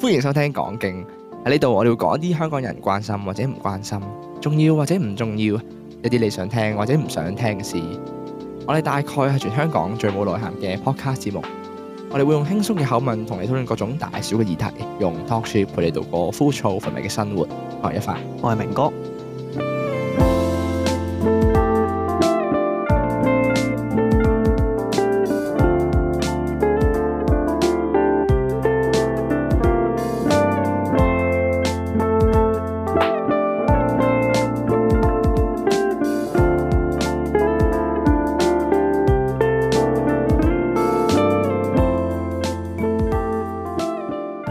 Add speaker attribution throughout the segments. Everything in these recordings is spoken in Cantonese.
Speaker 1: 歡迎收聽講經喺呢度，我哋會講一啲香港人關心或者唔關心，重要或者唔重要，一啲你想聽或者唔想聽嘅事。我哋大概係全香港最冇內涵嘅 podcast 節目。我哋會用輕鬆嘅口吻同你討論各種大小嘅議題，用 talk shit 陪你度過枯燥乏味嘅生活。我係一發，
Speaker 2: 我係明哥，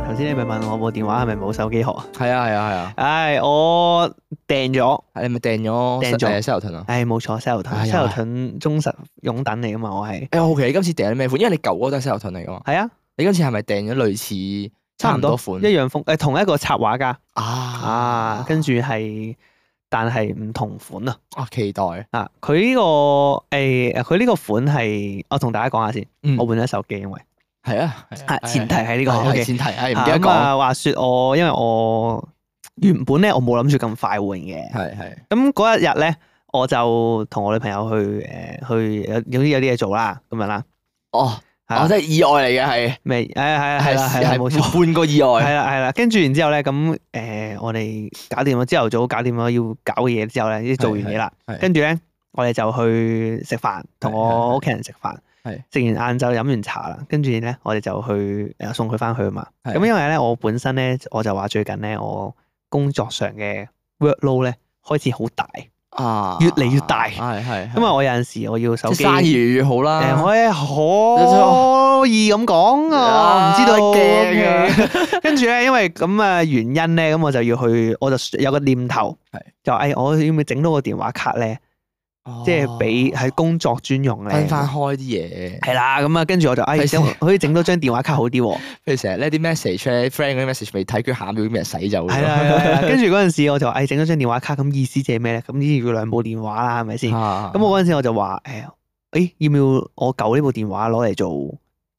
Speaker 2: 頭先你咪問我部電話係咪冇手機殼啊？
Speaker 1: 係啊係啊係啊！
Speaker 2: 唉，我訂咗，
Speaker 1: 你咪訂咗
Speaker 2: 訂咗
Speaker 1: 誒西遊盾啊！
Speaker 2: 唉冇錯，西遊
Speaker 1: 哎呀
Speaker 2: 盾，西遊盾忠實擁趸嚟噶嘛，我係
Speaker 1: 誒、我好奇你今次訂咗咩款，因為你舊嗰個都係西遊盾嚟噶嘛。
Speaker 2: 係啊，
Speaker 1: 你今次係咪訂咗類似
Speaker 2: 差唔多
Speaker 1: 款
Speaker 2: 一樣風，誒同一個插畫家
Speaker 1: 啊？
Speaker 2: 啊，跟住係但係唔同款啊，
Speaker 1: 啊，期待
Speaker 2: 啊佢呢個誒佢呢個款係，我同大家講下先
Speaker 1: 嗯，
Speaker 2: 我換咗手機，因為
Speaker 1: 係啊，係
Speaker 2: 啊前提係呢個
Speaker 1: 係
Speaker 2: OK
Speaker 1: 係前提係唔
Speaker 2: 啊
Speaker 1: 記得
Speaker 2: 咁
Speaker 1: 講，
Speaker 2: 啊話説我因為我原本咧我冇諗住咁快換嘅。
Speaker 1: 係係
Speaker 2: 咁嗰一日咧，我就同我女朋友去誒、呃去有有啲有啲嘢做啦，咁樣啦，
Speaker 1: 哦，
Speaker 2: 係
Speaker 1: 哦，
Speaker 2: 啊
Speaker 1: 即係意外嚟嘅，係
Speaker 2: 咪誒哎係係啦係啦
Speaker 1: 係
Speaker 2: 冇錯，
Speaker 1: 係半個意外，
Speaker 2: 係啦係啦，跟住然之後咧，咁誒、呃我哋搞掂咗朝頭早搞掂咗要搞嘅嘢之後咧，已經做完嘢啦
Speaker 1: 係係係，
Speaker 2: 跟住咧我哋就去食飯，同我屋企人食飯
Speaker 1: 係，
Speaker 2: 食完晏晝飲完茶啦，跟住咧我哋就去誒送佢翻去啊嘛，
Speaker 1: 係
Speaker 2: 咁因為咧我本身咧我就話最近咧我工作上嘅 workload 咧開始好大。
Speaker 1: 啊，
Speaker 2: 越嚟越大
Speaker 1: 係係，
Speaker 2: 因為我有陣時我要手
Speaker 1: 即係
Speaker 2: 機，
Speaker 1: 生意越嚟越好啦，
Speaker 2: 誒我咧可以咁講啊，唔知道
Speaker 1: 驚啊
Speaker 2: OK 跟住咧，因為咁啊原因咧，咁我就要去，我就有個念頭
Speaker 1: 係，
Speaker 2: 就誒我要唔要整到個電話卡咧，
Speaker 1: 哦
Speaker 2: 即係俾喺工作專用咧
Speaker 1: 分。翻開啲嘢，
Speaker 2: 係啦，咁啊，跟住我就
Speaker 1: 費
Speaker 2: 誒
Speaker 1: 事
Speaker 2: 整可以整到張電話卡好啲喎。
Speaker 1: 譬如成日呢啲 message 咧，friend 嗰啲 message 未睇，佢下秒俾人洗走咗，
Speaker 2: 係啦係啦 係啦，跟住嗰陣時我就誒整咗張電話卡，咁意思即係咩咧？咁呢要兩部電話啦，係咪先？
Speaker 1: 啊
Speaker 2: 咁我嗰陣時我就話誒，誒要唔要我舊呢部電話攞嚟做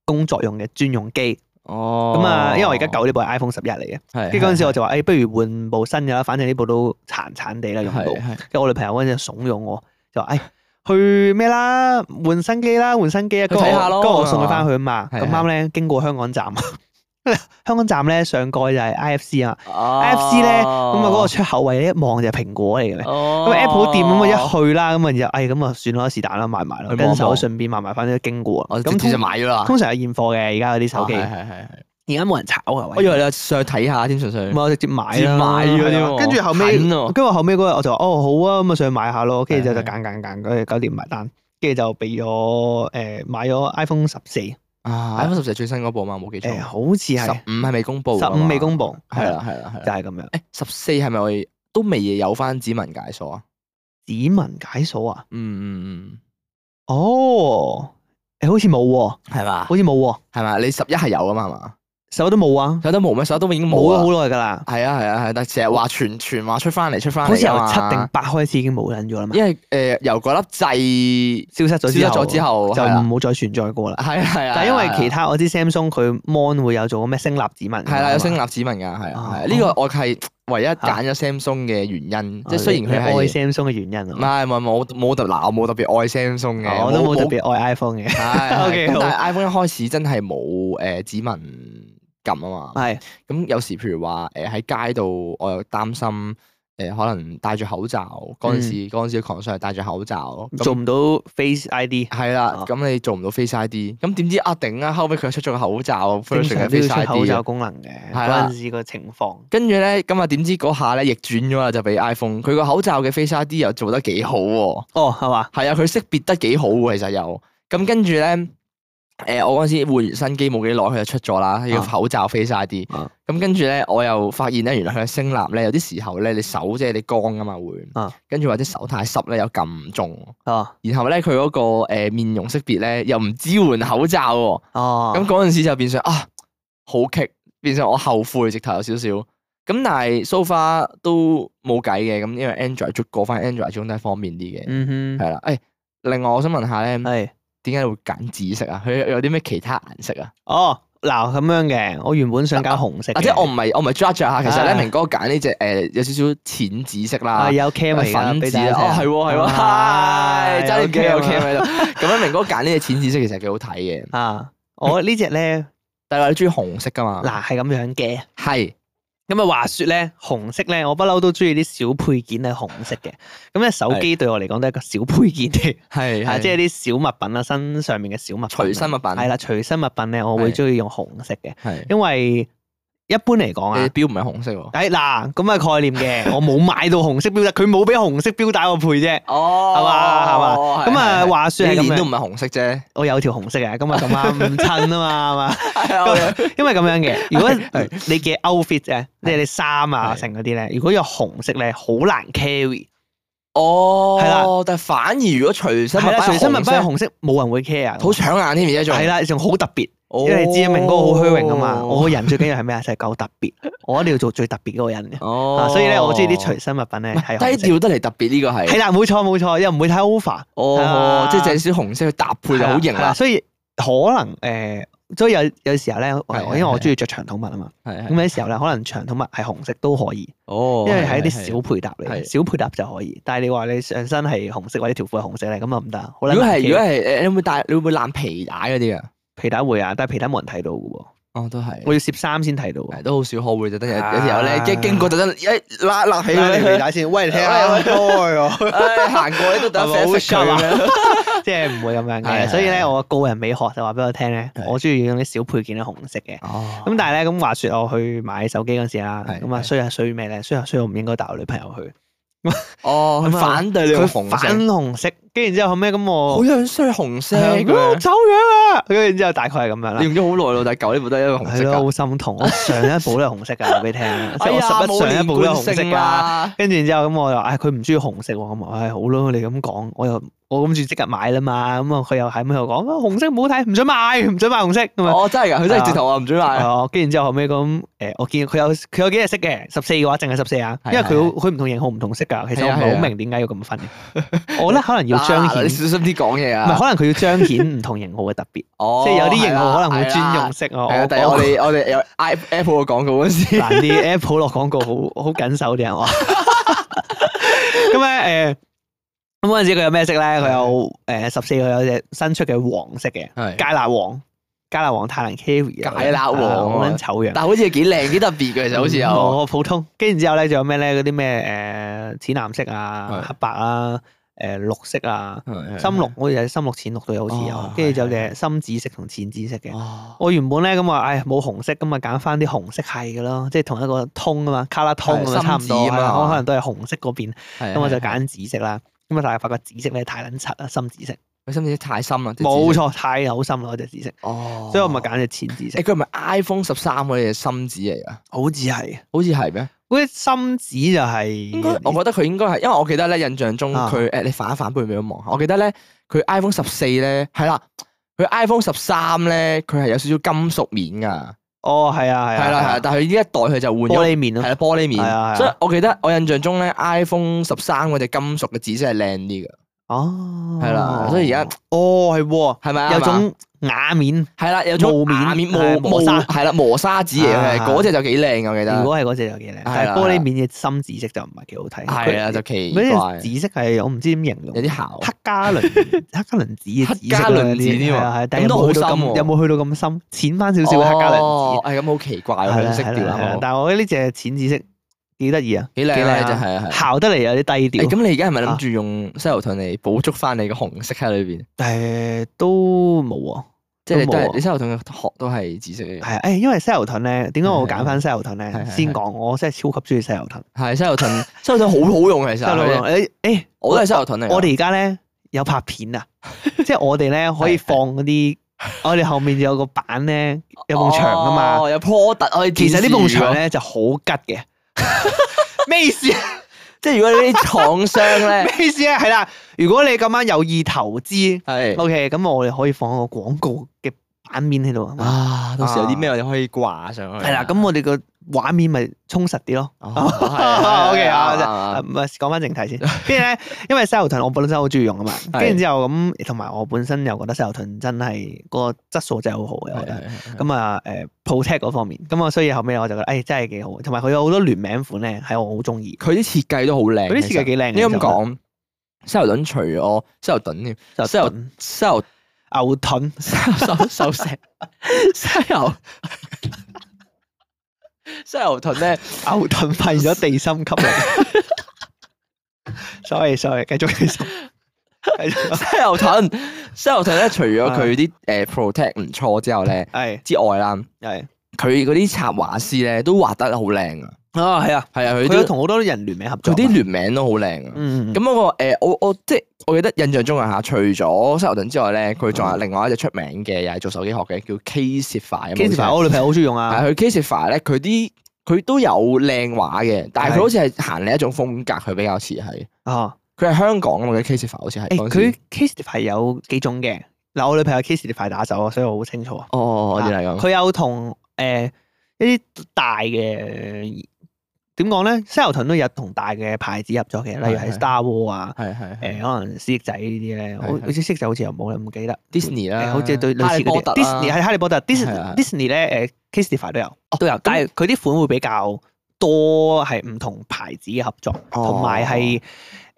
Speaker 2: 工作用嘅專用機？
Speaker 1: 哦，
Speaker 2: 咁啊，因為我而家舊呢部係 iPhone 十一嚟嘅，
Speaker 1: 係，
Speaker 2: 跟住嗰陣時我就話哎誒，不如換部新嘅啦，反正呢部都殘殘地啦，用到。
Speaker 1: 係
Speaker 2: 跟
Speaker 1: 係
Speaker 2: 住我女朋友嗰陣時慫恿我，就話誒。哎去咩啦？換新機啦，換新機啊！
Speaker 1: 去
Speaker 2: 跟住
Speaker 1: 睇下
Speaker 2: 我
Speaker 1: 咯
Speaker 2: 跟住我送佢翻去啊嘛。
Speaker 1: 係
Speaker 2: 咁啱咧，經過香港站， 香港站咧上蓋就係 IFC 啊。IFC 咧，
Speaker 1: 哦
Speaker 2: 咁啊嗰個出口位一望就係蘋果嚟嘅咧。咁 Apple 店咁啊一去啦，咁啊就哎咁啊算啦，是但啦，買埋
Speaker 1: 去
Speaker 2: 啦，
Speaker 1: 望
Speaker 2: 跟
Speaker 1: 望
Speaker 2: 手順便買埋翻啲經過啦。
Speaker 1: 我
Speaker 2: 咁
Speaker 1: 哦直接就
Speaker 2: 通
Speaker 1: 買咗啦。
Speaker 2: 通常有現貨嘅，而家嗰啲手機，
Speaker 1: 係
Speaker 2: 而
Speaker 1: 係係係
Speaker 2: 家冇人炒啊，
Speaker 1: 我以為你上去睇下添，純粹
Speaker 2: 唔係啊我直接買
Speaker 1: 直接
Speaker 2: 啦，
Speaker 1: 買嗰
Speaker 2: 係
Speaker 1: 啲
Speaker 2: 啊
Speaker 1: 喎
Speaker 2: 跟住後尾，
Speaker 1: 狠喎
Speaker 2: 跟住後尾嗰日我就話哦好啊，咁啊上去買下咯，跟住就
Speaker 1: 係
Speaker 2: 就揀揀揀，跟住搞掂埋單，跟住就俾咗誒買咗 iPhone 十四，誒
Speaker 1: 啊，iPhone 十四最新嗰部嘛，冇記錯，
Speaker 2: 好似
Speaker 1: 十
Speaker 2: 係
Speaker 1: 五係未公佈㗎嘛，
Speaker 2: 十五未公佈，
Speaker 1: 係啦，係啦啊係
Speaker 2: 就
Speaker 1: 啦。
Speaker 2: 係咁啊樣。
Speaker 1: 誒十四係咪我哋都未有翻指紋解鎖啊？
Speaker 2: 指紋解鎖啊？
Speaker 1: 嗯嗯
Speaker 2: 哦，誒好似冇喎，
Speaker 1: 嗯，係嘛？
Speaker 2: 好似冇喎，
Speaker 1: 係嘛？你十一係有啊㗎嘛？係嘛？
Speaker 2: 手都冇啊，
Speaker 1: 手都冇咩？手都已經
Speaker 2: 冇
Speaker 1: 冇
Speaker 2: 咗
Speaker 1: 啦。
Speaker 2: 好耐㗎啦。
Speaker 1: 係啊係啊係，但係成日話傳傳話出翻嚟出翻嚟
Speaker 2: 好似由
Speaker 1: 㗎嘛
Speaker 2: 七定啊八開始已經冇撚咗啦嘛，
Speaker 1: 因為誒由嗰粒
Speaker 2: 消失
Speaker 1: 掣消
Speaker 2: 咗
Speaker 1: 失咗之
Speaker 2: 後啊
Speaker 1: 後
Speaker 2: 就
Speaker 1: 係啦
Speaker 2: 唔好再存在過啦。
Speaker 1: 係啊係啊，
Speaker 2: 但係因為其
Speaker 1: 他
Speaker 2: 他我知 Samsung 佢 Mon 會有做咩聲納指紋㗎嘛，
Speaker 1: 係啦有聲立指紋㗎，係啊
Speaker 2: 哦
Speaker 1: 係啊呢個我係唯一揀咗 Samsung 嘅原因，啊即係雖然
Speaker 2: 哦你
Speaker 1: 佢
Speaker 2: 愛
Speaker 1: 係。
Speaker 2: Samsung 嘅原因
Speaker 1: 唔
Speaker 2: 啊，
Speaker 1: 係唔係冇冇特嗱，我冇特別愛 Samsung 嘅，
Speaker 2: 哦我都冇特別愛 iPhone 嘅，
Speaker 1: 係。係
Speaker 2: OK，
Speaker 1: 咁
Speaker 2: 好
Speaker 1: 但係 iPhone 一開始真係冇誒指紋撳啊嘛。
Speaker 2: 係
Speaker 1: 咁有時譬如話誒喺街度，我又擔心誒可能戴住口罩嗰陣時，嗰陣時嘅 concern 係戴住口罩
Speaker 2: 嗯做
Speaker 1: 咁。
Speaker 2: 唔到 Face ID，
Speaker 1: 係啦
Speaker 2: 啊，
Speaker 1: 咁你做唔到 Face ID，咁點知啊頂啊，後尾佢出咗個口罩
Speaker 2: 正
Speaker 1: version
Speaker 2: 常
Speaker 1: 嘅
Speaker 2: 都要
Speaker 1: Face
Speaker 2: 出口
Speaker 1: ID
Speaker 2: 罩
Speaker 1: 啊。
Speaker 2: 功能嘅
Speaker 1: 係啦
Speaker 2: 嗰陣時個情況，
Speaker 1: 跟住咧，咁啊點知嗰下咧逆轉咗啊啦，就俾 iPhone 佢個口罩嘅 Face ID 又做得幾好喎。
Speaker 2: 哦係嘛，
Speaker 1: 係啊，佢識別得幾好喎，其實又咁跟住咧，誒、我嗰陣時換完新機冇幾耐，佢就出咗啦，要
Speaker 2: 啊
Speaker 1: 口罩 Face ID。
Speaker 2: 啊
Speaker 1: 咁跟住咧，我又發現咧，原來佢嘅聲納咧，有啲時候咧，你手即係你乾啊嘛會
Speaker 2: 啊，
Speaker 1: 跟住或者手太濕咧又撳唔中，
Speaker 2: 哦
Speaker 1: 然後咧佢嗰個誒面容識別咧又唔支援口罩喎，咁
Speaker 2: 哦，
Speaker 1: 嗰陣時就變相啊好棘，變相我後悔直頭有少少。咁但係 so far 都冇計嘅，咁因為 Android 捉過翻 Android 始終都係方便啲嘅。
Speaker 2: 嗯
Speaker 1: 系啦，诶，另外我想問下咧，
Speaker 2: 哼，係，
Speaker 1: 點解你會揀紫色啊？佢有啲咩其他顏色啊？
Speaker 2: 哦嗱咁樣嘅，我原本想
Speaker 1: 啊
Speaker 2: 揀紅色嘅，
Speaker 1: 或者我唔係我唔係 judge 啊，其實咧
Speaker 2: 啊
Speaker 1: 明哥揀呢只誒有少少淺紫色啦
Speaker 2: 啊。有 cam 嚟㗎
Speaker 1: 粉
Speaker 2: 俾
Speaker 1: 紫
Speaker 2: 大家
Speaker 1: 啊，
Speaker 2: 睇
Speaker 1: 哦係喎係喎，
Speaker 2: 啊
Speaker 1: 唉爭啲唔記得有
Speaker 2: 有
Speaker 1: cam
Speaker 2: cam
Speaker 1: 喺度。咁樣明哥揀呢隻淺紫色其實幾好睇嘅，
Speaker 2: 啊，我呢只咧
Speaker 1: 但係話你中意紅色噶嘛？
Speaker 2: 嗱係咁樣嘅。
Speaker 1: 係
Speaker 2: 咁啊，話説咧，紅色咧，我不嬲都中意啲小配件係紅色嘅。咁咧，手機對我嚟講都係一個小配件嚟，
Speaker 1: 係
Speaker 2: 啊，
Speaker 1: 係
Speaker 2: 即係啲小物品啦，啊身上面嘅小物品。
Speaker 1: 隨身物品
Speaker 2: 係啦，隨身物品咧，我會
Speaker 1: 係
Speaker 2: 中意用紅色嘅，
Speaker 1: 係。
Speaker 2: 因為一般嚟講啊
Speaker 1: 你，表唔係紅色喎？
Speaker 2: 誒嗱咁嘅概念 嘅，我冇買到紅色錶帶，佢冇俾紅色錶帶我配啫。
Speaker 1: 哦
Speaker 2: 係嘛係嘛咁啊，話説係
Speaker 1: 你
Speaker 2: 咁
Speaker 1: 年都
Speaker 2: 樣
Speaker 1: 唔，係紅色啫，
Speaker 2: 我有條紅色嘅，咁啊咁 啱唔襯啊 嘛，係嘛？
Speaker 1: 係
Speaker 2: 因為咁樣嘅，如果你嘅 outfit 咧，即係你衫啊
Speaker 1: 係
Speaker 2: 成嗰啲咧，如果有紅色咧，好難 carry。
Speaker 1: 哦，
Speaker 2: 係
Speaker 1: 啦。但係反而如果隨身物
Speaker 2: 係
Speaker 1: 品
Speaker 2: 啦，隨身物品係
Speaker 1: 紅色，
Speaker 2: 紅色，冇人會 care。啊
Speaker 1: 好搶眼添而家仲
Speaker 2: 係，啦，仲好特別，
Speaker 1: 哦
Speaker 2: 因為你知啊明哥好虛榮噶嘛。我個人最緊要係咩啊？就係夠特 別，我一定要做最特別嗰個人嘅。
Speaker 1: 哦
Speaker 2: 啊，所以咧，我中意啲隨身物品咧係紅
Speaker 1: 低
Speaker 2: 色。
Speaker 1: 調得嚟特別呢個
Speaker 2: 係
Speaker 1: 係，
Speaker 2: 啦，冇錯冇錯，又唔會太 over。
Speaker 1: 哦
Speaker 2: 啊，
Speaker 1: 即係整少紅色去搭配就好型
Speaker 2: 係
Speaker 1: 啦，
Speaker 2: 所以可能誒，所以有有時候咧，我
Speaker 1: 係係
Speaker 2: 因為我中意着長筒襪啊嘛，
Speaker 1: 係
Speaker 2: 咁有啲時候咧，可能長筒襪係紅色都可以。
Speaker 1: 哦，
Speaker 2: 因為係一啲小配搭嚟嘅，
Speaker 1: 係
Speaker 2: 小配搭就可以。但係你話你上身係紅色或者條褲係紅色咧，咁啊唔得，好
Speaker 1: 如
Speaker 2: 難
Speaker 1: 果係
Speaker 2: 企
Speaker 1: 如果係誒，你會唔會帶？你會唔會爛皮帶嗰啲啊？
Speaker 2: 皮帶會啊，但係皮帶冇人睇到嘅喎，
Speaker 1: 哦，都係，
Speaker 2: 我要攝衫先睇到喎。
Speaker 1: 誒都好少可會特登有
Speaker 2: 啊
Speaker 1: 有時候咧，經經過特登一拉拉起佢，
Speaker 2: 帶先，喂
Speaker 1: 你睇下喂
Speaker 2: 開
Speaker 1: 唉行過呢度特
Speaker 2: 係咪
Speaker 1: 登
Speaker 2: 好
Speaker 1: 寫識佢
Speaker 2: sharp 啊
Speaker 1: 咁樣
Speaker 2: 即係唔會咁樣
Speaker 1: 係係
Speaker 2: 嘅。所以咧，
Speaker 1: 係
Speaker 2: 我個人美學就話俾我聽咧
Speaker 1: 係，
Speaker 2: 我中意用啲小配件係紅色嘅。
Speaker 1: 哦
Speaker 2: 咁但係咧，咁話説我去買手機嗰陣時啦，
Speaker 1: 係
Speaker 2: 咁啊
Speaker 1: 係
Speaker 2: 衰係衰咩咧？衰係衰我唔應該帶我女朋友去，
Speaker 1: 哦，佢
Speaker 2: 咁啊
Speaker 1: 反對你用
Speaker 2: 佢
Speaker 1: 紅
Speaker 2: 反
Speaker 1: 色，
Speaker 2: 紅色，跟住然之後後尾咁
Speaker 1: 好
Speaker 2: 我
Speaker 1: 樣衰紅色
Speaker 2: 係啊咁我
Speaker 1: 咁樣。
Speaker 2: 走樣啊，跟住然之後大概係咁樣啦
Speaker 1: 你。用咗好耐咯，但係舊呢部都係因為紅
Speaker 2: 係
Speaker 1: 色
Speaker 2: 咯，
Speaker 1: 㗎。哎
Speaker 2: 好心痛。我上一部都係紅色 㗎，話俾你聽。即係我十一上一部都係紅色㗎。
Speaker 1: 噶。
Speaker 2: 跟住然之後咁我又，唉，佢唔中意紅色喎。咁我唉，好咯，你咁講，我又我諗住即刻買啦嘛。咁啊，佢又喺咁度講，啊紅色唔好睇，唔想買，唔想買紅色咁啊。
Speaker 1: 哦，真係㗎，佢真係直頭話唔准買。
Speaker 2: 係啊，跟住然之後後尾咁，誒，我見佢有佢有幾隻色嘅，十四嘅話淨係十四啊，
Speaker 1: 係
Speaker 2: 因為佢
Speaker 1: 係
Speaker 2: 好佢唔同型號唔同色㗎。其實
Speaker 1: 係
Speaker 2: 我
Speaker 1: 啊
Speaker 2: 唔係
Speaker 1: 係啊
Speaker 2: 好明點解要咁分嘅。我咧可能要彰
Speaker 1: 嗱
Speaker 2: 顯，
Speaker 1: 你
Speaker 2: 唔
Speaker 1: 小心啲講嘢
Speaker 2: 係
Speaker 1: 啊。
Speaker 2: 可能佢要彰顯唔同型號嘅特別，
Speaker 1: 哦
Speaker 2: 即係有啲型號可能會專用。色啊。
Speaker 1: 係啊，第日
Speaker 2: 我
Speaker 1: 我哋我哋有 i Apple 嘅廣告嗰陣時，
Speaker 2: 難啲 Apple 落廣告好好緊手啲人話。 咁啊咧誒，咁嗰陣時佢有咩色咧？佢有誒十四個有隻新出嘅黃色嘅
Speaker 1: 嗯係
Speaker 2: 芥辣黃，芥辣黃太難 carry 啊。
Speaker 1: 芥辣黃
Speaker 2: 啊好撚醜樣。 嗯
Speaker 1: 但好似幾靚幾特別嘅，其實好似有。
Speaker 2: 我普通，跟住之後咧，仲有咩咧？嗰啲咩誒淺藍色啊
Speaker 1: 係、
Speaker 2: 黑白啊、誒綠色啊、深綠，好似係深綠、淺綠都有，好似
Speaker 1: 哦
Speaker 2: 有。跟住就有
Speaker 1: 係
Speaker 2: 隻深紫色同淺紫色嘅。
Speaker 1: 哦。
Speaker 2: 我原本咧咁話，唉冇紅色，咁啊揀翻啲紅色係嘅咯，即係同一個通啊嘛，卡拉通咁
Speaker 1: 係
Speaker 2: 啊差唔多，
Speaker 1: 深紫啊嘛
Speaker 2: 係啦我可能都係紅色嗰邊，
Speaker 1: 係
Speaker 2: 咁我就
Speaker 1: 係
Speaker 2: 揀紫色啦。咁啊，但係發覺紫色咧太撚柒啦，深紫色，
Speaker 1: 佢心思太深啦。啲
Speaker 2: 冇
Speaker 1: 紫色。
Speaker 2: 錯，太有心啦嗰隻紫色，
Speaker 1: 哦。
Speaker 2: 所以我咪。揀隻淺紫色
Speaker 1: 誒，。佢係咪 iPhone 十三嗰隻心紙嚟㗎？
Speaker 2: 好似係，
Speaker 1: 好似係咩？
Speaker 2: 嗰啲深紫就係
Speaker 1: 應該我覺得佢應該係，因為我記得咧印象中
Speaker 2: 啊
Speaker 1: 佢呃誒你反一反背面望下，我記得咧佢 iPhone 十四咧係啦，佢 iPhone 十三咧佢係有少少金屬面㗎，
Speaker 2: 哦係啊係啊，
Speaker 1: 係啦係啦，但係佢呢一代佢就換
Speaker 2: 玻
Speaker 1: 咗
Speaker 2: 璃面咯
Speaker 1: 係，啦玻璃
Speaker 2: 係啊係
Speaker 1: 面，
Speaker 2: 啊
Speaker 1: 所以我記得我印象中咧 iPhone 十三嗰隻金屬嘅紫色係靚啲㗎，
Speaker 2: 哦
Speaker 1: 係啦所以而家
Speaker 2: 哦係喎，
Speaker 1: 係咪啊？
Speaker 2: 有
Speaker 1: 係嘛
Speaker 2: 種瓦面，
Speaker 1: 係啦，有種
Speaker 2: 霧面
Speaker 1: 瓦面磨
Speaker 2: 係
Speaker 1: 磨
Speaker 2: 磨砂
Speaker 1: 係啦磨砂紙嚟嘅，
Speaker 2: 啊
Speaker 1: 嗰隻就幾靚㗎我記
Speaker 2: 如
Speaker 1: 得，
Speaker 2: 果係嗰隻就幾靚，
Speaker 1: 係
Speaker 2: 但係
Speaker 1: 啦
Speaker 2: 玻
Speaker 1: 係啦
Speaker 2: 璃面嘅深紫色就唔係幾好睇，
Speaker 1: 係
Speaker 2: 佢
Speaker 1: 啊就奇
Speaker 2: 嗰
Speaker 1: 怪
Speaker 2: 隻，紫色係我唔知點形容，
Speaker 1: 有啲姣
Speaker 2: 黑 加崙黑加崙紫嘅紫色
Speaker 1: 哦黑加崙紫添啊
Speaker 2: 啊，係但
Speaker 1: 咁
Speaker 2: 係
Speaker 1: 都
Speaker 2: 有冇去
Speaker 1: 好
Speaker 2: 到
Speaker 1: 深喎
Speaker 2: 咁有冇去到咁深？淺翻少少嘅黑加崙
Speaker 1: 哦
Speaker 2: 紫，
Speaker 1: 係咁好奇怪，
Speaker 2: 係
Speaker 1: 佢
Speaker 2: 啦
Speaker 1: 色
Speaker 2: 係
Speaker 1: 調
Speaker 2: 啦係啦
Speaker 1: 啊，
Speaker 2: 但係我覺得呢隻淺紫色幾得意啊，
Speaker 1: 幾靚啊就係啊係啊。
Speaker 2: 姣得嚟有啲低
Speaker 1: 誒
Speaker 2: 調，
Speaker 1: 咁你而家係咪諗住用西牛盾嚟補足翻你嘅紅色喺裏邊？
Speaker 2: 誒都冇喎。
Speaker 1: 即係你
Speaker 2: 都
Speaker 1: 都
Speaker 2: 冇啊
Speaker 1: 係你西牛盾嘅殼都係紫色嘅，
Speaker 2: 係啊，誒，因為西牛盾咧，點解我會揀翻西牛盾咧
Speaker 1: 係係？係
Speaker 2: 先講，我真係超級中意西牛盾。
Speaker 1: 係西牛盾， 西牛盾好好用其
Speaker 2: 西牛盾，
Speaker 1: 實。
Speaker 2: 誒誒，
Speaker 1: 我都係西牛盾嚟㗎。
Speaker 2: 我哋而家咧有拍片啊，即係我哋咧可以
Speaker 1: 係係
Speaker 2: 放嗰啲，我哋後面有個板咧，有埲牆噶嘛。
Speaker 1: 哦，有 product 可以展
Speaker 2: 其
Speaker 1: 示
Speaker 2: 實
Speaker 1: 㗎。
Speaker 2: 呢埲牆咧就好吉嘅， 咩意思啊？
Speaker 1: 即係如果你啲廠商咧
Speaker 2: 咩意思啊？係啦，如果你咁啱有意投 資
Speaker 1: 係
Speaker 2: ，OK，咁我哋可以放個廣告嘅版面喺度啊嘛。
Speaker 1: 啊，到時有啲咩我哋可以掛上去。啊
Speaker 2: 係啦，咁我哋個畫面咪充實啲咯。
Speaker 1: 哦係
Speaker 2: OK 啊
Speaker 1: 啱啱
Speaker 2: 啊
Speaker 1: 啱
Speaker 2: 唔係講翻正題先，跟住咧， 因為西牛盾我本身好中意用啊嘛，
Speaker 1: 係
Speaker 2: 跟住之後咁，同埋我本身又覺得西牛盾真係個質素真係好好嘅，我
Speaker 1: 係
Speaker 2: 覺得。
Speaker 1: 係係
Speaker 2: 咁啊誒 protect 嗰方面，咁啊所以後尾我就覺得，誒真係幾好，同埋佢有好多聯名款咧，係我好中意，
Speaker 1: 佢啲設計都好靚，
Speaker 2: 佢啲設計幾靚嘅。
Speaker 1: 你咁
Speaker 2: 其實我覺
Speaker 1: 講，西游盾除我西游盾添，
Speaker 2: 得，
Speaker 1: 西游
Speaker 2: 就盾
Speaker 1: 西游
Speaker 2: 牛盾，
Speaker 1: 西游手手石西游 西游盾 咧，
Speaker 2: 牛盾發現咗地心吸力。sorry sorry，繼續繼續繼續，
Speaker 1: 西游盾西游盾咧，除咗
Speaker 2: 啊
Speaker 1: 佢啲誒 protect 唔錯之後咧
Speaker 2: 係
Speaker 1: 之外啦，
Speaker 2: 係
Speaker 1: 佢嗰啲插畫師咧都畫得好靚啊，
Speaker 2: 啊係啊，
Speaker 1: 係啊，佢
Speaker 2: 佢都
Speaker 1: 啲
Speaker 2: 同好多人聯名合作
Speaker 1: 佢
Speaker 2: 嘛。
Speaker 1: 啲聯名都好靚啊。
Speaker 2: 嗯嗯嗯
Speaker 1: 咁嗰個誒，我我即係我記得印象中啊嚇，除咗西游盾之外咧，佢仲
Speaker 2: 嗯
Speaker 1: 有另外一隻出名嘅，又係做手機殼嘅，叫 Caseify 啊。
Speaker 2: k i s s 我女朋友好中意用啊，
Speaker 1: 係佢 Caseify 咧，佢啲佢都有靚畫嘅，但係佢好似係行另一種風格，佢比較似係
Speaker 2: 啊，
Speaker 1: 佢係香港啊嘛，佢 Caseify 好似係嗰
Speaker 2: 誒
Speaker 1: 陣時
Speaker 2: 佢 k i s s 係有幾種嘅，嗱我女朋友 k i s s 牌打手啊，所以我好清楚啊。
Speaker 1: 哦，原來係咁。
Speaker 2: 佢有同誒一啲大嘅點講咧，西牛盾都有同大嘅牌子合作嘅，例如係
Speaker 1: 係係
Speaker 2: Star War 啊。
Speaker 1: 係係
Speaker 2: 誒
Speaker 1: 係
Speaker 2: 可能思翼仔呢啲咧，
Speaker 1: 係啊
Speaker 2: 好好
Speaker 1: 係
Speaker 2: 似思翼仔好似又冇啦，唔記得。
Speaker 1: Disney
Speaker 2: 誒
Speaker 1: 啦，
Speaker 2: 好似對類
Speaker 1: 哈
Speaker 2: 似
Speaker 1: 利
Speaker 2: 嗰
Speaker 1: 波
Speaker 2: 啲
Speaker 1: 特
Speaker 2: Disney 係哈利波特
Speaker 1: 啊係啊
Speaker 2: ，Disney Disney 咧誒 Kissify 都有都有，但係佢啲款會比較多係唔同牌子嘅合作，
Speaker 1: 哦
Speaker 2: 同埋係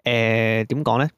Speaker 2: 誒點講咧？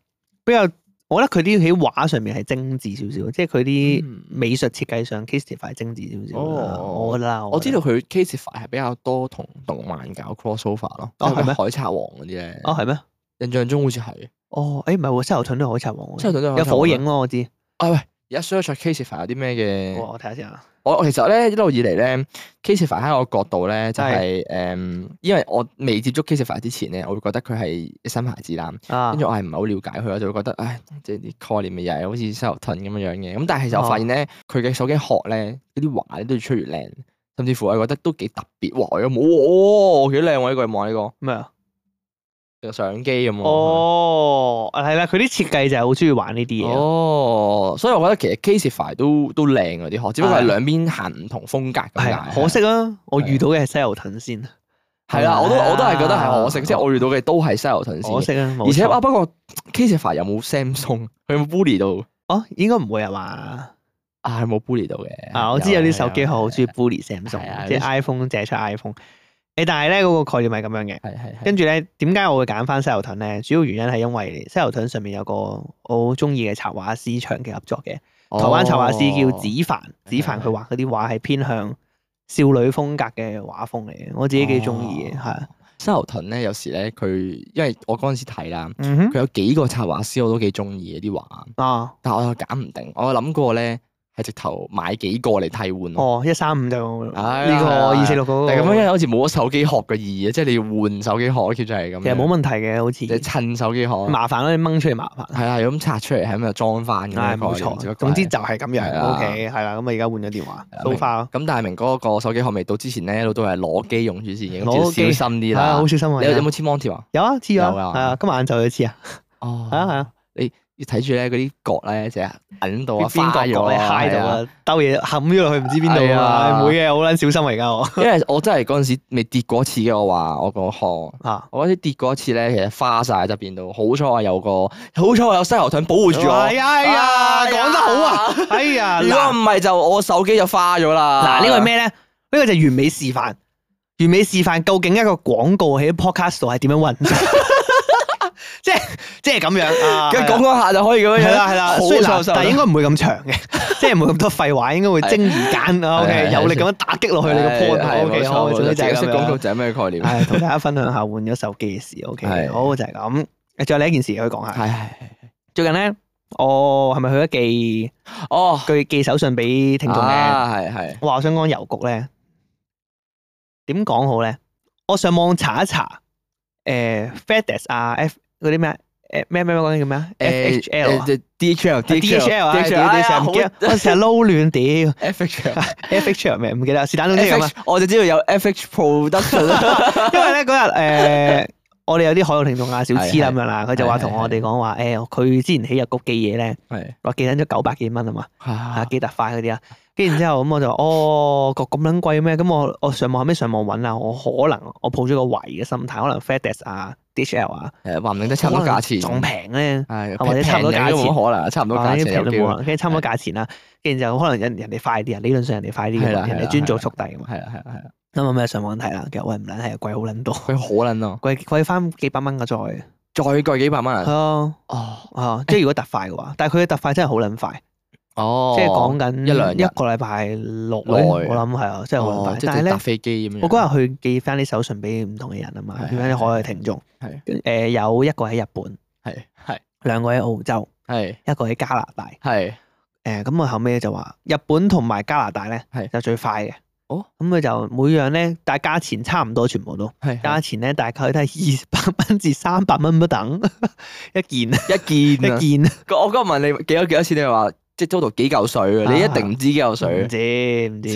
Speaker 2: 比較我覺得佢啲喺畫上面係精緻少少，即係佢
Speaker 1: 嗯
Speaker 2: 啲美術設計上 Kissify 係精緻少少啦。
Speaker 1: 哦
Speaker 2: 我覺得啦，
Speaker 1: 我知
Speaker 2: 覺得
Speaker 1: 道佢 Caseify 係比較多同動漫搞 crossover 咯，
Speaker 2: 哦係咩
Speaker 1: 海賊王嗰啲咧，
Speaker 2: 哦係咩？
Speaker 1: 印象中好似係。
Speaker 2: 哦誒唔係喎，西游盾都係海賊王
Speaker 1: 西游
Speaker 2: 喎，
Speaker 1: 盾都係海
Speaker 2: 哦有
Speaker 1: 賊王
Speaker 2: 火影咯，我知。
Speaker 1: 啊喂，而家 search 下 Caseify 有啲咩
Speaker 2: 我
Speaker 1: 嘅？
Speaker 2: 我睇下先啊。
Speaker 1: 我我其實咧一路以嚟咧，Caseify 喺我角度咧就係、誒、因為我未接觸 Caseify 之前咧，我會覺得佢係新牌子啦，
Speaker 2: 啊
Speaker 1: 跟，住我係唔係好了解佢，我就會覺得唉，即係啲概念咪又係好似西游盾咁樣樣嘅。咁但係其實
Speaker 2: 啊
Speaker 1: 我發現咧，佢嘅、手機殼咧，嗰啲畫咧都越出越靚，甚至乎我覺得都幾特別。哇！有冇哇幾靚喎？呢個望呢個
Speaker 2: 咩啊？
Speaker 1: 有相機咁喎。
Speaker 2: 哦，係啦，佢啲設計就係好中意玩呢啲嘢咯。
Speaker 1: 啊哦，所以我覺得其實 Caseify 都都靚嗰啲殼，只不過係
Speaker 2: 係
Speaker 1: 兩邊行唔同風格咁
Speaker 2: 係
Speaker 1: 解
Speaker 2: 啊。可惜啦，我遇到嘅係西遊盾先，
Speaker 1: 係啦，我都我都係覺得係可惜，
Speaker 2: 啊
Speaker 1: 即係我遇到嘅都係西游盾先
Speaker 2: 可
Speaker 1: 嘅。
Speaker 2: 惜啊，冇
Speaker 1: 而且啊，
Speaker 2: 錯
Speaker 1: 不過 Caseify 有冇 Samsung？佢有冇 bully 到？
Speaker 2: 哦，應該唔會係嘛？
Speaker 1: 啊，佢冇 bully 到嘅。
Speaker 2: 啊，我知有啲手機
Speaker 1: 係
Speaker 2: 殼好中意 bully
Speaker 1: 係啊
Speaker 2: Samsung，
Speaker 1: 有
Speaker 2: 即係
Speaker 1: 啲
Speaker 2: iPhone 借出 iPhone。誒，但係咧嗰個概念係咁樣嘅。
Speaker 1: 係係。
Speaker 2: 跟住咧，點解我會揀翻西遊盾咧？主要原因係因為西遊盾上面有個我好中意嘅插畫師長期合作嘅，
Speaker 1: 台
Speaker 2: 台灣插畫師叫子凡，子凡
Speaker 1: 哦係
Speaker 2: 佢畫嗰啲畫係偏向少女風格嘅畫風嚟嘅，我自己幾中意
Speaker 1: 哦
Speaker 2: 嘅，係啊。
Speaker 1: 西游盾咧，有時咧佢因為我嗰陣時睇啦，
Speaker 2: 嗯哼
Speaker 1: 佢有幾個插畫師我都幾中意嘅啲畫，
Speaker 2: 啊。
Speaker 1: 但係我又揀唔定。我有諗過咧係直頭買幾個嚟替換咯。
Speaker 2: 哦，一三五就
Speaker 1: 嗯唉
Speaker 2: 呢個
Speaker 1: 係
Speaker 2: 二四六嗰個，
Speaker 1: 但係咁樣，因為好似冇咗手機殼嘅意義，啊即係你要換手機殼，其實係咁樣。
Speaker 2: 其實冇問題嘅，好
Speaker 1: 即係
Speaker 2: 似
Speaker 1: 襯手機殼。
Speaker 2: 麻煩咯，你掹出嚟麻煩。
Speaker 1: 係啦，啊係咁拆出嚟，係咁就裝翻咁
Speaker 2: 唉，
Speaker 1: 樣。
Speaker 2: 冇
Speaker 1: 只
Speaker 2: 錯，
Speaker 1: 不過係
Speaker 2: 總之就係咁樣
Speaker 1: 係。啦
Speaker 2: OK，係啦，咁啊而家換咗電話
Speaker 1: 係啦
Speaker 2: s o far
Speaker 1: 咁，但係明哥個手機殼未到之前咧，一路都係攞機用住先嘅，
Speaker 2: 攞
Speaker 1: 咁
Speaker 2: 機
Speaker 1: 就小心啲
Speaker 2: 係啊，
Speaker 1: 啦
Speaker 2: 好。小心啊！
Speaker 1: 你有有
Speaker 2: 而家
Speaker 1: 冇簽 Mon 條啊？
Speaker 2: 有啊？黐咗
Speaker 1: 有
Speaker 2: 啊，
Speaker 1: 啊
Speaker 2: 係啊，今晚晏晝有黐啊，
Speaker 1: 哦
Speaker 2: 係啊係，啊，
Speaker 1: 要睇住咧嗰啲角咧，成日銀到啊，
Speaker 2: 邊
Speaker 1: 花
Speaker 2: 角角
Speaker 1: 咗
Speaker 2: 咧
Speaker 1: 啊
Speaker 2: 嗨到！
Speaker 1: 係啊
Speaker 2: 啊，兜嘢冚咗落去唔知邊度
Speaker 1: 係
Speaker 2: 啊！
Speaker 1: 啊
Speaker 2: 唉唔會嘅，好撚小心啊！而家我
Speaker 1: 因為我真係嗰陣時未跌過一次嘅，我話我個殼。
Speaker 2: 啊，
Speaker 1: 我嗰陣時跌過一次咧，其實花晒就變到，好彩我有個，好彩我有西牛盾保護住我。
Speaker 2: 哎呀哎呀，
Speaker 1: 哎呀
Speaker 2: 講得好啊！哎呀，
Speaker 1: 如果
Speaker 2: 嗱
Speaker 1: 唔係就我手機就花咗啦。
Speaker 2: 嗱，呢個係？咩咧？呢個就係完美示範。完美示範究竟一個廣告喺 podcast 度係點樣運作？ 即係即係咁樣啊！
Speaker 1: 跟住講講下就可以咁樣
Speaker 2: 係
Speaker 1: 樣
Speaker 2: 啦係啦，
Speaker 1: 好
Speaker 2: 雖然
Speaker 1: 受
Speaker 2: 嗱
Speaker 1: 受。
Speaker 2: 但係應該唔會咁長嘅， 即係唔會咁多廢話，應該會精而簡 啊。
Speaker 1: 係
Speaker 2: OK，
Speaker 1: 係
Speaker 2: 有力咁樣打擊落去你個 point。OK，好，總之就係
Speaker 1: 識
Speaker 2: 咁
Speaker 1: 廣告
Speaker 2: 樣。
Speaker 1: 就係咩概念？
Speaker 2: 係同大家分享下換咗手機嘅事。OK，
Speaker 1: 係
Speaker 2: 好就係咁。誒，仲有另一件事可以講下。
Speaker 1: 係
Speaker 2: 最近咧，我係咪去咗寄
Speaker 1: 哦，
Speaker 2: 佢寄手信俾聽眾嘅？
Speaker 1: 啊，係係
Speaker 2: 我話我想講郵局咧，點講好咧？我上網查一查，誒、FedEx 啊，F 嗰啲咩啊，誒咩咩咩嗰啲叫咩啊？FHL 啊
Speaker 1: 誒誒 DHL
Speaker 2: ，DHL 啊，DHL
Speaker 1: 哎
Speaker 2: 啊成日唔記得，我成日撈亂屌
Speaker 1: FHL
Speaker 2: ，FHL 咩唔記得，是但總之係咁啊。
Speaker 1: 我就知道有 FH production 啦，
Speaker 2: 因為咧嗰日誒，呃我哋有啲海外聽眾啊，小痴
Speaker 1: 係係
Speaker 2: 咁樣啦，佢就話
Speaker 1: 係係
Speaker 2: 同我哋講話，誒，佢之前喺日谷寄嘢咧，
Speaker 1: 係
Speaker 2: 話寄緊咗九百幾蚊啊嘛，啊
Speaker 1: 嚇
Speaker 2: 寄特快嗰啲啊，跟住然之後咁我就話哦，個咁撚貴咩？咁我我上網後尾上網揾啊，我可能我抱咗個懷疑嘅心態，可能 FedEx 啊、DHL 啊，
Speaker 1: 誒話唔定都差唔多價錢，
Speaker 2: 仲平咧。
Speaker 1: 係
Speaker 2: 或者
Speaker 1: 平
Speaker 2: 差唔多
Speaker 1: 平
Speaker 2: 價
Speaker 1: 嘢都
Speaker 2: 錢
Speaker 1: 冇可能，差唔多
Speaker 2: 啊
Speaker 1: 價
Speaker 2: 啲
Speaker 1: 錢
Speaker 2: 平
Speaker 1: 有
Speaker 2: 都
Speaker 1: 機
Speaker 2: 冇啦
Speaker 1: 會，，
Speaker 2: 跟住差唔多價錢啦，跟住就可能人人哋快啲啊，理論上人哋快啲
Speaker 1: 係
Speaker 2: 嘅嘛，
Speaker 1: 啦係
Speaker 2: 人哋
Speaker 1: 啦
Speaker 2: 專做
Speaker 1: 係
Speaker 2: 速遞嘅啊嘛。
Speaker 1: 係啦係啦係啦，
Speaker 2: 咁啊咩上網睇啦，其實喂唔撚係貴好撚多，
Speaker 1: 佢好撚咯，
Speaker 2: 貴貴翻幾百蚊嘅再，係
Speaker 1: 再貴幾百蚊啊
Speaker 2: 啊
Speaker 1: 哦
Speaker 2: 啊，即係如果特快嘅話，但 係佢嘅特快真係好撚快，
Speaker 1: 哦，
Speaker 2: 即係講緊
Speaker 1: 一兩日
Speaker 2: 一個禮拜內，
Speaker 1: 內
Speaker 2: 我諗係啊，真係好撚
Speaker 1: 哦
Speaker 2: 快。
Speaker 1: 即
Speaker 2: 但係
Speaker 1: 係搭
Speaker 2: 咧，
Speaker 1: 飛機咁樣，
Speaker 2: 我嗰日去寄翻啲手信俾唔同嘅人啊嘛，
Speaker 1: 嗯係
Speaker 2: 寄翻啲海外聽眾，
Speaker 1: 係
Speaker 2: 誒有一個喺日本，
Speaker 1: 係係
Speaker 2: 兩個喺澳洲，
Speaker 1: 係
Speaker 2: 一個喺加拿大。
Speaker 1: 係
Speaker 2: 誒咁我後尾就話日本同埋加拿大咧
Speaker 1: 係
Speaker 2: 就最快嘅。
Speaker 1: 哦，
Speaker 2: 咁佢就每樣咧，但係價錢差唔多，全部都
Speaker 1: 係
Speaker 2: 價錢咧大概都係二百蚊至三百蚊不等 一件
Speaker 1: 一件啊
Speaker 2: 一件，
Speaker 1: 我嗰日問你幾多幾多錢，你話即係 total 幾嚿水啊？你一定唔知幾嚿水
Speaker 2: 唔知唔知，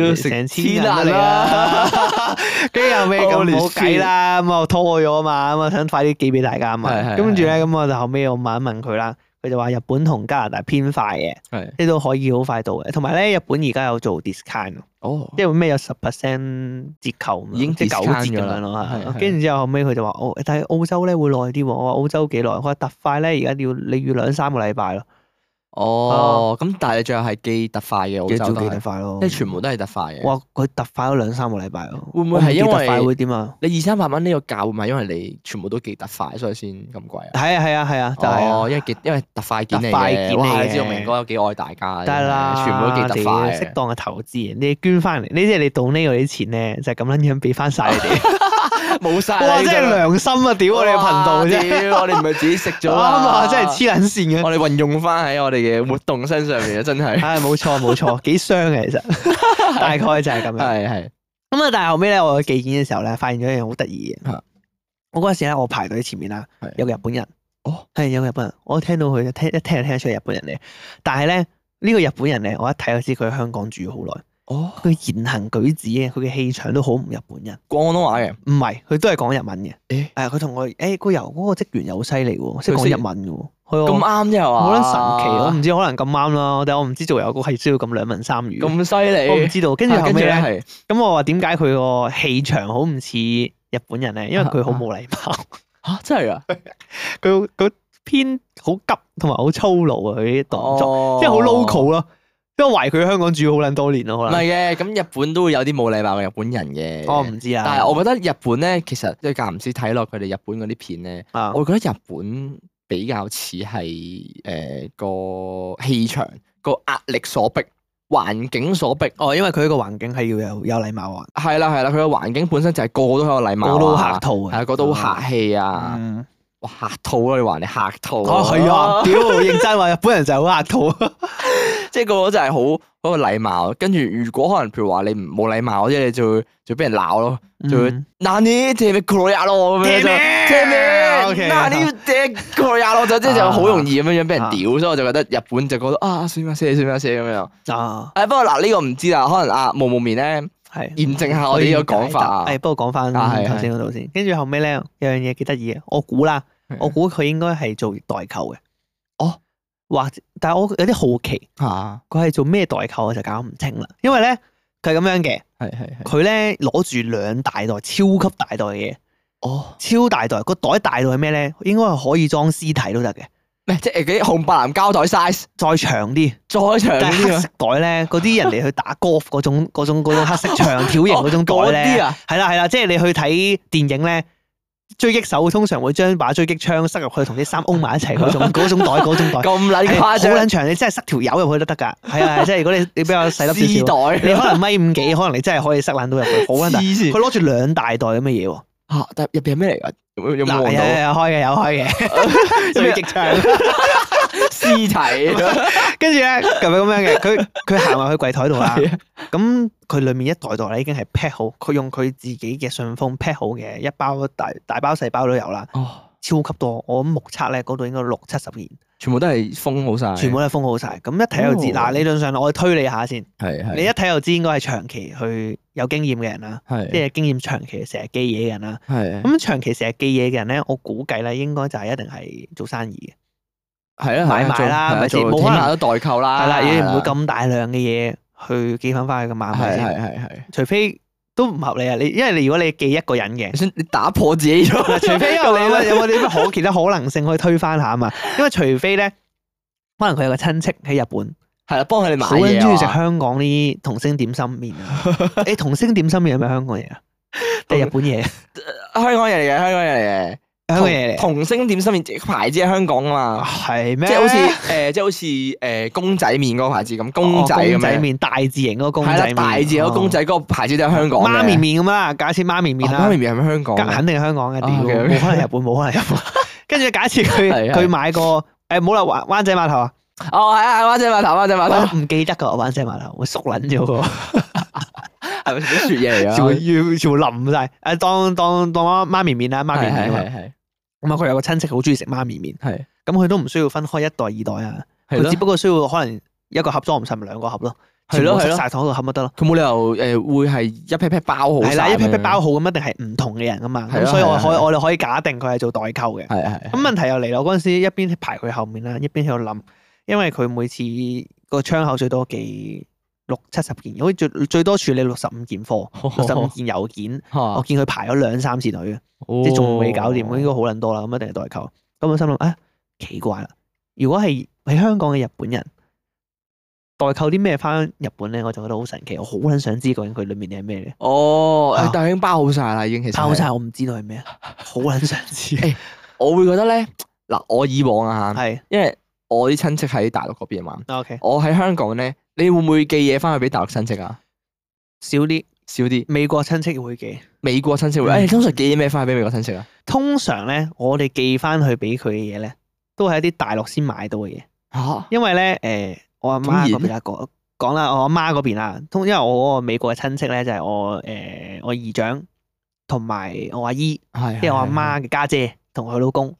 Speaker 1: 屌食
Speaker 2: 成千
Speaker 1: 黐
Speaker 2: 銀
Speaker 1: 爛
Speaker 2: 嚟啦。跟住後尾咁
Speaker 1: Holy
Speaker 2: 冇計啦，咁我拖咗啊嘛，咁我想快啲寄俾大家啊嘛。
Speaker 1: 係係係
Speaker 2: 跟住咧，咁我就後尾我問一問佢啦，佢就話日本同加拿大偏快嘅，
Speaker 1: 啊？係
Speaker 2: 呢都可以好快到嘅。同埋咧，日本而家有做 discount 喎
Speaker 1: 哦，
Speaker 2: 即係咩有十 percent 折扣咁樣，
Speaker 1: 已經
Speaker 2: 即係九
Speaker 1: discount
Speaker 2: 折
Speaker 1: 咗
Speaker 2: 咁
Speaker 1: 啦
Speaker 2: 樣咯。
Speaker 1: 係
Speaker 2: 係
Speaker 1: 係
Speaker 2: 跟住之後後尾佢就話澳，但係澳洲咧會耐啲喎。我話澳洲幾耐？佢話特快咧而家要你要兩三個禮拜咯，
Speaker 1: 哦，
Speaker 2: 啊
Speaker 1: 咁但係你最後係寄特快嘅澳
Speaker 2: 要
Speaker 1: 洲
Speaker 2: 做
Speaker 1: 都
Speaker 2: 幾特
Speaker 1: 係，
Speaker 2: 快咯。
Speaker 1: 即係全部都係特快嘅。
Speaker 2: 哇！佢特快咗兩三個禮拜咯。
Speaker 1: 會唔會
Speaker 2: 我
Speaker 1: 係
Speaker 2: 記
Speaker 1: 因
Speaker 2: 特
Speaker 1: 為
Speaker 2: 快會點啊？
Speaker 1: 你二三百蚊呢個價會唔係因為你全部都寄特快，所以先咁貴啊？
Speaker 2: 係啊係啊係啊，就係啊
Speaker 1: 哦，因為寄因為特快件嚟
Speaker 2: 特快件嚟
Speaker 1: 嘅，哇！
Speaker 2: 嘅
Speaker 1: 你知道明哥有幾愛大家，
Speaker 2: 得啦，
Speaker 1: 啊全部都寄特快
Speaker 2: 你適
Speaker 1: 嘅。
Speaker 2: 當嘅投資，你捐翻嚟，呢即係你到呢個啲錢咧，就係咁樣樣俾翻晒你 哋。
Speaker 1: 冇晒啦
Speaker 2: 哇！
Speaker 1: 呢
Speaker 2: 真係
Speaker 1: 張
Speaker 2: 良心啊！屌我哋嘅頻道啫，
Speaker 1: 哇屌我哋唔係自己食
Speaker 2: 啱
Speaker 1: 咗
Speaker 2: 啊！真係黐撚線嘅。
Speaker 1: 我哋運用翻喺我哋嘅活動身上面啊，真 係
Speaker 2: 唉，冇錯冇錯，幾傷嘅其實， 大概就係咁樣。
Speaker 1: 係係
Speaker 2: 咁啊，但係後尾咧，我去寄件嘅時候咧，發現咗一樣好得意嘅
Speaker 1: 嚇。
Speaker 2: 我嗰陣時咧，我排隊前面啦
Speaker 1: 係，
Speaker 2: 有個日本人。
Speaker 1: 哦，
Speaker 2: 係有個日本人，我聽到佢就聽一聽就聽得出係日本人嚟。但係咧，呢個日本人咧，我一睇就知佢喺香港住好耐。
Speaker 1: 哦，
Speaker 2: 佢言行舉止嘅，佢嘅氣場都好唔日本人。
Speaker 1: 廣東話嘅，
Speaker 2: 唔係，佢都係講日文嘅。
Speaker 1: 誒
Speaker 2: 係佢同我誒個油嗰個職員又好犀利喎，識講日文嘅喎。
Speaker 1: 咁
Speaker 2: 係啊，
Speaker 1: 啱啫係嘛？
Speaker 2: 好撚神奇，我唔知可能咁啱啦。但係我唔知做油嗰係需要咁兩文三語。
Speaker 1: 咁犀
Speaker 2: 我唔
Speaker 1: 利。
Speaker 2: 知道。跟住
Speaker 1: 啊
Speaker 2: 後尾咧。
Speaker 1: 係
Speaker 2: 咁我話點解佢個氣場好唔似日本人咧？因為佢好冇禮
Speaker 1: 啊
Speaker 2: 貌，
Speaker 1: 嚇真係噶，
Speaker 2: 佢佢偏好急同埋好粗魯啊！佢啲動作
Speaker 1: 哦
Speaker 2: 即係好 local 咯。因為懷佢喺香港住好撚多年咯，
Speaker 1: 唔
Speaker 2: 可能
Speaker 1: 係嘅，咁日本都會有啲冇禮貌嘅日本人嘅。
Speaker 2: 我唔知啊。
Speaker 1: 但係我覺得日本咧，其實即係間唔時睇落佢哋日本嗰啲片咧，
Speaker 2: 啊
Speaker 1: 我會覺得日本比較似係誒個氣場、個壓力所逼、環境所逼。
Speaker 2: 哦，因為佢個環境係要有有禮貌啊，
Speaker 1: 係啦係啦，佢個環境本身就係個個都好有禮
Speaker 2: 個個
Speaker 1: 貌
Speaker 2: 都好客
Speaker 1: 啊，
Speaker 2: 套
Speaker 1: 係
Speaker 2: 啊，
Speaker 1: 啊，個個都好客氣啊。
Speaker 2: 嗯。
Speaker 1: 哇客套啊！你話你客套
Speaker 2: 哦，係啊，，屌，認真話日本人就係好客套啊。
Speaker 1: 即係個個就係好嗰個禮貌。跟住如果可能，譬如話你唔冇禮貌，即係你就會就俾人鬧咯，就會
Speaker 2: 嗯
Speaker 1: 嗱你踢咩過呀咯咁樣就
Speaker 2: 踢咩
Speaker 1: 踢咩，
Speaker 2: OK，
Speaker 1: 嗱你踢過呀咯就即係就好容易咁樣樣俾人
Speaker 2: 啊
Speaker 1: 屌，所以我就覺得日本就覺得啊算啦算啦算啦算啦咁樣。
Speaker 2: 啊，
Speaker 1: 誒不過嗱呢個唔知啦，可能啊毛毛面咧
Speaker 2: 係。
Speaker 1: 驗證下我哋呢個講法啊
Speaker 2: 係，哎不過講翻
Speaker 1: 啊係
Speaker 2: 頭先嗰度先，跟住後尾咧有樣嘢幾得意嘅，我估啦
Speaker 1: 係，
Speaker 2: 我估佢應該係做代購嘅。
Speaker 1: 哦，
Speaker 2: 或者但係我有啲好奇，
Speaker 1: 嚇
Speaker 2: 佢係做咩代購我就搞唔清啦。因為咧佢係咁樣嘅，
Speaker 1: 係係係
Speaker 2: 佢咧攞住兩大袋超級大袋嘅嘢，
Speaker 1: 哦，
Speaker 2: 超大袋個袋大到係咩咧？應該係可以裝屍體都得嘅，
Speaker 1: 咩即係嗰啲紅白藍膠袋 size
Speaker 2: 再長啲，
Speaker 1: 再長啊
Speaker 2: 但係
Speaker 1: 啲
Speaker 2: 黑
Speaker 1: 啊
Speaker 2: 色袋咧，嗰啲人哋去打 golf 嗰種嗰 種嗰種黑色長條型嗰種袋
Speaker 1: 哦嗰
Speaker 2: 咧
Speaker 1: 啲。啊，
Speaker 2: 係啦係啦，即係你去睇電影咧，狙擊手通常會將把狙擊槍塞入去同啲衫擁埋一齊嗰 種嗰種袋嗰種袋，
Speaker 1: 咁撚
Speaker 2: 係好
Speaker 1: 誇張。
Speaker 2: 撚長，你真係塞條友入去都得㗎。係啊，係即係如 果你你比較細粒少少，
Speaker 1: 絲
Speaker 2: 你
Speaker 1: 袋，
Speaker 2: 可能米五幾，可能你真係可以塞撚到入去，好 撚大。
Speaker 1: 黐線
Speaker 2: 佢攞住兩大袋咁嘅嘢喎，
Speaker 1: 嚇！但入邊係咩嚟㗎？有有冇
Speaker 2: 嗱有
Speaker 1: 望
Speaker 2: 有
Speaker 1: 到
Speaker 2: 有開嘅有開嘅， 狙擊槍。
Speaker 1: 屍體？
Speaker 2: 跟住咧咁樣咁樣嘅，佢佢行埋去櫃台度啊啦。咁佢裏面一袋袋咧已經係 pack 好，佢用佢自己嘅信封 pack 好嘅一包大大包細包都有啦，
Speaker 1: 哦，
Speaker 2: 超級多。我目測咧嗰度應該六七十件，
Speaker 1: 全部都係封好晒，
Speaker 2: 全部都係封好晒。咁一睇就知。
Speaker 1: 哦
Speaker 2: 嗱，理論上我推理下先，
Speaker 1: 係係
Speaker 2: 你一睇就知應該係長期去有經驗嘅人啦，
Speaker 1: 係
Speaker 2: 即係經驗長期成日記嘢嘅人啦。
Speaker 1: 係
Speaker 2: 咁長期成日記嘢嘅人咧，我估計咧應該就係一定係做生意
Speaker 1: 係啊，
Speaker 2: 買埋
Speaker 1: 做
Speaker 2: 啦
Speaker 1: 係啊
Speaker 2: 咪
Speaker 1: 做
Speaker 2: 先冇
Speaker 1: 起
Speaker 2: 可能
Speaker 1: 碼都代購
Speaker 2: 嘅，
Speaker 1: 啦，
Speaker 2: 係啦，你唔會
Speaker 1: 係啦
Speaker 2: 咁大量嘅嘢去記翻翻去㗎嘛，係咪
Speaker 1: 係
Speaker 2: 先？
Speaker 1: 係係係，
Speaker 2: 除非都唔合理啊！你因為你如果你記一個人嘅
Speaker 1: 你。想你打破自己咗，
Speaker 2: 嗱，除非有你有冇啲咩可其他可能性可以推翻下啊嘛？因為除非咧，可能佢有個親戚喺日本，
Speaker 1: 係啦，幫佢哋買
Speaker 2: 好撚
Speaker 1: 嘢，啊
Speaker 2: 中意食香港啲童星點心麵 啊！你童星點心麵係咪香港嘢啊？定係日本嘢？
Speaker 1: 香港人嚟嘅，香港人嚟嘅，
Speaker 2: 香港嘢嚟
Speaker 1: 同同星點心麵牌子喺香港啊
Speaker 2: 啊？
Speaker 1: 嘛，
Speaker 2: 係
Speaker 1: 即
Speaker 2: 咩？
Speaker 1: 係好似誒，即係好似誒公仔麵嗰個牌子咁，公仔
Speaker 2: 哦
Speaker 1: 咁
Speaker 2: 公仔
Speaker 1: 樣，
Speaker 2: 麵大字型嗰個公
Speaker 1: 係啦
Speaker 2: 仔，麵，
Speaker 1: 大字嗰個公仔嗰個牌子都喺香港
Speaker 2: 哦
Speaker 1: 嘅，
Speaker 2: 媽咪麵咁啦，假設媽咪麵
Speaker 1: 哦
Speaker 2: 啦
Speaker 1: 媽咪，麵係咪香港
Speaker 2: 梗
Speaker 1: 嘅？
Speaker 2: 肯定係香港嘅，屌
Speaker 1: 啊，OK，OK
Speaker 2: 冇可能日本，冇可能 日本。跟住假設佢
Speaker 1: 係係
Speaker 2: 佢買個誒冇啦灣灣仔碼頭啊，
Speaker 1: 哦，係啊，灣仔碼頭，灣仔碼頭，
Speaker 2: 我唔記得㗎灣仔碼頭，會縮撚咗喎。
Speaker 1: 係咪食啲雪嘢嚟
Speaker 2: 全部
Speaker 1: 㗎？
Speaker 2: 要全部淋晒，啊誒當當當媽媽咪麵啦，媽咪麵啊嘛
Speaker 1: 係係
Speaker 2: 咁啊佢有個親戚好中意食媽咪麵，
Speaker 1: 係
Speaker 2: 咁佢都唔需要分開一代二代啊，
Speaker 1: 係
Speaker 2: 佢只
Speaker 1: 咯，
Speaker 2: 不過需要可能一個盒裝唔晒咪兩個盒咯，
Speaker 1: 係咯
Speaker 2: 全部
Speaker 1: 係
Speaker 2: 塞
Speaker 1: 咯
Speaker 2: 晒同一個盒咪得咯，
Speaker 1: 佢冇理由誒會係一 pair pair 包好
Speaker 2: 係啦，
Speaker 1: 晒
Speaker 2: 一
Speaker 1: 咁樣
Speaker 2: pair pair 包，好咁一定係唔同嘅人噶嘛，
Speaker 1: 係
Speaker 2: 咁
Speaker 1: 啊
Speaker 2: 所以
Speaker 1: 係
Speaker 2: 我
Speaker 1: 啊
Speaker 2: 可以
Speaker 1: 係啊
Speaker 2: 我哋可以假定佢係做代購嘅。
Speaker 1: 係係
Speaker 2: 咁問題又嚟啦，我嗰陣時一邊排佢後面啦，一邊喺度諗，因為佢每次個窗口最多記六七十件，好似最最多處理六十五件貨，六十五
Speaker 1: 哦
Speaker 2: 件郵件，
Speaker 1: 嚇
Speaker 2: 我
Speaker 1: 哦
Speaker 2: 見佢排咗兩三次隊啊嘅。哦即係仲未搞掂，應該好撚多啦，咁一定係代購。咁我心諗啊，奇怪啦！如果係喺香港嘅日本人代購啲咩翻日本咧，我就覺得好神奇，我好撚想知究竟佢裡面係咩嘅。
Speaker 1: 哦，誒
Speaker 2: 啊
Speaker 1: 但係已經包好晒啦，已經其實係
Speaker 2: 拋晒我唔知道係咩，啊 好撚想知。
Speaker 1: 誒我會覺得咧，嗱，我以往啊嚇，
Speaker 2: 係
Speaker 1: 因為我啲親戚喺大陸嗰邊啊嘛，
Speaker 2: OK，
Speaker 1: 我喺香港咧，你會唔會寄嘢翻去俾大陸親戚啊？
Speaker 2: 少啲
Speaker 1: 少啲，
Speaker 2: 美國親戚會寄。
Speaker 1: 美國親戚會，
Speaker 2: 嗯
Speaker 1: 誒、通常寄啲咩翻去俾美國親戚啊？
Speaker 2: 通常咧，我哋寄翻去俾佢嘅嘢咧，都係一啲大陸先買到嘅嘢，
Speaker 1: 嚇，
Speaker 2: 因為咧誒、我阿媽嗰邊啦講講啦，我阿媽嗰邊啦，通因為我嗰個美國嘅親戚咧就係、我誒、呃我姨丈同埋我阿姨，
Speaker 1: 係，
Speaker 2: 即係我阿
Speaker 1: 係
Speaker 2: 媽嘅家姐同佢老公，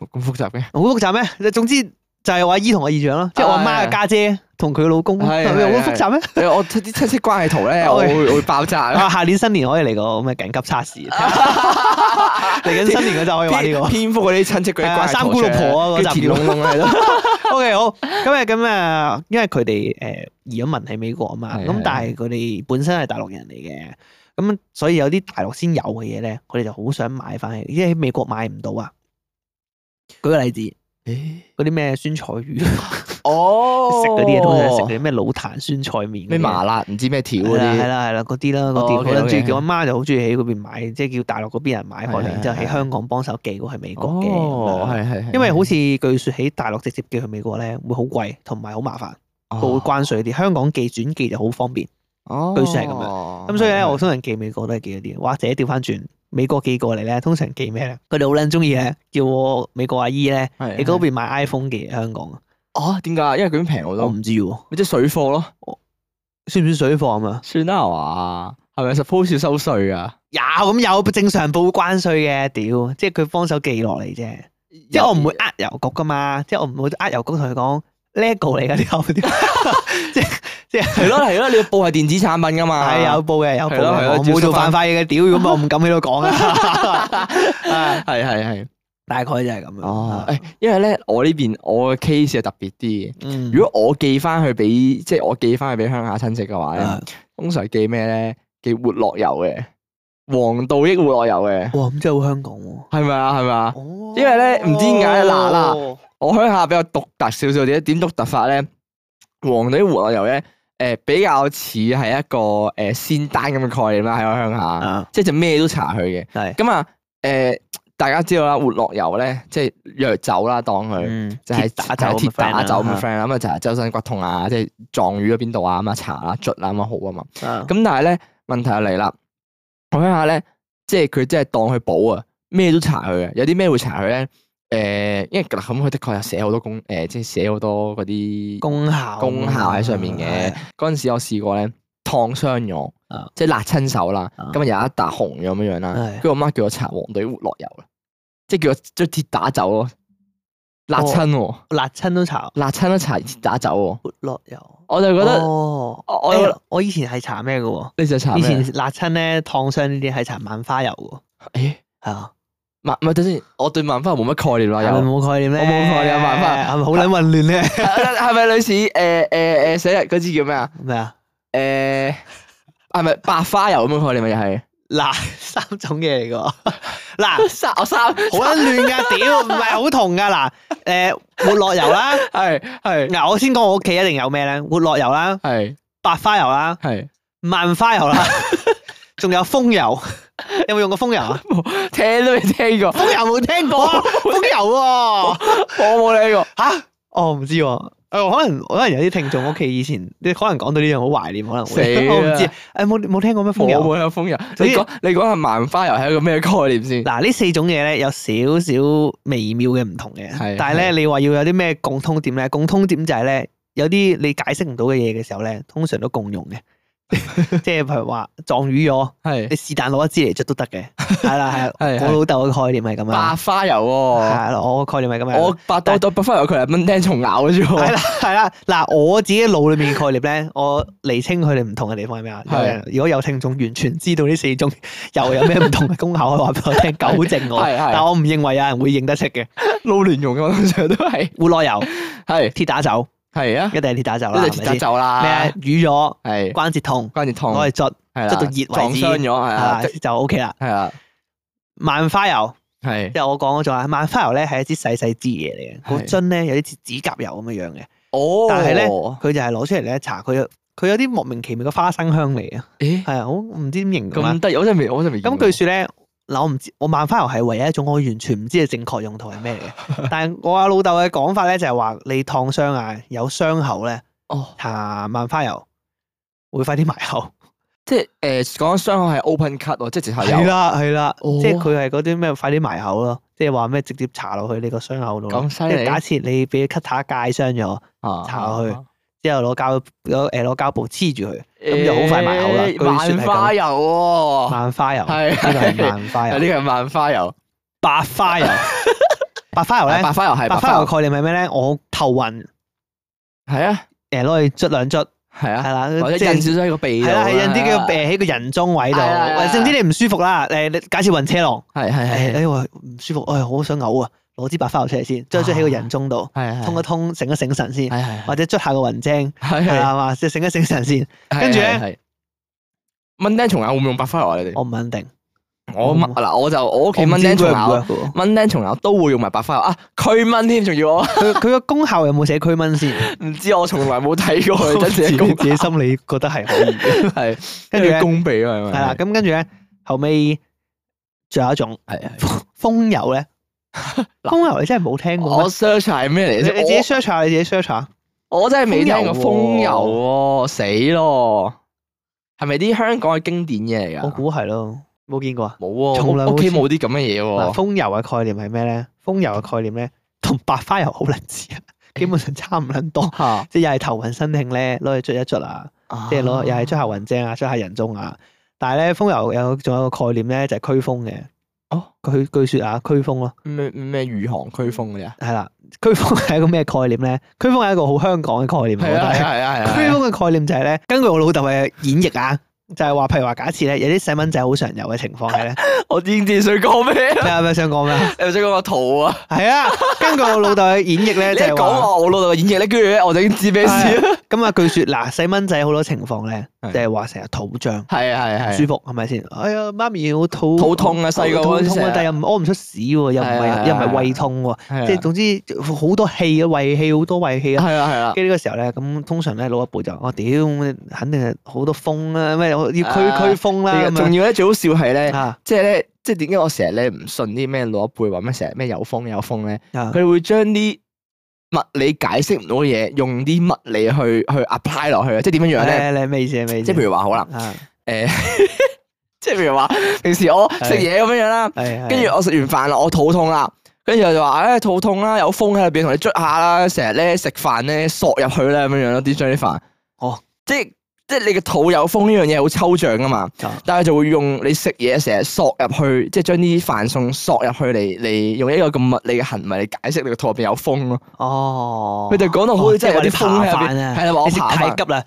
Speaker 1: 係咁複雜嘅，
Speaker 2: 好複雜咩？總之就係我阿姨同我姨丈咯，即係我阿媽嘅家姐同佢老公，
Speaker 1: 係
Speaker 2: 係
Speaker 1: 係
Speaker 2: 咪
Speaker 1: 係
Speaker 2: 好複雜咩？
Speaker 1: 誒我啲親戚關係圖 咧，我
Speaker 2: OK
Speaker 1: 會會爆炸嘅。
Speaker 2: 啊，下年新年可以嚟個咁嘅緊急測試， 嚟緊新年嗰陣可以玩呢個
Speaker 1: 蝙。蝙蝠嗰啲親戚嗰啲
Speaker 2: 係啊
Speaker 1: 關係圖
Speaker 2: 三姑六婆啊
Speaker 1: 出嚟
Speaker 2: 嗰集
Speaker 1: 跟住田窿 窿喺 度。
Speaker 2: O K，好，咁啊，咁啊，因為佢哋誒移咗民喺美國啊嘛，
Speaker 1: 係
Speaker 2: 咁
Speaker 1: 係
Speaker 2: 但係佢哋本身係大陸人嚟嘅，咁所以有啲大陸先有嘅嘢咧，佢哋就好想買翻去，因為喺美國買唔到啊。舉個例子，
Speaker 1: 誒
Speaker 2: 嗰啲咩酸菜魚， 食
Speaker 1: 哦，
Speaker 2: 嗰啲嘢通常係食啲咩老壇酸菜麵嗰啲，
Speaker 1: 咩麻辣唔知咩條嗰
Speaker 2: 係啦係
Speaker 1: 啲，
Speaker 2: 啦係啦嗰啲啦嗰
Speaker 1: 哦
Speaker 2: 啲，
Speaker 1: ，OK，
Speaker 2: 好撚中意
Speaker 1: OK
Speaker 2: 叫我媽就好中意喺嗰邊買，即係叫大陸嗰邊人買過嚟，
Speaker 1: 係係
Speaker 2: 然之後喺
Speaker 1: 係
Speaker 2: 香港幫手寄過去美國嘅。
Speaker 1: 哦，係係係，
Speaker 2: 因為好似據說喺大陸直接寄去美國咧，會好貴同埋好麻煩，佢會
Speaker 1: 哦
Speaker 2: 關税啲。香港寄轉寄就好方便，
Speaker 1: 哦，
Speaker 2: 據說係咁
Speaker 1: 樣
Speaker 2: 咁所以咧，我通常寄美國都係寄嗰啲，或者調翻轉美國寄過嚟咧，通常寄咩咧？佢哋好撚中意咧，叫我美國阿姨咧，
Speaker 1: 係
Speaker 2: 你嗰邊買 iPhone 寄嚟香港，啊
Speaker 1: 哦，點解？因為佢咁平好
Speaker 2: 我
Speaker 1: 多，
Speaker 2: 唔知喎，
Speaker 1: 咪即係水貨咯，
Speaker 2: 算唔算水貨啊嘛？
Speaker 1: 算啦係嘛？係咪 suppose 要收税啊？
Speaker 2: 有咁有正常報關税嘅，屌，即係佢幫手寄落嚟啫，即係我唔會呃郵局噶嘛，即係我唔會呃郵局同佢講 lego 嚟㗎呢個， 即係即係。
Speaker 1: 係咯係咯，你要報係電子產品噶嘛？
Speaker 2: 係有報嘅，
Speaker 1: 啊
Speaker 2: 有報
Speaker 1: 係咯係
Speaker 2: 嘅，
Speaker 1: 咯
Speaker 2: 我
Speaker 1: 照
Speaker 2: 冇
Speaker 1: 縮
Speaker 2: 做
Speaker 1: 返
Speaker 2: 犯法嘢嘅，屌咁我唔敢喺度講啊！ 啊
Speaker 1: 係係係
Speaker 2: 大概就係咁樣。
Speaker 1: 哦，
Speaker 2: 啊
Speaker 1: 誒，因為咧我呢邊我嘅 case 係特別啲嘅。
Speaker 2: 嗯
Speaker 1: 如果我寄翻去俾即係我寄翻去俾鄉下親戚嘅話咧
Speaker 2: 啊，
Speaker 1: 通常寄咩咧？寄活絡油嘅，黃道益活絡油嘅，
Speaker 2: 哇咁真係好香港喎。
Speaker 1: 係咪啊？係咪啊？
Speaker 2: 哦
Speaker 1: 因為咧唔知點解咧嗱嗱，我鄉下比較獨特少少啲，點獨特法咧？黃道益活絡油咧，誒、比較似係一個誒、仙丹咁嘅概念啦，喺我鄉下，
Speaker 2: 啊
Speaker 1: 即係就咩都搽佢嘅。
Speaker 2: 係，
Speaker 1: 咁啊誒，大家知道啦，活絡油咧即係藥酒啦，當佢。
Speaker 2: 嗯
Speaker 1: 就係
Speaker 2: 鐵打酒
Speaker 1: 鐵
Speaker 2: 咁嘅 friend
Speaker 1: 打
Speaker 2: 啦，
Speaker 1: 酒咁嘅 friend 啦，咁啊就係周身骨痛啊，即係撞瘀咗邊度啊，咁啊搽啦、捽啦咁啊好啊嘛。
Speaker 2: 啊
Speaker 1: 咁但係咧問題就嚟啦，我鄉下咧，即係佢真係當佢補啊，咩都搽佢嘅。有啲咩會搽佢咧？誒、因為嗱咁佢的確有寫好多功誒、呃即係寫好多嗰啲
Speaker 2: 功效
Speaker 1: 功效啊喺上面嘅。嗰陣時我試過咧燙傷咗
Speaker 2: 啊，
Speaker 1: 即係辣親手啦，
Speaker 2: 啊
Speaker 1: 咁啊有一笪紅咗咁樣樣啦，
Speaker 2: 係
Speaker 1: 跟住我媽叫我搽黃隊活絡油啦，即係叫我即係鐵打酒咯，辣親喎，
Speaker 2: 辣親都搽
Speaker 1: 辣親都搽打酒喎，
Speaker 2: 活絡油。
Speaker 1: 我就覺得
Speaker 2: 哦，
Speaker 1: 我我
Speaker 2: 我我以前係搽咩嘅喎？
Speaker 1: 你就搽
Speaker 2: 以
Speaker 1: 咩啊
Speaker 2: 前辣親咧燙傷呢啲係搽萬花油
Speaker 1: 誒，
Speaker 2: 嘅喎，係啊，
Speaker 1: 萬唔係等先，我對萬花冇乜概念啦，
Speaker 2: 係咪
Speaker 1: 又
Speaker 2: 冇概念咧？
Speaker 1: 我冇概念萬花
Speaker 2: 係咪好撚混亂咧？
Speaker 1: 係咪類似誒誒誒寫日嗰支叫咩啊？
Speaker 2: 咩啊？
Speaker 1: ờ, 誒係咪白花油咁嘅概念咪又係？
Speaker 2: 嗱， 三種嘢嚟嘅喎， 嗱，
Speaker 1: 三我三
Speaker 2: 好撚亂㗎， 屌，唔係好同㗎嗱，誒活絡油啦，
Speaker 1: 係係
Speaker 2: 嗱，我先講我屋企一定有咩咧？活絡油啦，
Speaker 1: 係
Speaker 2: 白花油啦，
Speaker 1: 係
Speaker 2: 萬花 油啦，仲有風油， 有冇用過風油 啊？
Speaker 1: 聽都未聽過，
Speaker 2: 風油冇聽過 啊，風油喎。
Speaker 1: 我冇聽過。
Speaker 2: 吓？我唔知喎。誒，可能可能有啲聽眾屋企以前，你可能講到呢樣好懷念，可能
Speaker 1: 死
Speaker 2: 會
Speaker 1: 啦
Speaker 2: 我唔知。誒，冇冇聽過咩風
Speaker 1: 我
Speaker 2: 油？啊
Speaker 1: 冇有風油，
Speaker 2: 總
Speaker 1: 你
Speaker 2: 之
Speaker 1: 講你講下萬花油係一個咩概念先？
Speaker 2: 嗱，呢四種嘢咧有少少微妙嘅唔同嘅
Speaker 1: 係，
Speaker 2: 但係咧你話要有啲咩共通點咧？共通點就係咧有啲你解釋唔到嘅嘢嘅時候咧，通常都共用 嘅，即係譬如話撞瘀咗，
Speaker 1: 係
Speaker 2: 你是但攞一支嚟捽都 得嘅，係啦係啦。
Speaker 1: 係
Speaker 2: 我老豆嘅概念係咁
Speaker 1: 白
Speaker 2: 樣，
Speaker 1: 花油喎，
Speaker 2: 係啦，我嘅概念係咁樣。
Speaker 1: 我白到到白花油佢係蚊叮蟲咬嘅啫
Speaker 2: 係
Speaker 1: 喎。
Speaker 2: 啦，係啦。嗱，我自己腦裏面嘅概念咧，我釐清佢哋唔同嘅地方係咩啊？有人如果有聽眾完全知道呢四種又有咩唔同嘅功效，可以話俾 我聽，糾正我。
Speaker 1: 係係
Speaker 2: 但我唔認為有人會認得出嘅。
Speaker 1: 撈亂用嘅我通常都係
Speaker 2: 胡羅油、
Speaker 1: 係
Speaker 2: 鐵打酒，
Speaker 1: 係啊
Speaker 2: 一，定係鐵打酒
Speaker 1: 呢
Speaker 2: 啦，
Speaker 1: 就
Speaker 2: 係
Speaker 1: 鐵
Speaker 2: 咪
Speaker 1: 打
Speaker 2: 先
Speaker 1: 就啦。
Speaker 2: 咩啊？瘀咗
Speaker 1: 係
Speaker 2: 關節痛，
Speaker 1: 關節痛，
Speaker 2: 攞嚟捽，
Speaker 1: 係啦，
Speaker 2: 捽到熱為止
Speaker 1: 撞傷咗係啊
Speaker 2: 啊，就 OK 啦。
Speaker 1: 係啊，
Speaker 2: 萬花油，
Speaker 1: 係
Speaker 2: 即係我講嗰種啊，萬花油咧係一支細細支嘢嚟嘅，個
Speaker 1: 係
Speaker 2: 樽咧有啲似指甲油咁樣樣嘅，
Speaker 1: 哦
Speaker 2: 但係咧佢就係攞出嚟咧搽佢有佢有啲莫名其妙嘅花生香味啊。
Speaker 1: 咦
Speaker 2: 係啊，好唔知點形容啊
Speaker 1: 咁。得意，我真係未，我真係未見
Speaker 2: 咁
Speaker 1: 過。
Speaker 2: 據說咧，嗱我唔知，我萬花油係唯一一種我完全唔知嘅正確用途係咩嚟 嘅。但係我阿老豆嘅講法咧就係話，你燙傷啊，有傷口咧，
Speaker 1: 哦，
Speaker 2: 搽萬花油會快啲埋口。
Speaker 1: 即係誒講緊傷口係 open cut 喎，即係直頭有。
Speaker 2: 係啦係啦，
Speaker 1: 哦
Speaker 2: 即係佢係嗰啲咩快啲埋口咯，即係話咩直接搽落去你個傷口度咯。
Speaker 1: 咁犀
Speaker 2: 即係
Speaker 1: 利
Speaker 2: 假設你俾 cutter 界傷咗，
Speaker 1: 啊
Speaker 2: 搽落去之後攞膠攞誒攞膠布黐住佢，咁就好快埋口啦
Speaker 1: 誒
Speaker 2: 據說係咁
Speaker 1: 萬花油喎，
Speaker 2: 萬花油
Speaker 1: 哦
Speaker 2: 呢
Speaker 1: 係
Speaker 2: 個係萬花
Speaker 1: 呢
Speaker 2: 油
Speaker 1: 個，係萬花油，
Speaker 2: 白花油， 白花油咧。
Speaker 1: 白花油係
Speaker 2: 白花油概念係咩咧？我頭暈，
Speaker 1: 係啊
Speaker 2: 誒攞去捽兩捽，
Speaker 1: 係啊，
Speaker 2: 係啦，
Speaker 1: 或者
Speaker 2: 即係
Speaker 1: 印少咗喺個鼻度
Speaker 2: 係啦，係印啲叫
Speaker 1: 啦
Speaker 2: 誒喺個人中位度，
Speaker 1: 係啊啦係啦
Speaker 2: 或者總之你唔舒服啦。誒，你假設暈車浪，
Speaker 1: 係係
Speaker 2: 誒，
Speaker 1: 係
Speaker 2: 因為唔舒服，哎呀，好想嘔啊，攞支白花油出嚟先，捽一捽喺個人中度，
Speaker 1: 係
Speaker 2: 通一通，醒一醒神先，
Speaker 1: 係係
Speaker 2: 或者捽下個暈精，
Speaker 1: 係
Speaker 2: 係啦嘛，即係醒一醒神先。
Speaker 1: 係
Speaker 2: 跟住咧
Speaker 1: 係係蚊叮蟲咬會唔會用白花油啊？你哋
Speaker 2: 我唔肯定，
Speaker 1: 我
Speaker 2: 我
Speaker 1: 蚊嗱我就我屋企蚊
Speaker 2: 我
Speaker 1: 叮
Speaker 2: 唔知
Speaker 1: 蟲
Speaker 2: work 唔啊
Speaker 1: 咬
Speaker 2: work 嘅喎
Speaker 1: 蚊叮蟲咬都會用埋白花油啊，驅蚊添，仲要 我
Speaker 2: 佢佢個功效有冇寫驅蚊先？
Speaker 1: 唔知 我從來冇睇過佢真
Speaker 2: 自
Speaker 1: 正
Speaker 2: 己
Speaker 1: 嘅功
Speaker 2: 自己心理覺得係可 以嘅。
Speaker 1: 係
Speaker 2: 跟住咧
Speaker 1: 攻鼻啊，係咪？
Speaker 2: 係啦，咁跟住咧，後尾仲有一種。
Speaker 1: 係係
Speaker 2: 風 油咧，
Speaker 1: 嗱
Speaker 2: 風油你真係冇聽過
Speaker 1: 我
Speaker 2: 咩？
Speaker 1: search 係咩嚟
Speaker 2: 你
Speaker 1: 先？
Speaker 2: 你自己 search 下，你自己 search 下。
Speaker 1: 我真係未聽過
Speaker 2: 風
Speaker 1: 風
Speaker 2: 油
Speaker 1: 油
Speaker 2: 喎
Speaker 1: 喎、死咯！係咪啲香港嘅經典嘢
Speaker 2: 我
Speaker 1: 嚟㗎？
Speaker 2: 估係咯，冇見過啊。
Speaker 1: 冇
Speaker 2: 從來
Speaker 1: 喎，
Speaker 2: 冇
Speaker 1: 屋企
Speaker 2: 試
Speaker 1: 冇啲咁嘅嘢
Speaker 2: 嗱，
Speaker 1: 喎。
Speaker 2: 風油嘅概念係咩咧？風油嘅概念咧，同白花油好撚似啊，基本上差唔撚多。
Speaker 1: 嚇，
Speaker 2: 即係又係頭暈身慶咧，攞去捽一捽啊，即係攞又係
Speaker 1: 啊
Speaker 2: 捽下雲精啊，捽下人中啊。但係咧，風油有仲有個概念咧，就係驅風嘅。
Speaker 1: 哦，
Speaker 2: 據據說啊，驅風咯，
Speaker 1: 咩咩宇航驅風嗰啲啊？
Speaker 2: 係啦，驅風係一個咩概念咧？驅風係一個好香港嘅概念，我
Speaker 1: 係
Speaker 2: 覺得
Speaker 1: 啊係啊係啊
Speaker 2: 驅
Speaker 1: 係啊！
Speaker 2: 風嘅概念就係咧，根據我老豆嘅演繹啊，就係話，譬如話假設咧，有啲細蚊仔好常有嘅情況 係咧，
Speaker 1: 我知唔知你想講咩
Speaker 2: 你
Speaker 1: 啦？
Speaker 2: 係咪想講咩啊？
Speaker 1: 你咪想講個圖啊？
Speaker 2: 係啊，根據我老豆嘅演 繹
Speaker 1: 你
Speaker 2: 咧，
Speaker 1: 一
Speaker 2: 就係
Speaker 1: 講
Speaker 2: 話
Speaker 1: 話我老豆嘅演繹咧，跟住咧我就已經知咩事啦。
Speaker 2: 咁啊，據說嗱，細蚊仔好多情況咧，
Speaker 1: 係
Speaker 2: 就係話成日肚脹。
Speaker 1: 係啊係啊
Speaker 2: 唔
Speaker 1: 係
Speaker 2: 舒
Speaker 1: 啊。
Speaker 2: 服係咪先？哎呀，媽咪我肚
Speaker 1: 肚痛啊細個
Speaker 2: 肚
Speaker 1: 嗰陣時
Speaker 2: 痛啊
Speaker 1: 啊，
Speaker 2: 但又唔屙唔出屎喎，又
Speaker 1: 係
Speaker 2: 唔
Speaker 1: 啊係
Speaker 2: 係
Speaker 1: 啊
Speaker 2: 又唔係胃痛喎，即係
Speaker 1: 係
Speaker 2: 總之好多氣啊，胃氣好多胃氣啊
Speaker 1: 啊，係啊係啊。
Speaker 2: 跟住呢個時候咧，咁通常咧老一輩就我屌，咁肯定係好多風啦，咩我要驅
Speaker 1: 啊
Speaker 2: 驅風啦咁
Speaker 1: 仲
Speaker 2: 樣
Speaker 1: 要咧最好笑係咧，
Speaker 2: 啊
Speaker 1: 即係咧，即係點解我成日咧唔信啲咩老一輩話咩成日咩有風有風咧？
Speaker 2: 啊
Speaker 1: 佢會將啲物理解釋唔到嘅嘢，用啲物理去去 apply 落去啊！即係點樣樣咧？
Speaker 2: 你咩意思？咩意思？
Speaker 1: 即係譬如話好啦，
Speaker 2: 啊，
Speaker 1: 誒， 即係譬如話平時我食嘢咁樣樣啦，
Speaker 2: 係
Speaker 1: 跟住我食完飯啦，我肚痛啦，跟住我就話誒肚痛啦，有風喺入邊同你捽下啦，成日咧食飯咧索入去啦咁樣樣咯，啲將啲飯
Speaker 2: 哦，
Speaker 1: 即係即係你嘅肚有風呢樣嘢好抽象啊嘛
Speaker 2: 啊，
Speaker 1: 但係就會用你食嘢成日索入去，即係將啲飯餸索入去嚟嚟用一個咁物理嘅行為嚟解釋你個肚入邊有風咯。
Speaker 2: 哦，
Speaker 1: 佢就講到好似
Speaker 2: 哦即
Speaker 1: 真係
Speaker 2: 係
Speaker 1: 有
Speaker 2: 話
Speaker 1: 啲
Speaker 2: 啲
Speaker 1: 風
Speaker 2: 扒
Speaker 1: 喺入邊
Speaker 2: 飯啊，
Speaker 1: 係啦話我
Speaker 2: 你食
Speaker 1: 扒
Speaker 2: 太
Speaker 1: 飯
Speaker 2: 急啦，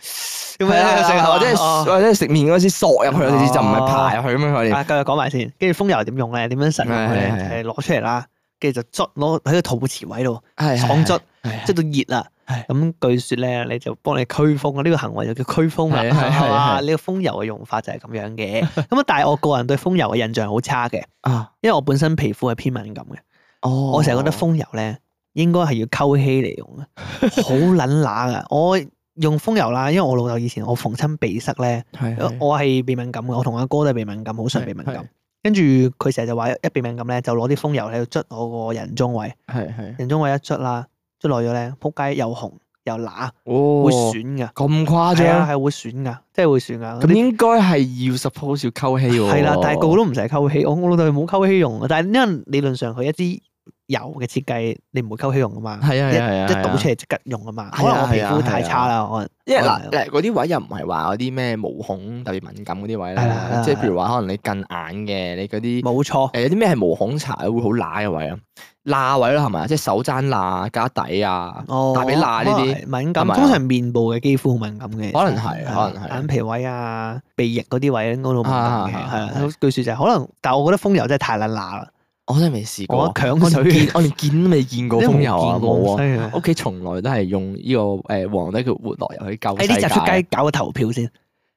Speaker 2: 咁
Speaker 1: 係啊，
Speaker 2: 樣
Speaker 1: 成日或者係
Speaker 2: 哦
Speaker 1: 或者係食面嗰時索入去，有時就唔係爬入去咁樣佢哋。
Speaker 2: 啊，繼續講埋先，跟住風油點用咧？點樣實用佢咧？
Speaker 1: 係係係
Speaker 2: 係攞出嚟啦，跟住就捽攞喺個肚臍位度
Speaker 1: 係
Speaker 2: 爽捽，
Speaker 1: 係
Speaker 2: 捽到熱啦。
Speaker 1: 係
Speaker 2: 咁據說咧，你就幫你驅風啊，呢個行為就叫驅風
Speaker 1: 係
Speaker 2: 啦。
Speaker 1: 係係
Speaker 2: 哇
Speaker 1: 係
Speaker 2: 呢個風油嘅用法就係咁樣 嘅。咁啊，但係我個人對風油嘅印象好差嘅，
Speaker 1: 啊！
Speaker 2: 因為我本身皮膚係偏敏感嘅，
Speaker 1: 哦，
Speaker 2: 我成日覺得風油咧應該係要溝稀嚟用嘅，好撚乸噶。我用風油啦，因為我老豆以前我逢親鼻塞咧。
Speaker 1: 係係
Speaker 2: 我係鼻敏感嘅，我同阿哥都係鼻敏感，好常鼻敏
Speaker 1: 係係
Speaker 2: 感。跟住佢成日就話一鼻敏感咧，就攞啲風油喺度捽我個人中位，
Speaker 1: 係係
Speaker 2: 人中位一捽啦，捽耐咗咧，撲街又紅又乸，
Speaker 1: 哦，
Speaker 2: 會損噶，
Speaker 1: 咁誇
Speaker 2: 係啊
Speaker 1: 張，
Speaker 2: 係會損噶，真係會損噶。
Speaker 1: 咁應該係要 suppose 要溝氣喎。
Speaker 2: 係啦，但係個個都唔使溝氣，我我老豆冇溝氣用，啊但係因為理論上佢一支油嘅設計，你唔會溝氣用噶嘛，
Speaker 1: 係啊
Speaker 2: 一
Speaker 1: 係啊係啊
Speaker 2: 一倒出嚟即刻用噶嘛。
Speaker 1: 係
Speaker 2: 可
Speaker 1: 啊
Speaker 2: 能我皮
Speaker 1: 係啊
Speaker 2: 膚
Speaker 1: 係
Speaker 2: 太
Speaker 1: 啊
Speaker 2: 差啦，我
Speaker 1: 因為啊
Speaker 2: 可
Speaker 1: 嗱
Speaker 2: 能
Speaker 1: 嗱嗰啲位又唔係話嗰啲咩毛孔特別敏感嗰啲位
Speaker 2: 係啦係
Speaker 1: 啦
Speaker 2: 啦，
Speaker 1: 即係
Speaker 2: 係
Speaker 1: 譬如話可能你近眼嘅，你嗰啲
Speaker 2: 冇錯，
Speaker 1: 誒有啲咩係毛孔搽會好乸嘅位啊，罅位啦係咪啊？即係手踭罅、加底啊，
Speaker 2: 哦，
Speaker 1: 大髀罅呢啲
Speaker 2: 可能係敏感，
Speaker 1: 係咪啊
Speaker 2: 通常面部嘅肌膚好敏感嘅，
Speaker 1: 可能係
Speaker 2: 其實
Speaker 1: 可能係
Speaker 2: 眼皮位啊、鼻翼嗰啲位應該都敏感嘅，
Speaker 1: 啊
Speaker 2: 係啦
Speaker 1: 係。
Speaker 2: 據說就係可能，但我覺得風油真係太撚乸啦，
Speaker 1: 我真係未試過
Speaker 2: 我。強
Speaker 1: 我連
Speaker 2: 水
Speaker 1: 啊見我連見都未見過風油啊，冇啊！
Speaker 2: 啊
Speaker 1: 屋企從來都係用呢個誒皇帝嘅活絡入去救世
Speaker 2: 喺呢
Speaker 1: 界。
Speaker 2: 集哎出街搞個投票先，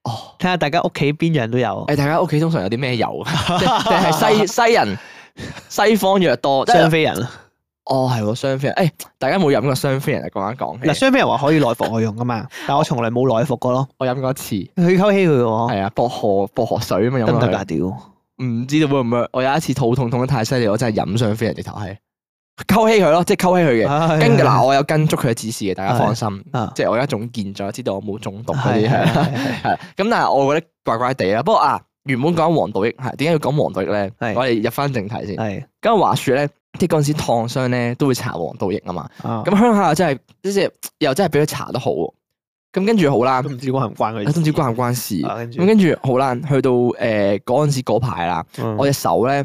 Speaker 1: 哦！
Speaker 2: 睇下大家屋企邊樣都有。
Speaker 1: 誒，大家屋企通常有啲咩 油啊？即定係西西人西方藥多？即係啊
Speaker 2: 雙飛人啊
Speaker 1: 哦，係喎，雙飛人。誒，大家冇飲過雙飛人啊？講一講起
Speaker 2: 嗱，。雙飛人話可以內服外用噶嘛，但我從來冇內服過咯。
Speaker 1: 我飲過一次，
Speaker 2: 佢溝稀佢喎，
Speaker 1: 係啊，薄荷薄荷水咁啊樣飲
Speaker 2: 得
Speaker 1: 落
Speaker 2: 唔得
Speaker 1: 去
Speaker 2: 㗎？屌，
Speaker 1: 唔知道會唔會？我有一次肚痛痛得太犀利，我真係飲上飛人直頭係溝稀佢咯，即係溝稀佢嘅。
Speaker 2: 唉
Speaker 1: 跟住嗱，我有跟足佢嘅指示嘅，大家放心。
Speaker 2: 啊，
Speaker 1: 即係我而家仲健在，知道我冇中毒嗰
Speaker 2: 係
Speaker 1: 啲
Speaker 2: 係
Speaker 1: 係
Speaker 2: 係係
Speaker 1: 係。咁但係我覺得怪怪地啦。不過啊，原本講黃道益係點解要講黃道益咧？
Speaker 2: 係
Speaker 1: 我哋入翻正題先。
Speaker 2: 係
Speaker 1: 咁話說咧，即係嗰陣時燙傷咧都會搽黃道益啊嘛。
Speaker 2: 啊
Speaker 1: 咁鄉下又真係即係又真係俾佢搽得好喎。咁跟住好啦啊
Speaker 2: 都，唔知關唔關佢
Speaker 1: 都
Speaker 2: 事，
Speaker 1: 唔知關唔關事。
Speaker 2: 啊跟住
Speaker 1: 咁跟住好啦，去到誒嗰陣時嗰排啦，
Speaker 2: 嗯
Speaker 1: 我隻手咧，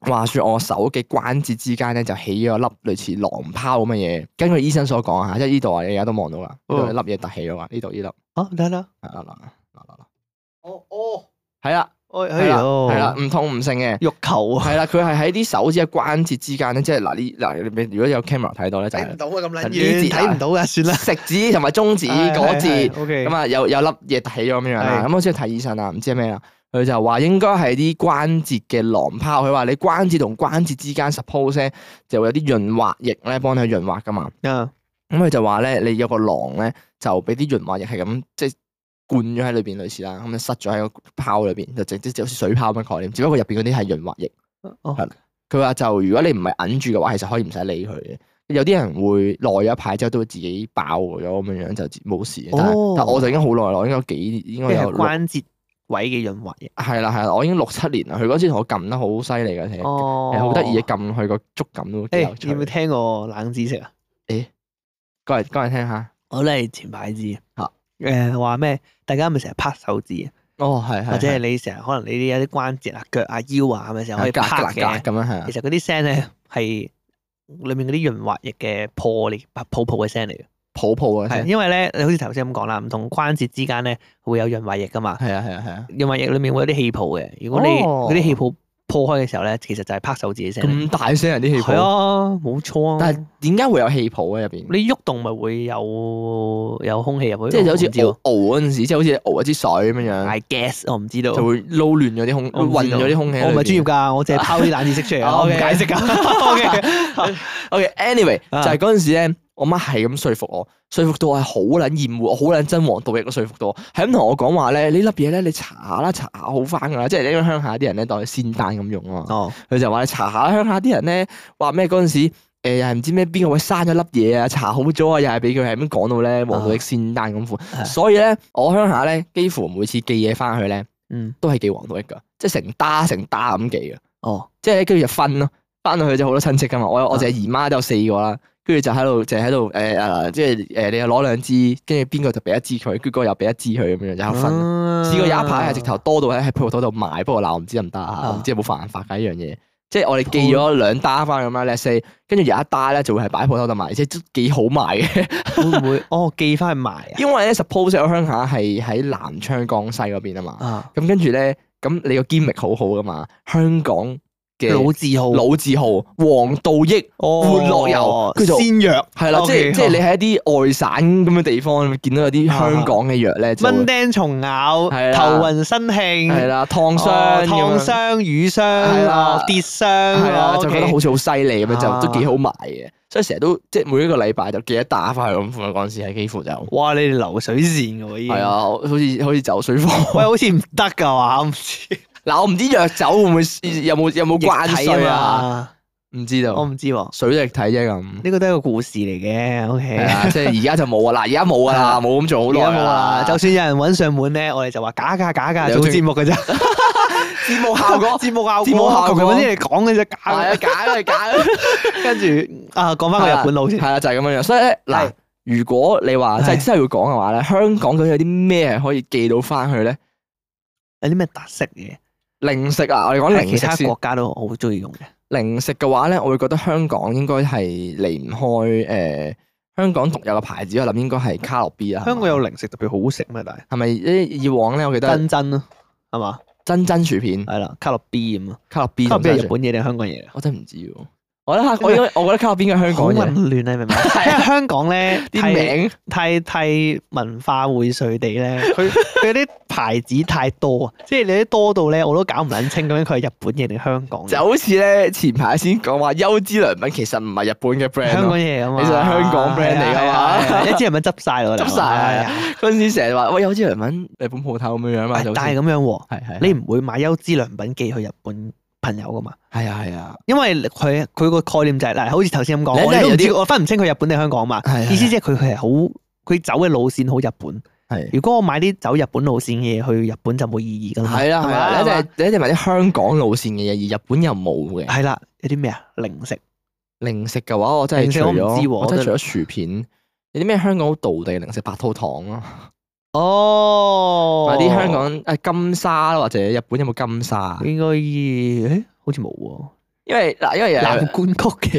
Speaker 1: 話説我手嘅關節之間咧就起咗粒類似狼泡咁嘅嘢。根據醫生所講嚇，即係呢度啊，你而家都望到啦，
Speaker 2: 嗯
Speaker 1: 呢度粒嘢凸起咗啊，呢度呢粒，
Speaker 2: 啊，得啦，
Speaker 1: 嗱嗱嗱嗱嗱嗱，
Speaker 2: 哦哦，
Speaker 1: 係啦，
Speaker 2: 哎
Speaker 1: 係
Speaker 2: 哎
Speaker 1: 啦，
Speaker 2: 呀，
Speaker 1: 係啦，唔痛唔性嘅。
Speaker 2: 肉球啊！
Speaker 1: 係啦，佢係喺啲手指嘅關節之間咧，即係嗱呢嗱，如果有 camera 睇到咧，就
Speaker 2: 睇唔
Speaker 1: 係
Speaker 2: 到啊，咁撚
Speaker 1: 呢
Speaker 2: 遠，
Speaker 1: 節
Speaker 2: 睇唔到噶，算啦。
Speaker 1: 食指同埋中指嗰節。
Speaker 2: O K，
Speaker 1: 咁啊有有粒嘢凸起咗咁樣啦，
Speaker 2: 係
Speaker 1: 咁我啊先去睇醫生啦，唔知係咩啦，啊佢就話應該係啲關節嘅囊泡，佢話你關節同關節之間 suppose 咧就會有啲潤滑液咧幫你去潤滑噶嘛，
Speaker 2: 啊，
Speaker 1: 咁佢就話咧你有個囊咧就俾啲潤滑液係咁即係灌咗喺裏邊類似啦，咁就塞咗喺個泡裏邊，就直接好似水泡咁嘅概念，只不過入邊嗰啲係潤滑液。
Speaker 2: 哦
Speaker 1: 係佢話就如果你唔係揞住嘅話，其實可以唔使理佢嘅。有啲人會耐咗一排之後都會自己爆咗咁樣樣就自冇事。但係
Speaker 2: 哦
Speaker 1: 但我就已經好耐啦，我應該幾應
Speaker 2: 呢
Speaker 1: 該
Speaker 2: 係
Speaker 1: 有六
Speaker 2: 啊關節位嘅潤滑液。
Speaker 1: 係啦係啦，我已經六七年啦。佢嗰時同我撳得好犀利嘅，其實
Speaker 2: 哦
Speaker 1: 係好得意嘅，撳佢個觸感都幾有
Speaker 2: 誒，
Speaker 1: 趣
Speaker 2: 有。冇聽過冷知識啊？
Speaker 1: 過嚟過嚟聽下。
Speaker 2: 我都係前排知
Speaker 1: 啊。
Speaker 2: 誒話咩？大家咪成日拍手指，啊
Speaker 1: 哦，係係
Speaker 2: 或者係你成日可能你啲有啲關節啊、腳啊、腰啊，係咪成日可以
Speaker 1: 格
Speaker 2: 拍
Speaker 1: 格
Speaker 2: 嘅？
Speaker 1: 格咁樣係啊
Speaker 2: 其。實嗰啲聲咧係裡面嗰啲潤滑液嘅破裂、啊泡泡嘅聲嚟嘅。
Speaker 1: 抱抱啊，
Speaker 2: 係
Speaker 1: 係
Speaker 2: 因為咧，你好似頭先咁講啦，唔同關節之間咧會有潤滑液噶嘛。
Speaker 1: 係啊係啊係啊，
Speaker 2: 潤滑液裏面會有啲氣泡嘅。如果你
Speaker 1: 哦
Speaker 2: 嗰啲氣泡破開嘅時候咧，其實就係拍手指嘅聲嚟。
Speaker 1: 咁大聲人啲氣
Speaker 2: 係
Speaker 1: 泡，
Speaker 2: 啊，冇錯啊。
Speaker 1: 但係點解會有氣泡喺入邊？
Speaker 2: 你喐動咪會有有空氣入去，
Speaker 1: 即係就好
Speaker 2: 我
Speaker 1: 似熬熬嗰
Speaker 2: 唔知喎
Speaker 1: 陣時，即係好似熬一支水咁樣樣。
Speaker 2: I guess 我唔知道，
Speaker 1: 就會撈亂咗啲空，
Speaker 2: 我唔
Speaker 1: 混
Speaker 2: 知道
Speaker 1: 咗啲空氣。
Speaker 2: 我唔係專業。㗎，我淨係拋啲冷知識出 嚟啊，我唔
Speaker 1: OK
Speaker 2: 解 釋㗎。OK，
Speaker 1: OK，anyway，就
Speaker 2: 啊
Speaker 1: 係嗰陣時咧，我媽係咁說服我，說服到我係好撚厭惡，我好撚憎黃道益都說服到我，係咁同我講話咧，呢粒嘢咧你搽下啦，搽下好翻㗎啦，即係因為鄉下啲人咧當佢仙丹咁用啊嘛，
Speaker 2: 哦，
Speaker 1: 佢就話你搽下啦，鄉下啲人咧話咩嗰陣時。誒又係唔知咩邊個位生咗粒嘢啊，搽好咗啊，又係俾佢係咁講到咧，黃道益仙丹咁
Speaker 2: 啊
Speaker 1: 款，所以咧我鄉下咧幾乎每次寄嘢翻去咧
Speaker 2: 嗯，
Speaker 1: 都係寄黃道益㗎，即係成打成打咁寄㗎。
Speaker 2: 哦，
Speaker 1: 即係跟住就分咯。翻到去就好多親戚噶嘛，我有我淨係姨媽都有四個啦，跟住就喺度就喺度誒誒，即係誒你又攞兩支，跟住邊個就俾一支佢，跟住嗰個又俾一支佢咁樣，就喺度分。啊
Speaker 2: 啊
Speaker 1: 試過有一排係直頭多到喺喺鋪頭度賣，不過嗱我唔知得唔得啊，我唔知有冇犯法㗎呢樣嘢。即係我哋寄咗兩打翻咁樣 let's say 跟住有一打咧就會係擺鋪頭度賣，即係都幾好賣嘅。
Speaker 2: 會唔會？哦，寄翻去賣啊？
Speaker 1: 因為咧，suppose 我鄉下係喺南昌江西嗰邊啊嘛，
Speaker 2: 啊，
Speaker 1: 咁跟住咧，咁你個 gimmick 好好噶嘛，香港嘅
Speaker 2: 老字號，啊
Speaker 1: 老字號黃道益
Speaker 2: 活
Speaker 1: 活絡油哦叫做
Speaker 2: 鮮藥，
Speaker 1: 係啦，即
Speaker 2: OK，
Speaker 1: 係即係
Speaker 2: 好啊
Speaker 1: 你喺一啲外省咁嘅地方見到有啲香港嘅藥咧，就
Speaker 2: 蚊叮蟲咬，頭
Speaker 1: 係啦
Speaker 2: 暈身慶，
Speaker 1: 係啦，燙
Speaker 2: 哦
Speaker 1: 傷
Speaker 2: 燙
Speaker 1: 燙傷
Speaker 2: 傷、瘀傷、
Speaker 1: 係啦
Speaker 2: 哦跌傷，
Speaker 1: 係啦，
Speaker 2: 哦
Speaker 1: 就覺得
Speaker 2: OK
Speaker 1: 好似好犀利咁樣，
Speaker 2: 啊
Speaker 1: 就都幾好賣嘅，所以成日都即係每一個禮拜就記得打翻去咁款嗰陣時係幾乎就係
Speaker 2: 哇！你哋流水線嘅喎，已經
Speaker 1: 啊，好似好似走水貨。
Speaker 2: 喂，好似唔得㗎嘛， 唔知
Speaker 1: 嗱，我唔知藥酒會唔會有冇有冇 關
Speaker 2: 液體
Speaker 1: 係啊？
Speaker 2: 嘛，
Speaker 1: 唔知道，
Speaker 2: 我唔知喎，
Speaker 1: 水力體啫 咁。
Speaker 2: 呢個都係一個故事嚟嘅，OK
Speaker 1: 係。啊，即係而家就冇啊！嗱，而家冇啊 啦，冇咁做好
Speaker 2: 而家
Speaker 1: 耐
Speaker 2: 冇
Speaker 1: 啦
Speaker 2: 啦，。就算有人揾上門咧，我哋就話假假假假
Speaker 1: 有
Speaker 2: 做
Speaker 1: 聽
Speaker 2: 節目嘅啫，
Speaker 1: 節目效果
Speaker 2: 節目效
Speaker 1: 節目效果
Speaker 2: 果，佢嗰啲嚟講嘅啫，
Speaker 1: 係
Speaker 2: 假
Speaker 1: 啊，
Speaker 2: 嘅。
Speaker 1: 假嘅假
Speaker 2: 跟住啊，講翻個日本佬先，
Speaker 1: 係啦，就係咁樣樣。所以咧，嗱
Speaker 2: 係，
Speaker 1: 如果你話真
Speaker 2: 唉
Speaker 1: 係真係要講嘅話咧，香港究竟有啲咩係可以寄到翻去咧？
Speaker 2: 有啲咩特色嘅？
Speaker 1: 零食啊，我哋講零
Speaker 2: 其
Speaker 1: 食
Speaker 2: 他
Speaker 1: 先。
Speaker 2: 國家都好中意用嘅。
Speaker 1: 零食嘅話咧，我會覺得香港應該係離唔開誒香港獨有嘅牌子，我諗應該係卡樂 B 啊啦。係嘛
Speaker 2: 香港有零食特別好食咩？但係
Speaker 1: 係咪？因以往咧，我記得
Speaker 2: 真真咯，啊係嘛？
Speaker 1: 真真薯片、
Speaker 2: 係啦，卡樂 B 咁啊，
Speaker 1: 卡樂嗯 B
Speaker 2: 卡樂
Speaker 1: 同
Speaker 2: B 係
Speaker 1: 真
Speaker 2: 日
Speaker 1: 薯
Speaker 2: 本嘢定香港嘢啊嚟？
Speaker 1: 我真係唔知喎。我覺得我應該我覺得卡樂 B 應該係香
Speaker 2: 好
Speaker 1: 港
Speaker 2: 混啊
Speaker 1: 嘢，
Speaker 2: 亂啊，你明 唔明？因為香港咧
Speaker 1: 啲名
Speaker 2: 太太文化薈萃地 咧，佢佢啲牌子太多啊，即係你啲多到咧，我都搞唔撚清究竟佢係日本嘢定香港
Speaker 1: 就
Speaker 2: 嘢。
Speaker 1: 好似咧前排先講話優之良品其實唔係日本嘅 brand 啊
Speaker 2: 香
Speaker 1: 咯
Speaker 2: 港嘢啊咁嘛，
Speaker 1: 你就係香港 brand 嚟㗎嘛
Speaker 2: 係啊係啊一支人品執晒咯，
Speaker 1: 執晒
Speaker 2: 係啊
Speaker 1: 嗰陣時成日話喂優之良品日本鋪頭咁樣樣嘛，
Speaker 2: 但
Speaker 1: 就
Speaker 2: 係咁樣喎，
Speaker 1: 係係
Speaker 2: 你唔會買優之良品寄去日本朋友噶嘛？
Speaker 1: 係啊係啊，
Speaker 2: 因為佢佢個概念就係、嗱，好似頭先咁
Speaker 1: 你
Speaker 2: 講，我
Speaker 1: 真係
Speaker 2: 哋都
Speaker 1: 有
Speaker 2: 唔
Speaker 1: 啲
Speaker 2: 知我分唔清佢日本定香港嘛。
Speaker 1: 啊係係
Speaker 2: 意思即係佢佢係好佢走嘅路線好日本。
Speaker 1: 係
Speaker 2: 如果我買啲走日本路線嘅嘢去日本就冇意義噶啦嘛。
Speaker 1: 係啊啦係啦，
Speaker 2: 係
Speaker 1: 你一
Speaker 2: 嘛
Speaker 1: 定你一定買啲香港路線嘅嘢，而日本又冇嘅。
Speaker 2: 係啦，有啲咩啊？零食
Speaker 1: 零食嘅話，我真係
Speaker 2: 零食
Speaker 1: 除
Speaker 2: 我唔知
Speaker 1: 咗
Speaker 2: 喎
Speaker 1: 我真係除
Speaker 2: 我覺
Speaker 1: 咗
Speaker 2: 得
Speaker 1: 薯片，有啲咩香港好道地零食白兔糖咯，
Speaker 2: 哦
Speaker 1: 或者啲香港誒金沙啦，或者日本有冇金沙？
Speaker 2: 應該誒好似冇喎，
Speaker 1: 因為 嗱，因為有
Speaker 2: 藍罐曲奇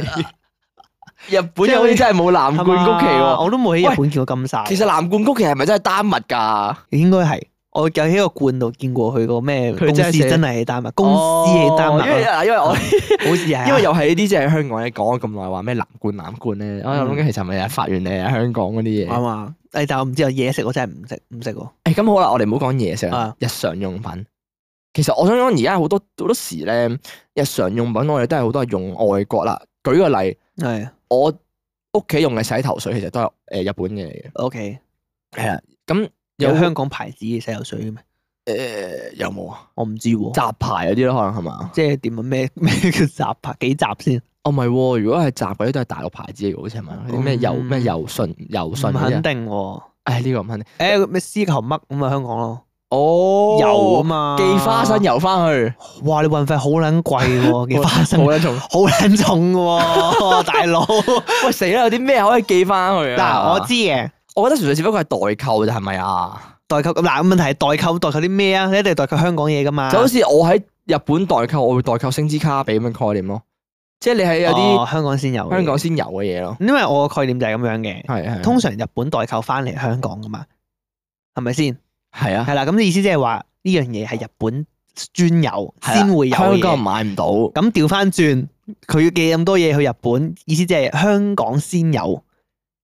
Speaker 1: 日本有啲真係冇藍罐曲奇
Speaker 2: 係嘛
Speaker 1: 喎。
Speaker 2: 我都冇喺日本見過金沙。
Speaker 1: 其實藍罐曲奇係咪真係丹麥㗎？
Speaker 2: 應該係我有喺個罐度見過佢個咩
Speaker 1: 佢
Speaker 2: 公
Speaker 1: 真係
Speaker 2: 司
Speaker 1: 寫
Speaker 2: 真係喺丹麥，公司喺丹
Speaker 1: 哦因為
Speaker 2: 麥啊，
Speaker 1: 嗱因為我
Speaker 2: 好似係啊
Speaker 1: 因為又係呢啲即係香港咧講咗咁耐話咩藍罐藍罐
Speaker 2: 嗯
Speaker 1: 咧，我諗緊其實係咪係發源地係香港嗰啲嘢
Speaker 2: 啱。嘛？誒，但係我唔知啊，嘢食我真係唔食，唔食
Speaker 1: 誒
Speaker 2: 喎。
Speaker 1: 咁好啦，我哋唔好講嘢食啦
Speaker 2: 啊，
Speaker 1: 日常用品。其實我想講而家好多好多時咧，日常用品我哋都係好多係用外國啦。舉個例，
Speaker 2: 係啊
Speaker 1: 我屋企用嘅洗頭水其實都係誒日本嘅嚟嘅。
Speaker 2: ，OK。
Speaker 1: 係啦，咁有
Speaker 2: 有香港牌子嘅洗頭水嘅咩？
Speaker 1: 誒有冇啊？
Speaker 2: 我唔知喎。
Speaker 1: 雜牌嗰啲咯，可能係嘛？
Speaker 2: 即係點啊？咩 咩叫雜牌？幾雜先？
Speaker 1: 哦，唔係喎，如果係雜嗰啲都係大陸牌子嚟嘅，好似係咪？嗰啲咩油
Speaker 2: 嗯
Speaker 1: 咩油信油信
Speaker 2: 唔
Speaker 1: 嗰啲
Speaker 2: 肯
Speaker 1: 啊？
Speaker 2: 定喎。
Speaker 1: 唉，呢個唔肯定。
Speaker 2: 誒咩絲球乜咁啊？香港咯，
Speaker 1: 哦
Speaker 2: 油啊嘛，
Speaker 1: 寄花生。油翻去，
Speaker 2: 哇！你運費好撚 貴喎，寄花生
Speaker 1: 冇得中。
Speaker 2: 好撚重 喎，大佬。
Speaker 1: 喂死啦！有啲咩可以寄翻去
Speaker 2: 嗱，
Speaker 1: 啊？
Speaker 2: 我知嘅。
Speaker 1: 我覺得純粹只不過係代購啫，係咪啊？
Speaker 2: 代購嗱，問題係代購代購啲咩啊？你一定係代購香港嘢噶嘛？
Speaker 1: 就好似我喺日本代購，我會代購星之卡比咁嘅概念咯。即係你係有啲
Speaker 2: 哦香港先有嘅，
Speaker 1: 香港先有嘅嘢咯。
Speaker 2: 因為我個概念就係咁樣嘅，
Speaker 1: 係啊係
Speaker 2: 通常日本代購翻嚟香港噶嘛，係咪先？
Speaker 1: 係啊，
Speaker 2: 係啦，咁意思即係話呢樣嘢係日本專有
Speaker 1: 係啦
Speaker 2: 先會有
Speaker 1: 香
Speaker 2: 嘅
Speaker 1: 港
Speaker 2: 嘢。
Speaker 1: 買唔到。
Speaker 2: 咁調翻轉，佢要寄咁多嘢去日本，意思即係香港先有，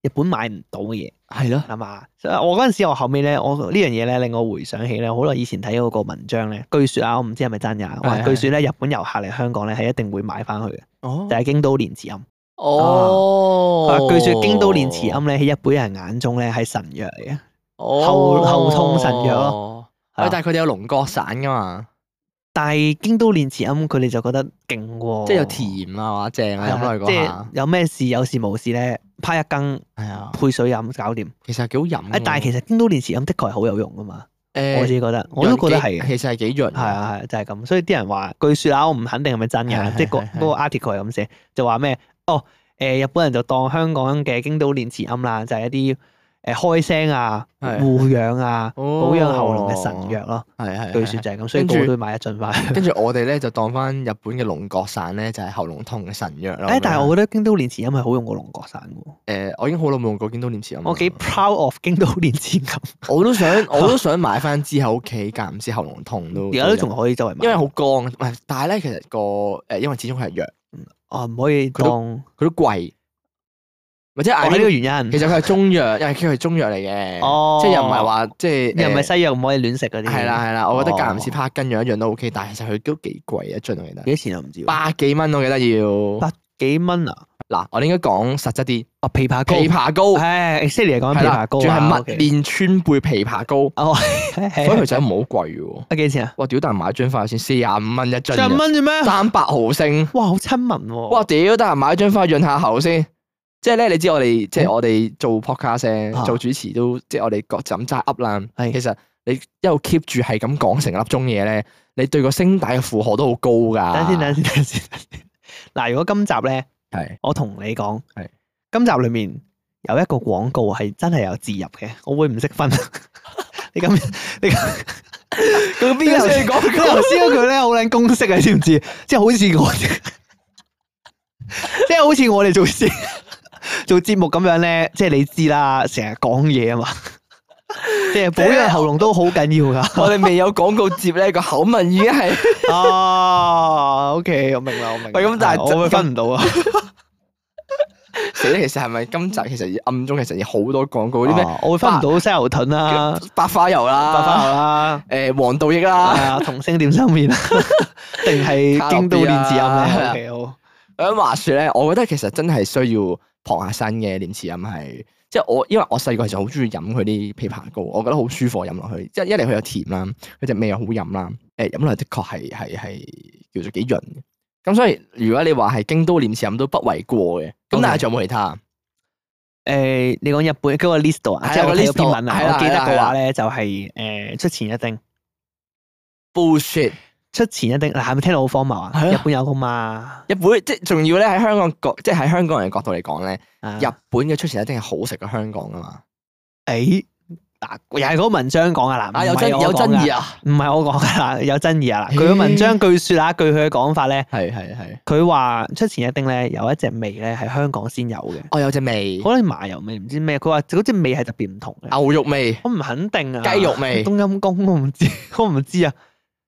Speaker 2: 日本買唔到嘅嘢，
Speaker 1: 係咯，
Speaker 2: 係嘛？所以我嗰陣時，我後尾咧，我呢樣嘢咧令我回想起咧，好耐以前睇嗰個文章咧，據說啊，我唔知係咪真㗎，話
Speaker 1: 係
Speaker 2: 據說咧，日本遊客嚟香港咧係一定會買翻去嘅，
Speaker 1: 哦
Speaker 2: 就係京都蓮池庵。哦啊
Speaker 1: 哦，
Speaker 2: 據說京都蓮池庵咧喺日本人眼中咧係神藥嚟嘅。
Speaker 1: 哦
Speaker 2: 後後通神藥咯。
Speaker 1: 喂
Speaker 2: 啊，
Speaker 1: 但係佢哋有龍角散噶嘛，
Speaker 2: 但係京都蓮池庵佢哋就覺得勁喎，
Speaker 1: 即係有甜啊嘛，正啊，
Speaker 2: 係啊，
Speaker 1: 飲落去
Speaker 2: 即
Speaker 1: 嗰
Speaker 2: 係
Speaker 1: 下。
Speaker 2: 有咩事有事冇事咧，拍一羹
Speaker 1: 係啊，
Speaker 2: 配水飲搞掂。
Speaker 1: 其實係幾好飲
Speaker 2: 誒
Speaker 1: 㗎。，
Speaker 2: 但係其實京都蓮池庵的確係好有用噶嘛，
Speaker 1: 嗯誒
Speaker 2: 我自己覺得，我都覺得係嘅。
Speaker 1: 其實係幾潤。
Speaker 2: 係啊係啊，就係咁，所以啲人話，據說啊，我唔肯定係咪真
Speaker 1: 係係
Speaker 2: 嘅，即係嗰
Speaker 1: 係係
Speaker 2: 嗰個 article 係咁寫，就話咩？哦，誒、誒日本人就當香港嘅京都念慈庵啦，就係一啲誒開聲啊、
Speaker 1: 係
Speaker 2: 護養啊、
Speaker 1: 哦
Speaker 2: 保養喉嚨嘅神藥咯。
Speaker 1: 係係
Speaker 2: 據
Speaker 1: 係
Speaker 2: 說就係咁，所以
Speaker 1: 跟
Speaker 2: 個
Speaker 1: 住
Speaker 2: 個都要買一樽翻去。
Speaker 1: 跟住我哋咧就當翻日本嘅龍角散咧，就係喉嚨痛嘅神藥啦。
Speaker 2: 誒，哎但係
Speaker 1: 我
Speaker 2: 我覺得京都念慈庵係好用過龍角散嘅喎。
Speaker 1: 誒，我已經好耐冇用過京都念慈庵啦。
Speaker 2: 我幾 proud of 京都念慈庵，
Speaker 1: 我都想， 我都想買翻支喺屋企，間唔時喉嚨痛都。
Speaker 2: 而家都仲可以周圍買。
Speaker 1: 因為好乾，唔係，但係咧其實個誒，因為始終佢係藥，
Speaker 2: 哦，唔可以
Speaker 1: 佢
Speaker 2: 當
Speaker 1: 都
Speaker 2: 哦
Speaker 1: 佢都貴，或者
Speaker 2: 係
Speaker 1: 係
Speaker 2: 呢個
Speaker 1: 呢
Speaker 2: 原因
Speaker 1: 其。實佢係中藥，因為佢係中藥嚟嘅，
Speaker 2: 哦
Speaker 1: 即係又唔係話即係
Speaker 2: 又唔係
Speaker 1: 誒
Speaker 2: 西藥唔可以亂食嗰啲。
Speaker 1: 係啦，係啦，我覺得
Speaker 2: 哦
Speaker 1: 間唔時拍筋藥一樣都 OK，但係其實佢都幾貴一樽，我記得
Speaker 2: 幾多錢啊？唔知喎。
Speaker 1: 百幾蚊，我記得要
Speaker 2: 百幾蚊啊？
Speaker 1: 嗱，我哋應該講實質啲，
Speaker 2: 哦，枇杷膏。
Speaker 1: 枇杷膏
Speaker 2: 唉 e x c t 嚟講
Speaker 1: 係
Speaker 2: 枇
Speaker 1: 啦，
Speaker 2: 杷膏
Speaker 1: 仲係
Speaker 2: 啊
Speaker 1: 蜜
Speaker 2: ，OK
Speaker 1: 煉川貝枇杷膏，
Speaker 2: 哦，
Speaker 1: 所以
Speaker 2: 所
Speaker 1: 佢就唔好貴喎。
Speaker 2: 以幾錢啊？
Speaker 1: 哇！屌，但係買張花先四廿五蚊一樽
Speaker 2: 十
Speaker 1: 嘅，
Speaker 2: 蚊啫哦咩？
Speaker 1: 三百毫升。
Speaker 2: 哇，好親民喎！
Speaker 3: 哇
Speaker 1: 哇！屌，得閒買張花潤下喉先。即係咧，你知我哋即係我哋做 podcast 呢
Speaker 2: 嗯啊
Speaker 1: 做主持都即係我哋各就咁齋噏啦。
Speaker 2: 係
Speaker 1: 其實你一路 keep 住係咁講成粒鐘嘢咧，你對個聲帶嘅負荷都好高㗎。
Speaker 2: 等陣先，等陣先，等陣先等陣先。嗱，如果今集咧，
Speaker 1: 係
Speaker 2: 我同你講，
Speaker 1: 係
Speaker 2: 今集裏面有一個廣告係真係有植入嘅，我會唔識分。 你咁，你咁，
Speaker 1: 咁邊個 先
Speaker 2: 你
Speaker 1: 講？
Speaker 2: 頭先嗰句咧好撚公式啊，你知唔知？即係好似我， 即係好似我哋做節 做節目咁樣咧，即係你知啦，成日講嘢啊嘛，即係保養喉嚨都好緊要噶。
Speaker 1: 我哋未有廣告接咧，個口吻已經係
Speaker 2: 哦，OK，我明啦，我明啦。
Speaker 1: 喂咁但係
Speaker 2: 我會分唔到啊。
Speaker 1: 死啦！其實係咪今
Speaker 2: 嗯
Speaker 1: 集其實暗中其實有好多廣告啲咩
Speaker 2: 哦我會分唔到西啊牛盾啦、
Speaker 1: 白花油啦、
Speaker 2: 白花牛啦、
Speaker 1: 誒黃道益啦，
Speaker 2: 啊同星點心 面啦，定係京都念字音
Speaker 1: 卡
Speaker 2: 咧
Speaker 1: 樂
Speaker 2: ？OK，好。
Speaker 1: 咁話説咧，我覺得其實真係需要傍下身嘅念慈飲係，即係我因為我細個其實好中意飲佢啲枇杷膏，我覺得好舒服飲落去，即係一嚟佢又甜啦，佢隻味又好飲啦，誒飲落去的確係係係叫做幾潤嘅。咁所以如果你話係京都念慈飲都不為過嘅，咁但係
Speaker 2: OK
Speaker 1: 仲有冇其他？啊
Speaker 2: 誒，你講日本嗰個 list 度啊，
Speaker 1: 係
Speaker 2: 即係
Speaker 1: 有個
Speaker 2: 我睇
Speaker 1: list
Speaker 2: 咗
Speaker 1: 度
Speaker 2: 篇文啊
Speaker 1: 係，啦
Speaker 2: 我記得
Speaker 1: 係
Speaker 2: 嘅
Speaker 1: 啦
Speaker 2: 話咧就係誒出前一丁，
Speaker 1: bullshit！
Speaker 2: 出前一丁嗱係咪聽到好荒謬啊？
Speaker 1: 係啊
Speaker 2: 日本有噶嘛？
Speaker 1: 日本即係仲要咧喺香港角，即係喺香港人角度嚟講咧，
Speaker 2: 啊
Speaker 1: 日本嘅出前一定係好食過香港噶嘛。
Speaker 2: 誒嗱，又係嗰個文章講啊嗱，
Speaker 1: 啊有爭
Speaker 2: 唔係我
Speaker 1: 有爭
Speaker 2: 講㗎
Speaker 1: 議啊！
Speaker 2: 唔係我講噶啦，有爭議啊嗱。
Speaker 1: 咦
Speaker 2: 佢個文章據說啊，據佢嘅講法咧，
Speaker 1: 係係係，
Speaker 2: 佢話出前一丁咧有一隻味咧係香港先有嘅，
Speaker 1: 哦我有隻味，
Speaker 2: 可能麻油味唔知咩。佢話嗰隻味係特別唔同嘅，
Speaker 1: 牛肉味。
Speaker 2: 我唔肯定啊。
Speaker 1: 雞肉味
Speaker 2: 冬陰公我唔知， 我唔知啊。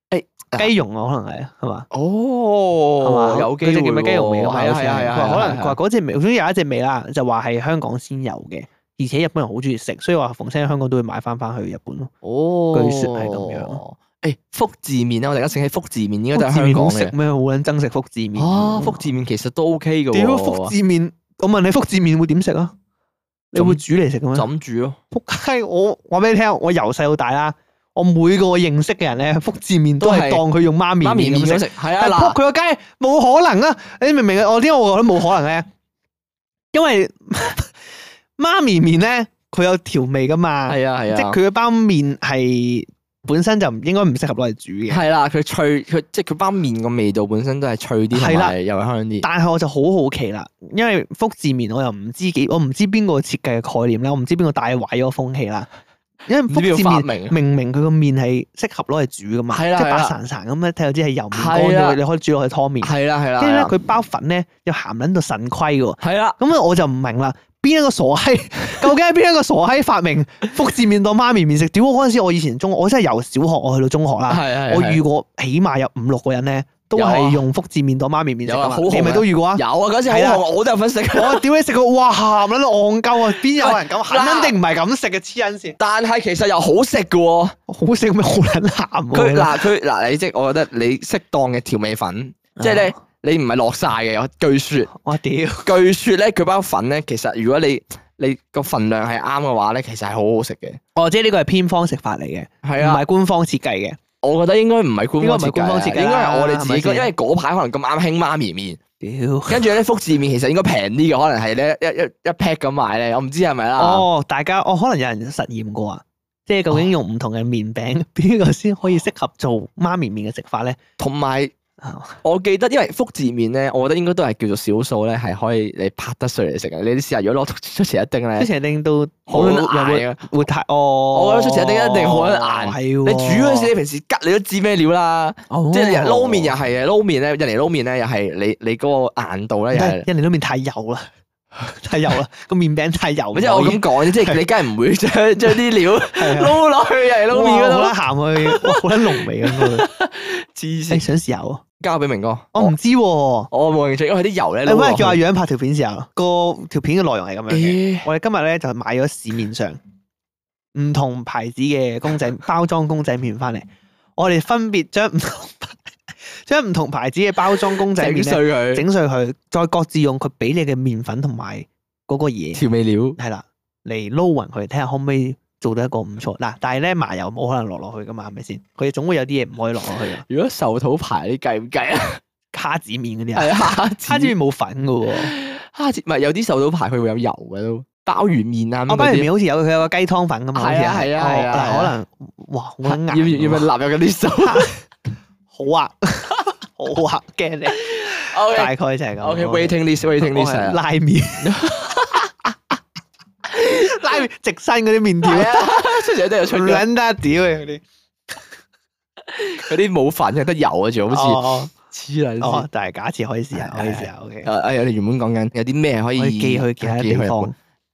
Speaker 1: 誒啊
Speaker 2: 雞蓉啊，可能係啊係嘛？
Speaker 1: 哦
Speaker 2: 係嘛
Speaker 1: 有機
Speaker 2: 嗰隻
Speaker 1: 會
Speaker 2: 叫咩雞肉味㗎嘛
Speaker 1: 係啊
Speaker 2: 好似
Speaker 1: 係啊係啊，
Speaker 2: 佢話可能
Speaker 1: 係啊
Speaker 2: 佢話嗰隻味，總之有一隻味啦，就話係香港先有嘅，而且日本人好中意食，所以話逢親喺香港都會買翻翻去日本咯。
Speaker 1: 哦，
Speaker 2: 據說係咁樣。
Speaker 1: 誒福字麵啊啦，我哋而家醒起福字麵應該都
Speaker 2: 福
Speaker 1: 係
Speaker 2: 字
Speaker 1: 香
Speaker 2: 麵
Speaker 1: 港
Speaker 2: 好食
Speaker 1: 嘅。
Speaker 2: 咩？好撚憎食福字麵。
Speaker 1: 啊，福字麵其實都 OK 嘅喎。
Speaker 2: 屌福字麵，我問你福字麵會點食啊？你會煮嚟食嘅咩？
Speaker 1: 枕住咯，
Speaker 2: 仆街！我話俾你聽，我由細到大啦，我每個認識嘅人咧，福字麵都係
Speaker 1: 都係
Speaker 2: 當佢用媽咪
Speaker 1: 媽咪
Speaker 2: 麵
Speaker 1: 麵咁
Speaker 2: 咁食。
Speaker 1: 食，係啊
Speaker 2: 但係仆佢
Speaker 1: 嗱，
Speaker 2: 個街，冇可能啊！你明唔明啊？我點解我覺得冇可能咧？因為媽咪麵咧，佢有調味噶嘛，
Speaker 1: 係啊係
Speaker 2: 即
Speaker 1: 啊
Speaker 2: 係，佢嘅包麵係本身就唔應該唔適合攞嚟煮嘅。
Speaker 1: 係啦，佢脆，佢即係佢包麵個味道本身都係脆啲，
Speaker 2: 係
Speaker 1: 同
Speaker 2: 啦
Speaker 1: 埋又係香啲。
Speaker 2: 但係我就好好奇啦，因為福字面我又唔知幾，我唔知邊個設計嘅概念啦，我唔知邊個帶壞咗個風氣啦。因為福
Speaker 1: 唔知邊
Speaker 2: 字
Speaker 1: 個發
Speaker 2: 面
Speaker 1: 明啊
Speaker 2: 明明佢個面係適合攞嚟煮噶嘛，即
Speaker 1: 係啦
Speaker 2: 係
Speaker 1: 係
Speaker 2: 白
Speaker 1: 啦
Speaker 2: 潺潺咁咧，睇到知係油面乾
Speaker 1: 係啦
Speaker 2: 咗，你可以煮落去湯面。
Speaker 1: 係啦係啦，
Speaker 2: 跟住咧，
Speaker 1: 係啦啊
Speaker 2: 佢包粉咧又鹹撚到腎虧嘅喎，
Speaker 1: 係啦，
Speaker 2: 咁啊我就唔明啦，邊一個傻 閪？究竟係邊一個傻閪發明福字面當媽咪面食？屌！我嗰陣時我以前中，我真係由小學我去到中學啦。
Speaker 1: 係係。
Speaker 2: 我
Speaker 1: 係啊
Speaker 2: 遇過起碼有五六個人咧，都
Speaker 1: 有啊
Speaker 2: 係用福字面當媽咪面食
Speaker 1: 有
Speaker 2: 㗎
Speaker 1: 啊
Speaker 2: 嘛
Speaker 1: 好紅
Speaker 2: 你咪
Speaker 1: 啊
Speaker 2: 都遇過啊？
Speaker 1: 有啊，嗰時好
Speaker 2: 係啦
Speaker 1: 紅，我都有啊份食。
Speaker 2: 我屌你食過，哇鹹撚到戇鳩啊！邊有人咁？
Speaker 1: 喂嗱
Speaker 2: 肯定唔係咁食嘅，黐撚線！
Speaker 1: 但係其實又好食嘅喎。
Speaker 2: 好食咩？好撚鹹
Speaker 1: 佢
Speaker 2: 喎！
Speaker 1: 嗱佢嗱你即係我覺得你適當嘅調味粉，
Speaker 2: 啊
Speaker 1: 即係咧你唔係落晒嘅。我據說
Speaker 2: 我屌，
Speaker 1: 據說咧佢包粉咧，其實如果你你個份量係啱嘅話咧，其實係好好食嘅。
Speaker 2: 哦，即係呢個係偏方食法嚟嘅，
Speaker 1: 係
Speaker 2: 唔
Speaker 1: 啊，
Speaker 2: 係官方設計嘅。
Speaker 1: 我覺得應該唔係官方
Speaker 2: 應該唔係
Speaker 1: 設計
Speaker 2: 官方
Speaker 1: 啊，
Speaker 2: 設
Speaker 1: 應
Speaker 2: 計啦
Speaker 1: 該係我哋自己
Speaker 2: 係咪先
Speaker 1: 覺，因為嗰排可能咁啱興媽咪 麵，
Speaker 2: 屌！
Speaker 1: 跟住咧福字麵其實應該平啲嘅，可能係咧一一一 pack 咁買咧，我唔知係咪啦。
Speaker 2: 哦，大家哦，可能有人實驗過啊，即
Speaker 1: 哦
Speaker 2: 係究竟用唔同嘅麵餅，邊個先可以適合做媽咪面嘅食法咧？
Speaker 1: 同埋我記得，因為福字麵咧，我覺得應該都係叫做少數咧，係可以你拍得碎嚟食嘅。你啲試下，如果攞出前一丁
Speaker 2: 啊出
Speaker 1: 咧，
Speaker 2: 前一丁都
Speaker 1: 好
Speaker 2: 有
Speaker 1: 撚硬
Speaker 2: 冇
Speaker 1: 啊！
Speaker 2: 活太哦，
Speaker 1: 我覺得出前一丁一定好撚硬
Speaker 2: 係
Speaker 1: 你
Speaker 2: 喎
Speaker 1: 煮嗰陣時，你平時吉你都知咩料啦。即係你人撈麵又
Speaker 2: 哦
Speaker 1: 係嘅，撈麵咧，印尼撈麵咧又係你你嗰個硬度咧
Speaker 2: 唔
Speaker 1: 又
Speaker 2: 得
Speaker 1: 係。
Speaker 2: 印尼都麵太油啦， 太油啦，個麵餅太油，
Speaker 1: 咪即係我咁講啫，即係你梗係唔會將將啲料
Speaker 2: 係啊
Speaker 1: 撈落去人哋撈麵嗰度
Speaker 2: 哇
Speaker 1: 啦。
Speaker 2: 好 撚鹹啊佢，哇好撚濃味咁嗰度。
Speaker 1: 黐
Speaker 2: 你
Speaker 1: 線，
Speaker 2: 想試下喎？
Speaker 1: 交俾明哥。
Speaker 2: 我唔知喎，
Speaker 1: 我冇興趣，因為啲油咧
Speaker 2: 你
Speaker 1: 撈
Speaker 2: 不如
Speaker 1: 落
Speaker 2: 叫阿
Speaker 1: 去。
Speaker 2: 楊拍條片試下咯。個條片嘅內容係咁樣嘅。
Speaker 1: 咦
Speaker 2: 我哋今日咧就買咗市面上唔同牌子嘅 公仔包裝公仔麵翻嚟，我哋分別將唔同 牌將唔同牌子嘅包裝公仔
Speaker 1: 整
Speaker 2: 麵咧
Speaker 1: 碎佢，
Speaker 2: 整碎佢，再各自用佢俾你嘅麵粉同埋嗰個嘢。
Speaker 1: 調味料。
Speaker 2: 係啦，嚟撈勻佢，睇下可唔可以做到一個唔錯嗱。但係咧麻油冇可能落落去噶嘛，係咪先？佢總會有啲嘢唔可以落落 去嘅，
Speaker 1: 如果壽桃牌你計唔計 啊？
Speaker 2: 蝦子麵嗰啲 啊，哦
Speaker 1: 係蝦子，
Speaker 2: 蝦子麵冇粉噶喎。
Speaker 1: 蝦子，唔係有啲壽桃牌佢會有油嘅都，鮑魚麵啊，
Speaker 2: 我
Speaker 1: 咁
Speaker 2: 包
Speaker 1: 嗰
Speaker 2: 完
Speaker 1: 啲
Speaker 2: 麵好似有佢有個雞湯粉噶嘛，好似
Speaker 1: 係啊係啊
Speaker 2: 哦
Speaker 1: 係啊
Speaker 2: 嗱
Speaker 1: 係啊
Speaker 2: 可能哇好
Speaker 1: 要
Speaker 2: 撚
Speaker 1: 唔
Speaker 2: 硬
Speaker 1: 要要唔
Speaker 2: 喎，
Speaker 1: 要納入嗰啲數
Speaker 2: 啊好啊好啊，驚你，
Speaker 1: ？O K
Speaker 2: 大概就係咁。
Speaker 1: O K，waiting list，waiting
Speaker 2: 我
Speaker 1: list
Speaker 2: 係
Speaker 1: 係啊
Speaker 2: 拉麵， 拉麵直身嗰啲麵 條
Speaker 1: 係，啊， 出嚟都有出
Speaker 2: 唔
Speaker 1: 嘅，
Speaker 2: 撚得屌嘅嗰啲，
Speaker 1: 嗰啲冇粉嘅，得油嘅仲好
Speaker 2: 哦
Speaker 1: 似黐撚
Speaker 2: 哦哦
Speaker 1: 線。，啊
Speaker 2: 但係假設可以試下，可以試下
Speaker 1: 誒
Speaker 2: ，OK。
Speaker 1: 誒，我哋原本講緊有啲咩可以啊
Speaker 2: 可以寄去其他
Speaker 1: 寄
Speaker 2: 地
Speaker 1: 日
Speaker 2: 方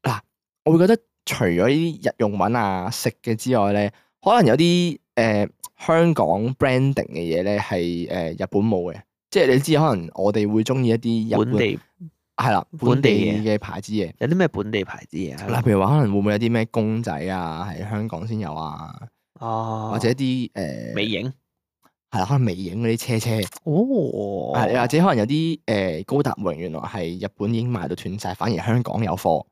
Speaker 1: 本。我會覺得除咗呢啲日用品啊、食嘅之外咧，可能有啲誒、呃香港 branding 嘅嘢咧係誒日本冇嘅，即係你知可能我哋會中意一啲日
Speaker 2: 本
Speaker 1: 本
Speaker 2: 地
Speaker 1: 係啦
Speaker 2: 本
Speaker 1: 本
Speaker 2: 地
Speaker 1: 地
Speaker 2: 嘢
Speaker 1: 嘅牌子嘢，
Speaker 2: 有啲咩本地牌子嘢
Speaker 1: 嗱
Speaker 2: 啊？
Speaker 1: 譬如話可能會唔會有啲咩公仔啊喺香港先有啊，
Speaker 2: 哦，
Speaker 1: 或者啲誒
Speaker 2: 美影
Speaker 1: 係啦可能微影嗰啲車車，
Speaker 2: 哦
Speaker 1: 係啊或者可能有啲誒、呃高達榮原來係日本已經賣到斷晒，反而香港有貨。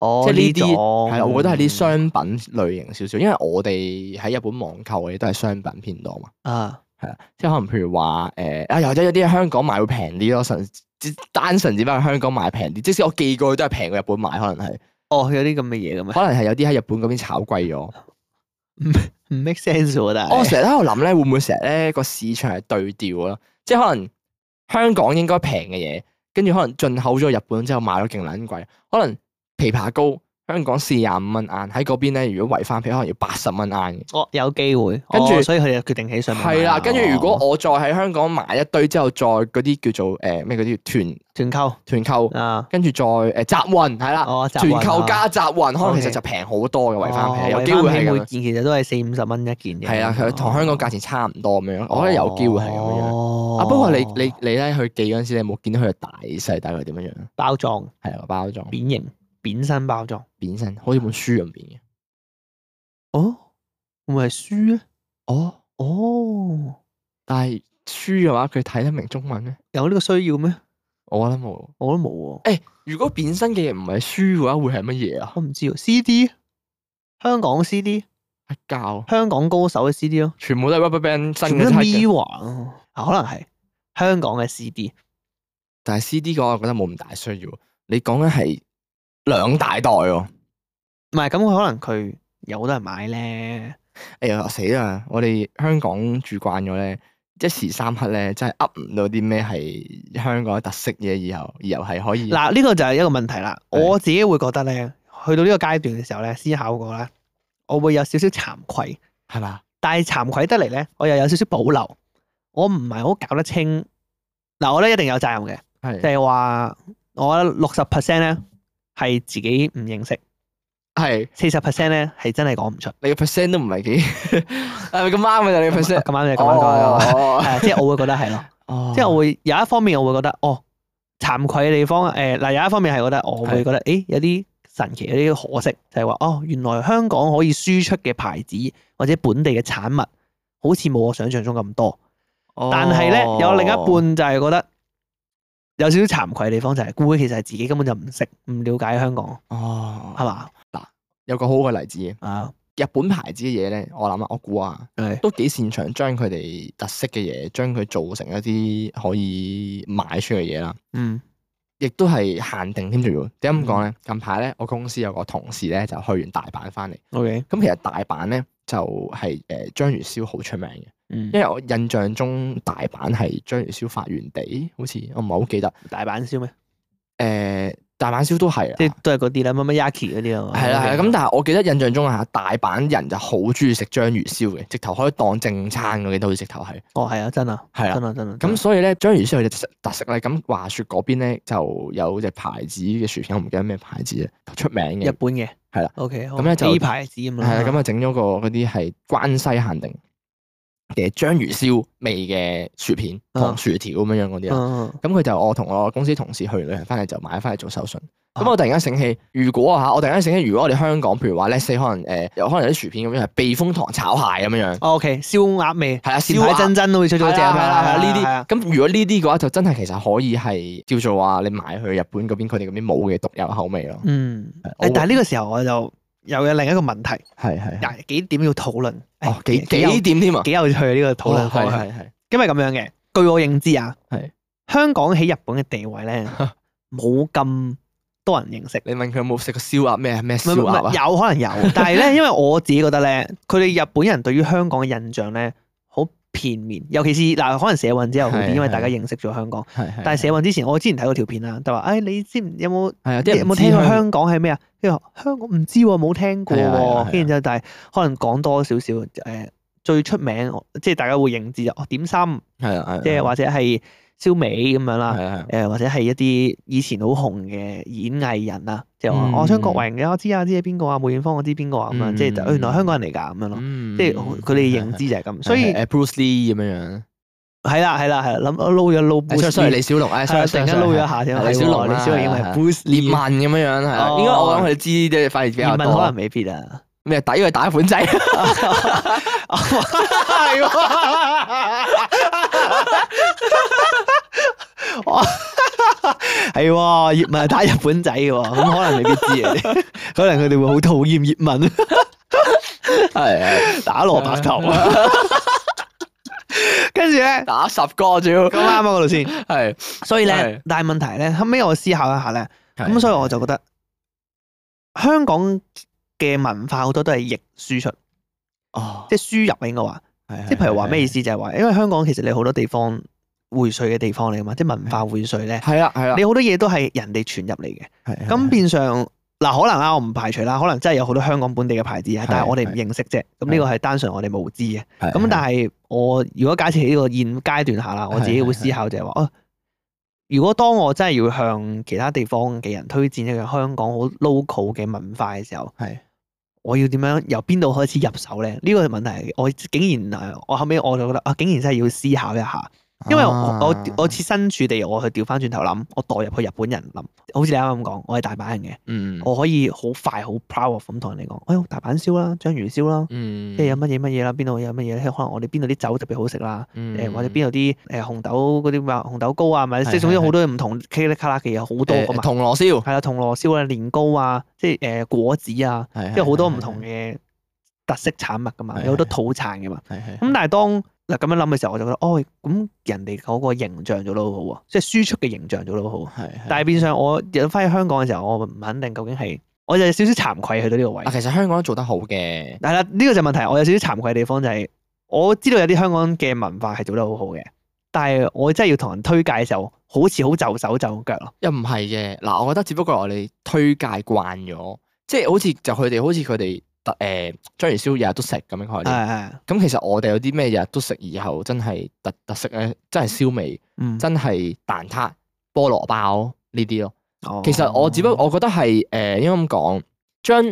Speaker 2: 哦，
Speaker 1: 即係呢啲
Speaker 2: 種嗯
Speaker 1: 係啦，我覺得係啲商品類型少少，因為我哋喺日本網購嘅嘢都係商品偏多嘛，
Speaker 2: 啊，
Speaker 1: 係啦，即係可能譬如話誒啊，又或者有啲喺香港買會平啲咯，純只單純只不過香港買平啲，即使我寄過去都係平過日本買，可能係，
Speaker 2: 哦，有啲咁嘅嘢嘅咩？
Speaker 1: 可能係有啲喺日本嗰邊炒貴咗。
Speaker 2: 唔 make sense 喎，但係
Speaker 1: 我成日都喺度諗咧，會唔會成日咧個市場係對調咯？即係可能香港應該平嘅嘢，跟住可能進口咗日本之後賣咗勁撚貴，可能枇杷膏香港四廿五蚊硬，喺嗰邊咧如果圍翻皮可能要八十蚊硬啊嘅。
Speaker 2: 我哦有機會，
Speaker 1: 跟住
Speaker 2: 哦所以佢哋就決定起上面買
Speaker 1: 係啦，跟住如果
Speaker 2: 哦
Speaker 1: 我再喺香港買一堆之後，再嗰啲叫做呃誒咩嗰啲
Speaker 2: 團購
Speaker 1: 團團購，
Speaker 2: 啊，
Speaker 1: 跟住再誒嗯集運哦係啦，
Speaker 2: 哦，
Speaker 1: 啊團購加集運，可能
Speaker 2: OK
Speaker 1: 其實就平好多嘅維翻
Speaker 2: 皮
Speaker 1: 皮，有機會係
Speaker 2: 每
Speaker 1: 咁樣。
Speaker 2: 件其實都係四五十蚊一件嘅，哦
Speaker 1: 係啦，佢同香港價錢差唔多咁樣，我覺得有機會係咁樣。
Speaker 2: 樣
Speaker 1: 啊，不過你你你咧去寄嗰陣時，你有冇見到佢嘅大細大概點樣樣？
Speaker 2: 包裝
Speaker 1: 係個包裝
Speaker 2: 扁形扁身包裝，
Speaker 1: 扁身，好似本書咁扁嘅。
Speaker 2: 哦，會唔會係書咧？
Speaker 1: 哦，
Speaker 2: 哦，
Speaker 1: 但係書嘅話，佢睇得明中文咩？
Speaker 2: 有呢個需要咩？
Speaker 1: 我覺得冇。
Speaker 2: 我都冇喎，
Speaker 1: 如果扁身嘅嘢唔係書嘅話，會係乜嘢啊？
Speaker 2: 我唔知喎。CD 香港 CD
Speaker 1: 係膠。
Speaker 2: 香港高手嘅 CD 咯，
Speaker 1: 全部都係 Rubberband
Speaker 2: 全
Speaker 1: 新
Speaker 2: 部
Speaker 1: 嘅
Speaker 2: 都
Speaker 1: 測嘅
Speaker 2: Mirror 啊，啊可能係香港嘅 CD
Speaker 1: 但係 CD 嘅話，我覺得冇咁大需要。你講緊係兩大袋喎、
Speaker 2: 唔係咁，佢可能佢有好多人買咧，
Speaker 1: 哎呀死啦！我哋香港住慣咗咧，一時三刻咧真係噏唔到啲咩係香港嘅特色嘢，以後以後係可以
Speaker 2: 嗱呢個就係一個問題啦。
Speaker 1: 係
Speaker 2: 我自己會覺得咧，去到呢個階段嘅時候咧，思考過咧，我會有少少慚愧，
Speaker 1: 係嘛？
Speaker 2: 但係慚愧得嚟咧，我又有少少保留，我唔係好搞得清。嗱，我咧一定有責任嘅。
Speaker 1: 係
Speaker 2: 就係話，我覺得六十 percent 咧係自己唔認識，
Speaker 1: 係
Speaker 2: 四十 percent 咧係真係講唔出。
Speaker 1: 你個 percent 都唔係幾 係咪咁啱嘅啊就你個 percent？
Speaker 2: 咁啊啱你咁啱講嘅，
Speaker 1: 哦
Speaker 2: 係啊即係我會覺得係咯，
Speaker 1: 哦
Speaker 2: 即係我會有一方面我會覺得，哦，慚愧嘅地方，誒嗱有一方面係覺得我會覺得，誒有啲神奇，有啲可惜，就係話，哦原來香港可以輸出嘅牌子或者本地嘅產物，好似冇我想象中咁多。但係咧
Speaker 1: 哦
Speaker 2: 有另一半就係覺得有少少慚愧嘅地方，就係估其實係自己根本就唔識，唔了解香港，係
Speaker 1: 哦，
Speaker 2: 嘛
Speaker 1: 有個好嘅例子，
Speaker 2: 啊？
Speaker 1: 日本牌子嘅嘢咧，我諗啊，我估啊。
Speaker 2: 係
Speaker 1: 都幾擅長將佢哋特色嘅嘢，將佢做成一啲可以賣出嘅嘢啦。
Speaker 2: 嗯。
Speaker 1: 亦都係限定添，仲要點解咁講咧？近排咧，我公司有個同事咧就去完大阪翻嚟，
Speaker 2: O K，
Speaker 1: 咁其實大阪咧就係誒章魚燒好出名嘅，
Speaker 2: 嗯
Speaker 1: 因為我印象中大阪係章魚燒發源地，好似我唔係好記得。誒、
Speaker 2: 大阪燒咩？
Speaker 1: 大阪燒都係
Speaker 2: 即
Speaker 1: 啦
Speaker 2: 係，都係嗰啲啦，乜乜 yaki 嗰啲啊嘛。
Speaker 1: 係啦係啦。咁
Speaker 2: OK
Speaker 1: 但係我記得印象中啊，大阪人就好中意食章魚燒嘅，直頭可以當正餐嘅，記得好似直頭係。
Speaker 2: 哦係啊，真啊，
Speaker 1: 係啦
Speaker 2: 真啊，真啊。
Speaker 1: 咁所以咧，章魚燒佢隻特色咧，咁話說嗰邊咧就有隻牌子嘅薯片，我唔記得咩牌子啊，出名
Speaker 2: 日
Speaker 1: 嘅。
Speaker 2: 本嘅
Speaker 1: 係啦
Speaker 2: ，OK，好
Speaker 1: 咁咧就
Speaker 2: A 牌子咁
Speaker 1: 係
Speaker 2: 啦。
Speaker 1: 啦，咁啊整咗個嗰啲係關西限定嘅章魚燒味嘅薯片、
Speaker 2: 啊
Speaker 1: 糖薯條咁樣樣嗰啲啦。啊
Speaker 2: 嗯，嗯
Speaker 1: 咁佢就我同我公司同事去旅行翻嚟就買翻嚟做手信。
Speaker 2: 啊
Speaker 1: 咁我突然間醒起，如果啊嚇，我突然間醒起，如果我哋香港譬如話 let's say 可能誒，呃有可能有啲薯片咁樣係避風塘炒蟹咁樣樣，
Speaker 2: 哦 OK，燒鴨味，
Speaker 1: 係啦，啊
Speaker 2: 燒蟹真真都會出咗
Speaker 1: 係
Speaker 2: 隻
Speaker 1: 啦係
Speaker 2: 啊嘛。
Speaker 1: 啦係啦，
Speaker 2: 係
Speaker 1: 呢
Speaker 2: 啊
Speaker 1: 啲咁如果呢啲嘅話，就真係其實可以係叫做話你買去日本嗰邊佢哋嗰邊冇嘅獨有口味咯。
Speaker 2: 嗯，
Speaker 1: 我
Speaker 2: 誒但係呢個時候我就又有另一個問題，
Speaker 1: 係係係
Speaker 2: 嗱幾點要討論？
Speaker 1: 哦
Speaker 2: 誒
Speaker 1: 幾
Speaker 2: 有
Speaker 1: 幾點添啊？
Speaker 2: 幾有趣呢個討論
Speaker 1: 哦
Speaker 2: 方
Speaker 1: 係
Speaker 2: 向，
Speaker 1: 係係
Speaker 2: 因為咁樣嘅，據我認知啊，
Speaker 1: 係
Speaker 2: 香港喺日本嘅地位咧 冇咁多人認識。
Speaker 1: 你問佢有冇食過燒鴨咩咩
Speaker 2: 唔
Speaker 1: 燒
Speaker 2: 係唔
Speaker 1: 鴨啊？
Speaker 2: 係有可能 有，但係咧，因為我自己覺得咧，佢哋日本人對於香港嘅印象咧，好片面，尤其是嗱，可能社運之後好啲，
Speaker 1: 係
Speaker 2: 因為
Speaker 1: 係
Speaker 2: 大家認識咗香港。
Speaker 1: 係係
Speaker 2: 但係社運之前，我之前睇過條片啦，就話：，誒，你知唔有冇
Speaker 1: 係有啲
Speaker 2: 你
Speaker 1: 人
Speaker 2: 有
Speaker 1: 唔
Speaker 2: 冇
Speaker 1: 知
Speaker 2: 聽過
Speaker 1: 香
Speaker 2: 香港係咩啊？跟住話香港唔知喎，冇聽過
Speaker 1: 係啊係啊係
Speaker 2: 喎。
Speaker 1: 啊
Speaker 2: 跟住之後，但係可能講多少少誒，最出名即係大家會認知就哦點心，
Speaker 1: 係啊係啊
Speaker 2: 即係或者係燒味咁樣啦。
Speaker 1: 係啊係啊
Speaker 2: 誒或者係一啲以前好紅嘅演藝人啊，即係話
Speaker 1: 嗯
Speaker 2: 我張國榮嘅，我知啊，知係邊個啊，梅艷芳我知邊個啊，咁樣
Speaker 1: 嗯
Speaker 2: 即係就哦原來香港人嚟㗎咁樣咯，
Speaker 1: 嗯
Speaker 2: 即係佢哋認知就係咁，所以
Speaker 1: 誒 Bruce Lee 咁樣樣，
Speaker 2: 係啦係啦係啦，諗我撈咗
Speaker 1: 誒
Speaker 2: 撈 Bruce
Speaker 1: sorry sorry
Speaker 2: Lee，
Speaker 1: 李小龍，誒哎
Speaker 2: 係
Speaker 1: sorry
Speaker 2: 啊突然間撈咗一下啫，
Speaker 1: 係李小龍
Speaker 2: 係
Speaker 1: 啦
Speaker 2: 喎李小龍應該
Speaker 1: 係
Speaker 2: 係
Speaker 1: 係
Speaker 2: Bruce
Speaker 1: 葉
Speaker 2: Lee，
Speaker 1: 問咁樣樣係啦，
Speaker 2: 哦
Speaker 1: 應該我諗佢哋知啲反而比
Speaker 2: 葉
Speaker 1: 較
Speaker 2: 問可
Speaker 1: 多
Speaker 2: 能。未必啊，
Speaker 1: 咩抵佢打款 仔，
Speaker 2: 係喎，係喎，葉問係打日本仔嘅喎，咁可能未必知啊， 可能佢哋會好討厭葉問。
Speaker 1: 係
Speaker 2: 打蘿蔔頭，啊 跟住咧
Speaker 1: 打十個主要
Speaker 2: 咁啱啊嗰度先，
Speaker 1: 係。
Speaker 2: 所以咧
Speaker 1: 係，
Speaker 2: 但係問題咧，後尾我思考一下咧，咁所以我就覺得香港嘅文化好多都係逆輸出，
Speaker 1: 哦，
Speaker 2: 即係輸入啊應該話，即係譬如話咩意思就係話，因為香港其實你好多地方匯萃嘅地方嚟噶嘛，即係文化匯萃咧，
Speaker 1: 係啦係啦，
Speaker 2: 你好多嘢都係人哋傳入嚟嘅，
Speaker 1: 係
Speaker 2: 咁變相。嗱，可能啊，我唔排除啦，可能真係有好多香港本地嘅牌子啊，但係我哋唔認識啫。咁呢個係單純我哋無知嘅。咁
Speaker 1: 啊
Speaker 2: 但係我如果假設喺呢個現階段下啦，我自己會思考就係話，哦，如果當我真係要向其他地方嘅人推薦一樣香港好 local 嘅文化嘅時候，
Speaker 1: 係
Speaker 2: 我要點樣由邊度開始入手咧？呢個問題我竟然呃誒，我後尾我就覺得啊，竟然真係要思考一下，因為我我我設身處地，我去調翻轉頭諗，我代入去日本人諗，好似你啱啱咁講，我係大阪人嘅，
Speaker 1: 嗯
Speaker 2: 我可以好快好 proud of 咁同人哋講，哎呦，大阪燒啦，章魚燒啦。
Speaker 1: 嗯
Speaker 2: 即係有乜嘢乜嘢啦，邊度有乜嘢咧？可能我哋邊度啲酒特別好食啦，
Speaker 1: 嗯
Speaker 2: 誒、或者邊度啲誒紅豆嗰啲咩啊紅豆糕啊，咪即係
Speaker 1: 係
Speaker 2: 總之
Speaker 1: 係
Speaker 2: 好多唔同茄哩卡啦嘅嘢好多噶嘛，
Speaker 1: 銅鑼燒
Speaker 2: 係啦，銅鑼燒啊、年糕啊，即係誒果子啊，
Speaker 1: 係
Speaker 2: 即係好多唔同嘅特色產物噶嘛，
Speaker 1: 係
Speaker 2: 有好多
Speaker 1: 係嗯
Speaker 2: 土產噶嘛。
Speaker 1: 係係
Speaker 2: 咁但係當嗱咁樣諗嘅時候，我就覺得哦，咁人哋嗰個形象做得好好喎，即係輸出嘅形象做得好好。
Speaker 1: 係
Speaker 2: 但係變相我入翻去香港嘅時候，我唔肯定究竟係，我就有少少慚愧去到呢個位
Speaker 1: 啊，。其實香港做得好嘅，
Speaker 2: 係啦，呢個就係問題。我有少少慚愧嘅地方就係、我知道有啲香港嘅文化係做得好好嘅，但係我真係要同人推介嘅時候，好似好就手就腳咯。
Speaker 1: 又唔係嘅。嗱，我覺得只不過係我哋推介慣咗，即係好似就佢哋好似佢哋特誒章魚燒日日都食咁樣概念。
Speaker 2: 係係，
Speaker 1: 咁其實我哋有啲咩日日都食，以後真係特特色咧，真係燒味，
Speaker 2: 嗯，
Speaker 1: 真係蛋撻、菠蘿包呢啲咯。
Speaker 2: 哦
Speaker 1: 其實我只不過我覺得係誒、呃，應該咁講，將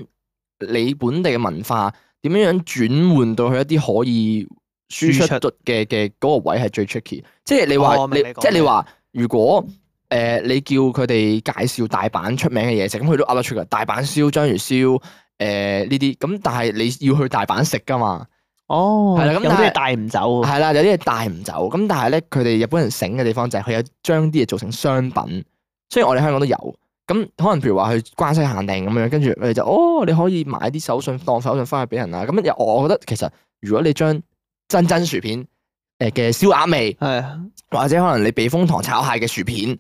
Speaker 1: 你本地嘅文化點樣樣轉換到去一啲可以輸出
Speaker 2: 輸
Speaker 1: 到嘅嘅嗰個位係最 tricky。即係你話、
Speaker 2: 哦我明
Speaker 1: 你，
Speaker 2: 你講
Speaker 1: 即係你
Speaker 2: 咩
Speaker 1: 話，如果誒、呃你叫佢哋介紹大阪出名嘅嘢食，咁佢都噏得出㗎。大阪燒、章魚燒誒呢啲，咁但係你要去大阪食㗎嘛？
Speaker 2: 哦，
Speaker 1: 係啦咁
Speaker 2: 有
Speaker 1: 但
Speaker 2: 啲
Speaker 1: 係
Speaker 2: 嘢帶唔走啊。
Speaker 1: 係啦，有啲嘢帶唔走。咁但係咧，佢哋日本人醒嘅地方就係佢有將啲嘢做成商品。雖然我哋香港都有，咁可能譬如話去關西限定咁樣，跟住佢哋就哦，你可以買啲手信當手信翻去俾人啦。咁又我我覺得其實如果你將真真薯片誒嘅燒鴨味，
Speaker 2: 係啊
Speaker 1: 或者可能你避風塘炒蟹嘅薯片，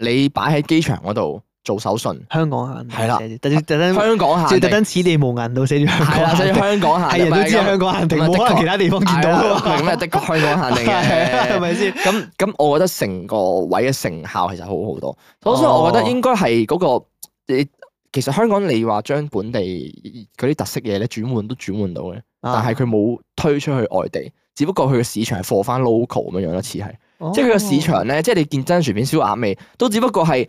Speaker 1: 你擺喺機場嗰度做手信，
Speaker 2: 香港限定
Speaker 1: 係啦
Speaker 2: 寫住，特特登
Speaker 1: 香港
Speaker 2: 即
Speaker 1: 限
Speaker 2: 係特
Speaker 1: 定
Speaker 2: 登此地無銀度寫住香
Speaker 1: 係啦，
Speaker 2: 港
Speaker 1: 所
Speaker 2: 限
Speaker 1: 以香
Speaker 2: 定，
Speaker 1: 港 限
Speaker 2: 係
Speaker 1: 定
Speaker 2: 人都知係香港限定，
Speaker 1: 咁啊
Speaker 2: 冇
Speaker 1: 的
Speaker 2: 可能
Speaker 1: 確
Speaker 2: 其他地方見
Speaker 1: 係啊
Speaker 2: 到
Speaker 1: 啦
Speaker 2: 啊嘛，
Speaker 1: 咁啊的確香港限定嘅，
Speaker 2: 係咪啊先？
Speaker 1: 咁咁，我覺得成個位嘅成效其實好好多，所
Speaker 2: 哦
Speaker 1: 所以我覺得應該係嗰個你其實香港你話將本地嗰啲特色嘢咧轉換都轉換到嘅，
Speaker 2: 啊
Speaker 1: 但係佢冇推出去外地，只不過佢嘅市場係 for 翻 local 咁樣樣咯，似係，
Speaker 2: 啊哦
Speaker 1: 即係佢嘅市場咧，即係你見真薯片燒鴨味都只不過係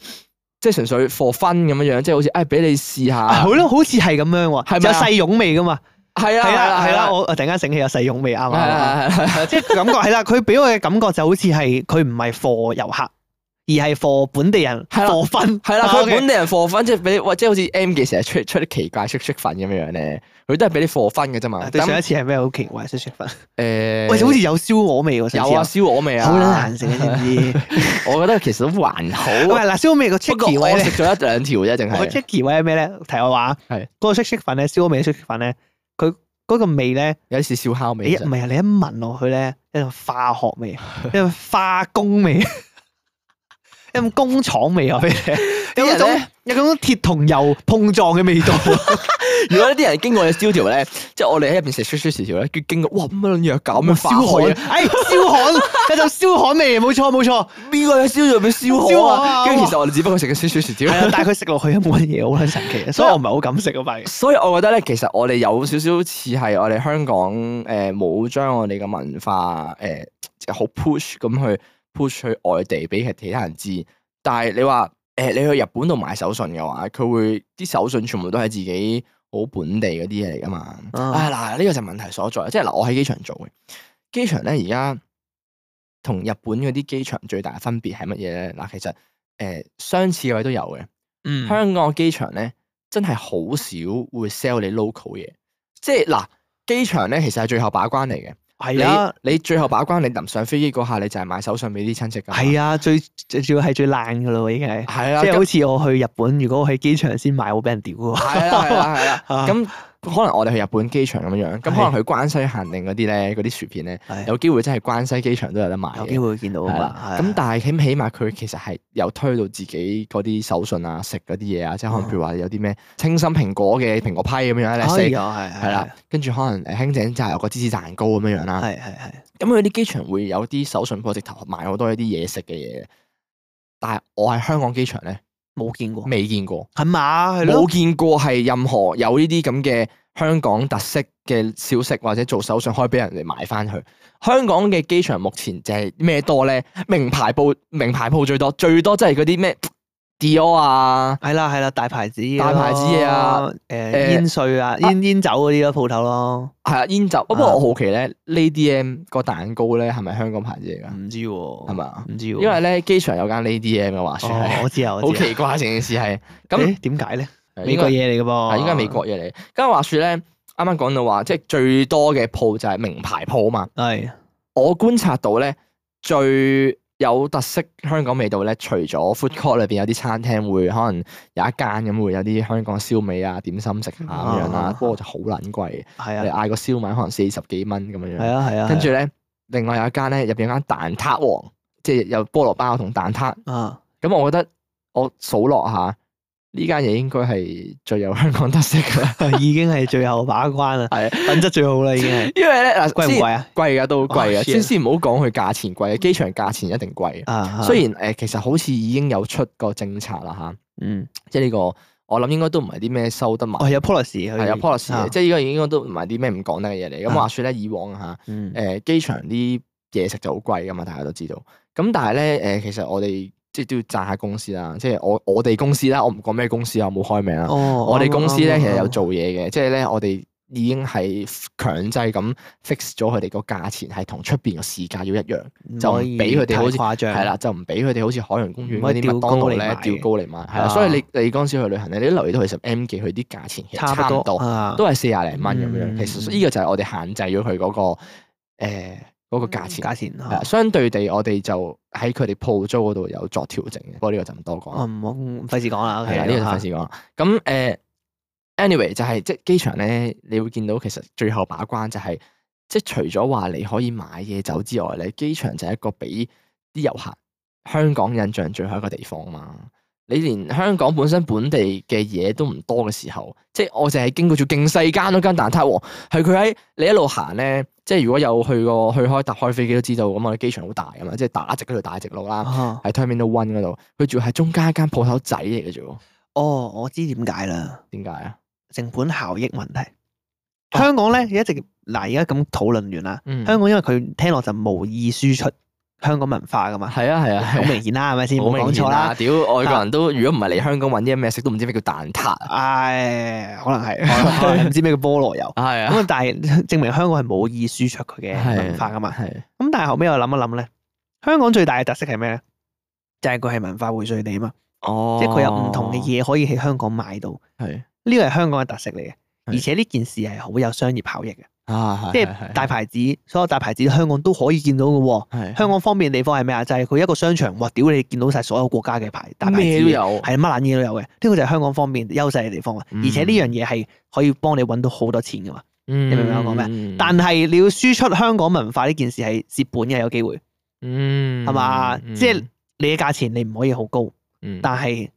Speaker 1: 即係純粹 for fun 咁樣樣，即係好似誒哎俾你試下，
Speaker 2: 啊好咯，好似係咁樣
Speaker 1: 係咪
Speaker 2: 喎，有
Speaker 1: 啊
Speaker 2: 細蓉味噶嘛，
Speaker 1: 係啊
Speaker 2: 係
Speaker 1: 係
Speaker 2: 啦
Speaker 1: 啦
Speaker 2: 係
Speaker 1: 係
Speaker 2: 啦，
Speaker 1: 啦，
Speaker 2: 我我突然間醒起有細蓉味啱唔啱
Speaker 1: 係
Speaker 2: 啊？
Speaker 1: 啊係啊係啊
Speaker 2: 即係感覺係啦，佢俾我嘅感覺就好似係佢唔係 for 遊客，而係 for 本地人
Speaker 1: 係啦
Speaker 2: for 分，
Speaker 1: 係啦，
Speaker 2: 啊
Speaker 1: 佢
Speaker 2: OK
Speaker 1: 本地人 for fun 即係俾你，喂，即係好似 M 記成日出出啲奇怪出出粉咁樣樣咧，佢都係俾你 for fun 嘅啫嘛。
Speaker 2: 啊對上一
Speaker 1: 咁
Speaker 2: 次係咩好奇怪雪雪粉？
Speaker 1: 誒，
Speaker 2: 喂，好似有燒鵝味喎，上次
Speaker 1: 有啊，燒鵝味啊，
Speaker 2: 好撚難食啊，知 唔知？
Speaker 1: 我覺得其實都還好，
Speaker 2: 喂，嗱，燒鵝味個
Speaker 1: 不過
Speaker 2: chicky 位
Speaker 1: 我
Speaker 2: 咧，
Speaker 1: 食咗一兩條啫，淨
Speaker 2: 我個
Speaker 1: 係
Speaker 2: chicky 位係咩咧？題外話，
Speaker 1: 係
Speaker 2: 嗰個雪雪粉咧，燒鵝味嘅雪雪粉咧，佢嗰個味咧，
Speaker 1: 有啲似燒烤
Speaker 2: 你一
Speaker 1: 味
Speaker 2: 唔。係啊，你一聞落去咧，一種化學味， 一種化工味， 一種工廠味啊！俾你聽 有
Speaker 1: 啲
Speaker 2: 嗰
Speaker 1: 人
Speaker 2: 種
Speaker 1: 呢
Speaker 2: 有嗰種鐵同油碰撞嘅 味道。
Speaker 1: 如果呢啲人經過你燒條咧，即係我哋喺入邊食雪雪薯條咧，佢經過哇乜撚嘢咁
Speaker 2: 哇
Speaker 1: 樣
Speaker 2: 燒
Speaker 1: 化開啊
Speaker 2: 焊，哎，燒焊，有陣燒焊味，冇錯 冇錯。
Speaker 1: 邊個喺燒咗入邊燒
Speaker 2: 燒鵝
Speaker 1: 鵝
Speaker 2: 啊
Speaker 1: 啊？跟住其實我哋只不過食緊雪雪薯條
Speaker 2: 係。啊，但係佢食落去冇乜嘢，好撚神 奇，啊所以我唔係好敢食嗰塊。
Speaker 1: 所以我覺得咧，其實我哋有少少似係我哋香港誒冇、將我哋嘅文化誒即係好 push 咁去 push 去外地俾其其他人知。但係你話誒、呃你去日本度買手信嘅話，佢會啲手信全部都係自己好本地嗰啲嘢嚟噶嘛。
Speaker 2: 啊
Speaker 1: 啊嗱，呢個就問題所在。即係嗱，我喺機場做嘅，機場咧而家同日本嗰啲機場最大嘅分別係乜嘢咧？嗱，其實誒、呃相似嘅位都有嘅。
Speaker 2: 嗯
Speaker 1: 香港嘅機場咧，真係好少會 sell 你 local 嘢。即係嗱，機場咧其實係最後把關嚟嘅。
Speaker 2: 係啊，
Speaker 1: 你你最後把關，你臨上飛機嗰下，你就係買手信俾啲親戚㗎。
Speaker 2: 係
Speaker 1: 啊，
Speaker 2: 啊，最最主要係最爛噶咯，已經係。
Speaker 1: 係啊啦，
Speaker 2: 即係
Speaker 1: 咁
Speaker 2: 好似我去日本，如果我喺機場先買，會俾人屌喎。
Speaker 1: 係啦，係啦，係啦。
Speaker 2: 啊
Speaker 1: 咁可能我哋去日本機場咁樣樣，咁可能佢關西限定嗰啲咧，嗰啲薯片咧，
Speaker 2: 係
Speaker 1: 有機會真係關西機場都有得買
Speaker 2: 有
Speaker 1: 嘅
Speaker 2: 機。會見到
Speaker 1: 係
Speaker 2: 啊嘛。
Speaker 1: 啦，
Speaker 2: 係
Speaker 1: 咁
Speaker 2: 啊
Speaker 1: 但係起起碼佢其實係有推到自己嗰啲手信啊、食嗰啲嘢啊，即係可能譬如話有啲咩清新蘋果嘅蘋果批咁樣咧，你
Speaker 2: 哎
Speaker 1: 食
Speaker 2: 呀，係
Speaker 1: 係啦，，跟住可能誒輕井澤有個芝士蛋糕咁樣樣啦。
Speaker 2: 係係係
Speaker 1: 咁佢啲機場會有啲手信鋪直頭賣好多一啲嘢食嘅嘢，但係我喺香港機場咧
Speaker 2: 冇見過，
Speaker 1: 未見過，
Speaker 2: 係嘛？係咯
Speaker 1: 冇，見過係任何有呢啲咁嘅香港特色嘅小食或者做手信可以俾人哋買翻去。香港嘅機場目前就係咩多咧？名牌鋪名牌鋪最多，最多即係嗰啲咩 Dior 啊。
Speaker 2: 係啦係啦，大牌子嘢
Speaker 1: 大牌子嘢啊
Speaker 2: 咯，
Speaker 1: 誒
Speaker 2: 誒煙碎啊，煙煙酒嗰啲咯，鋪頭咯，
Speaker 1: 係啊，煙酒。不過我好奇咧，Lady M 個蛋糕咧係咪香港牌子嚟㗎？
Speaker 2: 唔知喎，
Speaker 1: 係咪啊？
Speaker 2: 唔知喎，
Speaker 1: 因為咧機場有間 Lady M 嘅話説
Speaker 2: 哦，
Speaker 1: 係
Speaker 2: 我知 啊，
Speaker 1: 好
Speaker 2: 我知啊。
Speaker 1: 奇怪成件事係咁，
Speaker 2: 咁點解咧？美
Speaker 1: 應
Speaker 2: 國
Speaker 1: 該
Speaker 2: 嘢哦
Speaker 1: 係
Speaker 2: 嚟嘅噃，
Speaker 1: 應該係美國嘢嚟。咁話説咧，啱啱講到話即係最多嘅鋪就係名牌鋪嘛。
Speaker 2: 係
Speaker 1: 我觀察到咧最有特色香港味道咧，除咗 food court 裏邊有啲餐廳會可能有一間咁會有啲香港燒味啊、點心食下咁樣
Speaker 2: 啊
Speaker 1: 啦，不過就好撚貴，
Speaker 2: 係
Speaker 1: 你
Speaker 2: 啊
Speaker 1: 嗌個燒賣可能四十幾蚊咁樣
Speaker 2: 係
Speaker 1: 樣。
Speaker 2: 啊係啊，
Speaker 1: 跟住咧，另外有一間咧入邊有間蛋撻王，即係有菠蘿包同蛋撻。
Speaker 2: 啊
Speaker 1: 咁我覺得我數落下呢間嘢應該係最有 香港特色噶啦，
Speaker 2: 啊 已經係最後把關啦，
Speaker 1: 係啊
Speaker 2: 品質最好啦已經係，
Speaker 1: 因為咧嗱，
Speaker 2: 貴唔
Speaker 1: 先
Speaker 2: 貴啊？
Speaker 1: 貴噶都貴
Speaker 2: 哇
Speaker 1: 噶，
Speaker 2: shit
Speaker 1: 先先唔好講佢價錢貴，啊機場價錢一定貴。
Speaker 2: 啊，
Speaker 1: 雖然誒、呃其實好似已經有出個政策啦吓，
Speaker 2: 嗯，
Speaker 1: 即係呢個我諗應該都唔係啲咩收得埋，
Speaker 2: 哦有 policy 佢
Speaker 1: 係有 policy
Speaker 2: 啊
Speaker 1: 嘅，即係呢個應該都唔係啲咩唔講得嘅嘢嚟。咁
Speaker 2: 啊
Speaker 1: 話說咧，以往吓。
Speaker 2: 嗯
Speaker 1: 誒機場啲嘢食就好貴噶嘛，大家都知道。咁但係咧誒，其實我哋即係都要讚下公司啦，即係我我哋公司啦，我唔講咩公司啊，我冇開名啦。
Speaker 2: 哦，
Speaker 1: 我哋公司
Speaker 2: 啱啊
Speaker 1: 咧
Speaker 2: 啱
Speaker 1: 其實
Speaker 2: 啊
Speaker 1: 有做嘢嘅，即係咧我哋已經係強制咁 fix 咗佢哋個價錢係同出邊個市價要一樣，就唔
Speaker 2: 可以
Speaker 1: 俾佢哋
Speaker 2: 太
Speaker 1: 好似
Speaker 2: 誇張，
Speaker 1: 係啦，就唔俾佢哋好似海洋公園
Speaker 2: 唔可
Speaker 1: 嗰
Speaker 2: 以
Speaker 1: 啲麥當勞
Speaker 2: 調高嚟
Speaker 1: 咧
Speaker 2: 賣
Speaker 1: 調高嚟賣。係
Speaker 2: 啊
Speaker 1: 啦，所以你你嗰陣時去旅行咧，你都留意到其實 M 記佢啲價錢其實差唔多。
Speaker 2: 啊，
Speaker 1: 都係四廿零蚊咁樣。
Speaker 2: 嗯
Speaker 1: 其實呢個就係我哋限制咗佢嗰個誒嗰、個價錢。
Speaker 2: 嗯價錢
Speaker 1: 係啊相對地，我哋就喺佢哋鋪租嗰度有作調整嘅。不過呢個就唔多講
Speaker 2: 我
Speaker 1: 啦。
Speaker 2: 唔好唔費事講啦，
Speaker 1: 係啦，呢個就費
Speaker 2: 費
Speaker 1: 事講啦。咁誒、呃 anyway 就係、即係機場咧，你會見到其實最後把關就係、即係除咗話你可以買嘢走之外咧，機場就係一個俾啲遊客香港印象最後一個地方嘛。你連香港本身本地嘅嘢都唔多嘅時候，即係我淨係經過住勁細間嗰間蛋撻喎，係佢喺你一路行咧，即係如果有去過去開搭開飛機都知道，咁啊我哋機場好大噶嘛，即係打直嗰條大直路啦，
Speaker 2: 啊
Speaker 1: 喺 Terminal One 嗰度，佢仲要係中間一間鋪頭仔嚟嘅啫喎，
Speaker 2: 哦，我知點解啦，
Speaker 1: 點解啊？
Speaker 2: 成本效益問題。香港咧一直嗱，而家咁討論完啦。
Speaker 1: 嗯
Speaker 2: 香港因為佢聽落就無意輸出香港文化噶嘛，
Speaker 1: 係啊係啊，
Speaker 2: 好明顯啦，係咪先？
Speaker 1: 好
Speaker 2: 冇
Speaker 1: 明
Speaker 2: 講
Speaker 1: 顯
Speaker 2: 錯
Speaker 1: 啦！
Speaker 2: 啦。
Speaker 1: 屌外國人都如果唔係嚟香港揾啲咩食，都唔知咩叫蛋撻啊！
Speaker 2: 唉，可能係可能係唔知咩叫菠蘿油。
Speaker 1: 係
Speaker 2: 咁啊，但係證明香港係冇意輸出佢嘅文化噶嘛。
Speaker 1: 啊係
Speaker 2: 咁但係後尾我諗一諗咧，香港最大嘅特色係咩咧？就係佢係文化匯聚地啊嘛，
Speaker 1: 哦
Speaker 2: 即係佢有唔同嘅，嘢可以喺香港買到，
Speaker 1: 係
Speaker 2: 呢個係香港嘅特色嚟嘅。而且呢件事係好有商業效益嘅，
Speaker 1: 啊，
Speaker 2: 即係大牌子，所有大牌子香港都可以見到嘅喎。
Speaker 1: 係
Speaker 2: 香港方便嘅地方係咩啊？就係佢一個商場，哇！屌你見到晒所有國家嘅牌大牌子
Speaker 1: 咩
Speaker 2: 嘅，
Speaker 1: 都有，
Speaker 2: 係乜撚嘢都有嘅。呢個就係香港方面優勢嘅地方啊！
Speaker 1: 嗯
Speaker 2: 而且呢樣嘢係可以幫你揾到好多錢噶嘛。
Speaker 1: 你
Speaker 2: 明唔明我講咩
Speaker 1: 嗯
Speaker 2: 但係你要輸出香港文化呢件事係蝕本嘅，有機會
Speaker 1: 嗯嗯
Speaker 2: 係嘛？即係你嘅價錢你唔可以好高，
Speaker 1: 係
Speaker 2: 但係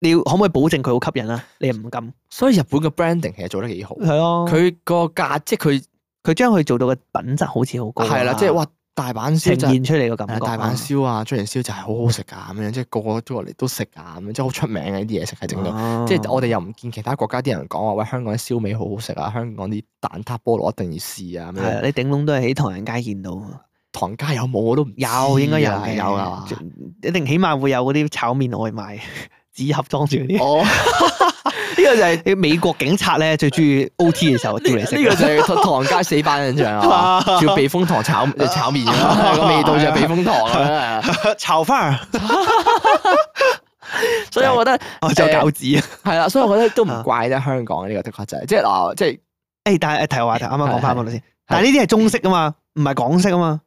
Speaker 2: 你要可唔可以保證佢好吸引啊？你唔敢
Speaker 1: 所以日本嘅 branding 其實做得幾好，
Speaker 2: 係咯。佢
Speaker 1: 佢個價即係佢
Speaker 2: 佢將佢做到嘅品質好似好高啊，
Speaker 1: 係啦，即係哇大阪燒
Speaker 2: 呈
Speaker 1: 就係
Speaker 2: 現出嚟嘅感
Speaker 1: 係啊
Speaker 2: 覺啊。
Speaker 1: 大阪燒啊、出完燒就係好好食㗎咁樣，即係個個都落嚟都食啊咁樣，即係好出名嘅呢啲嘢食係整到。
Speaker 2: 到
Speaker 1: 即係我哋又唔見其他國家啲人講話，喂香港啲燒味好好食啊，香港啲蛋撻菠蘿一定要試啊咁
Speaker 2: 係啦
Speaker 1: 樣。
Speaker 2: 你頂籠都係喺唐人街見到，啊
Speaker 1: 唐街有冇我都唔知啊
Speaker 2: 有應該有嘅，
Speaker 1: 有啊。
Speaker 2: 一定起碼會有嗰啲炒麵外賣 紙盒裝住嗰啲。
Speaker 1: 哦，呢個就係
Speaker 2: 啲美國警察咧最中意 OT 嘅時候
Speaker 1: 呢
Speaker 2: 叫你食
Speaker 1: 呢個就係唐唐街死板印象 啊，仲要避風塘炒炒麵啊，個味道就係避風塘 啊。
Speaker 2: 個炒飯，
Speaker 1: 所以我覺得
Speaker 2: 我就餃子啊。
Speaker 1: 係啦，所以我覺得都唔怪得香港呢個的確就係，即係嗱，即係
Speaker 2: 誒，但係誒題外話題，啱啱講翻嗰度先。但
Speaker 1: 係
Speaker 2: 係呢啲係中式啊嘛，唔係港式啊嘛。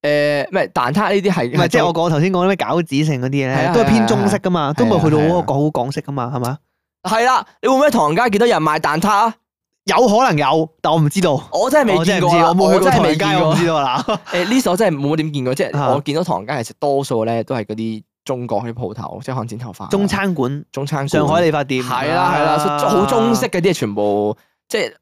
Speaker 1: 誒，唔係蛋撻呢啲係
Speaker 2: 唔係即係我講頭先講啲咩餃子性嗰
Speaker 1: 係
Speaker 2: 啲咧
Speaker 1: 啊，
Speaker 2: 都
Speaker 1: 係
Speaker 2: 係
Speaker 1: 啊
Speaker 2: 偏中式噶嘛，都冇去到
Speaker 1: 係啊係
Speaker 2: 嗰
Speaker 1: 啊
Speaker 2: 個好港式噶嘛，係嘛？
Speaker 1: 係啦，你會唔會喺唐街見到有人賣蛋撻啊？
Speaker 2: 有可能有，但我唔知道。
Speaker 1: 我真係
Speaker 2: 我
Speaker 1: 未
Speaker 2: 真
Speaker 1: 見過
Speaker 2: 係唔知，
Speaker 1: 啊，
Speaker 2: 我冇去過
Speaker 1: 真係
Speaker 2: 唐
Speaker 1: 未
Speaker 2: 人街，
Speaker 1: 見
Speaker 2: 我
Speaker 1: 過
Speaker 2: 唔。知道啦。
Speaker 1: 誒呢首真係冇點見過，即係
Speaker 2: 啊
Speaker 1: 我見到唐街其實多數咧都係嗰啲中國嗰啲鋪頭，即係看剪頭髮啊、
Speaker 2: 中餐館、
Speaker 1: 中餐館、
Speaker 2: 上海理髮店，啊
Speaker 1: 係啦係啦，所以好中式嗰啲全部即係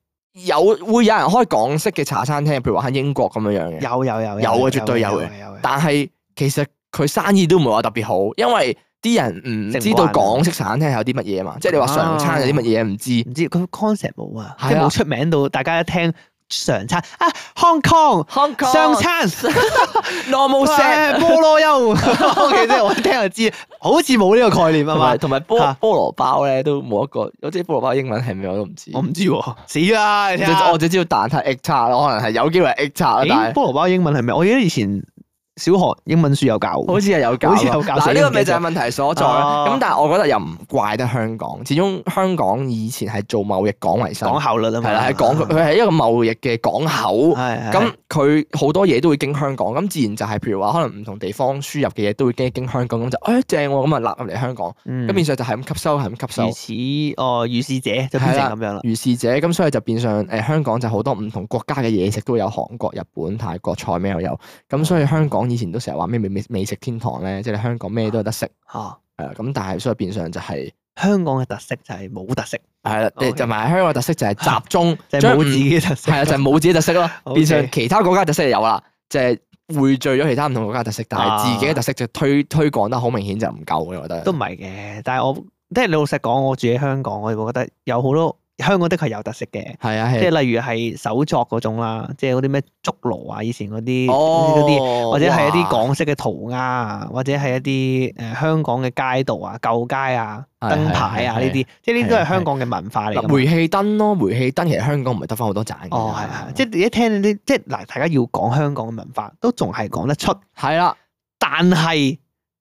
Speaker 1: 有會有人開港式嘅茶餐廳，譬如話喺英國咁樣樣嘅，
Speaker 2: 有有有
Speaker 1: 有啊絕對有嘅
Speaker 2: 嘅
Speaker 1: 但係其實佢生意都唔係話特別好，因為啲人唔知道
Speaker 2: 食唔慣啊
Speaker 1: 港式茶餐廳有啲乜嘢嘛，即係你話常餐有啲乜嘢唔知。
Speaker 2: 唔知佢 concept 冇啊，
Speaker 1: 係啊
Speaker 2: 即係冇出名到大家一聽常餐啊，Hong Kong
Speaker 1: Hong Kong
Speaker 2: 上 餐
Speaker 1: normal
Speaker 2: 誒
Speaker 1: set
Speaker 2: 菠蘿油 ，OK，即係我一聽就知，好似冇呢個概念啊
Speaker 1: 同
Speaker 2: 嘛
Speaker 1: 埋。同埋菠
Speaker 2: 嚇
Speaker 1: 菠蘿包咧都冇一個，我知菠蘿包英文係咩我都唔知。
Speaker 2: 我唔知喎，死啦！你聽下
Speaker 1: 我只知道蛋撻 egg 叉咯，可能係有機會係 egg 叉啦，
Speaker 2: 啊咦
Speaker 1: 但
Speaker 2: 菠
Speaker 1: 係
Speaker 2: 蘿包英文係咩？我記得以前小學英文書有教喎。
Speaker 1: 好似係有搞啊
Speaker 2: 好似有搞
Speaker 1: 嗱，
Speaker 2: 死
Speaker 1: 呢個
Speaker 2: 唔
Speaker 1: 咪
Speaker 2: 記得
Speaker 1: 就係問題所在啦。
Speaker 2: 哦
Speaker 1: 咁但係我覺得又唔怪得香港，始終香港以前係做貿易港為生，
Speaker 2: 講效率啊嘛，
Speaker 1: 係啦，係港佢係一個貿易嘅港口。
Speaker 2: 係
Speaker 1: 哦咁佢好多嘢都會經香港，咁自然就係譬如話，可能唔同地方輸入嘅嘢都會經經香港，咁就誒正喎，咁啊納入嚟香港，咁變
Speaker 2: 咁
Speaker 1: 相就係咁吸收，係咁吸收
Speaker 2: 嗯如。此哦，如是者就變
Speaker 1: 係啦
Speaker 2: 成咁樣啦。
Speaker 1: 如是者，咁所以就變相誒、香港就好多唔同國家嘅嘢食都有，韓國、日本、泰國菜咩又有，咁
Speaker 2: 嗯
Speaker 1: 所以香港以前都成日話咩美美美食天堂咧，即係你香港咩都有得食，
Speaker 2: 嚇，
Speaker 1: 係啦，咁但係所以變相就係
Speaker 2: 哦香港嘅特色就係冇特色，
Speaker 1: 係啦，你
Speaker 2: OK
Speaker 1: 就埋香港特色就係集中
Speaker 2: 啊就係
Speaker 1: 將
Speaker 2: 冇
Speaker 1: 唔
Speaker 2: 自己嘅特色。
Speaker 1: 係啊，就係冇自己特色 咯，
Speaker 2: OK
Speaker 1: 變相其他國家特色就有啦，就係匯聚咗其他唔同國家特色，但係自己嘅特色就推推廣得好明顯就唔夠嘅，我覺得
Speaker 2: 啊都唔係嘅，但係我即係你老實講，我住喺香港，我會覺得有好多香港的確有特色嘅，
Speaker 1: 係啊，
Speaker 2: 即
Speaker 1: 係
Speaker 2: 係例如係手作嗰種啦，即係嗰啲咩竹爐啊，以前嗰啲嗰啲。
Speaker 1: 哦，
Speaker 2: 或者係一啲
Speaker 1: 哇
Speaker 2: 港式嘅塗鴉啊，或者係一啲誒、呃香港嘅街道啊、舊街啊、
Speaker 1: 係
Speaker 2: 燈牌啊
Speaker 1: 係
Speaker 2: 呢啲，即係呢啲都係啊香港嘅文化嚟㗎
Speaker 1: 嗱
Speaker 2: 嘛。
Speaker 1: 煤氣燈咯，煤氣燈其實香港唔係得翻好多盞㗎
Speaker 2: 哦，係係，即係你一聽呢啲，即係嗱，大家要講香港嘅文化，都仲係講得出，
Speaker 1: 係啦。
Speaker 2: 但係係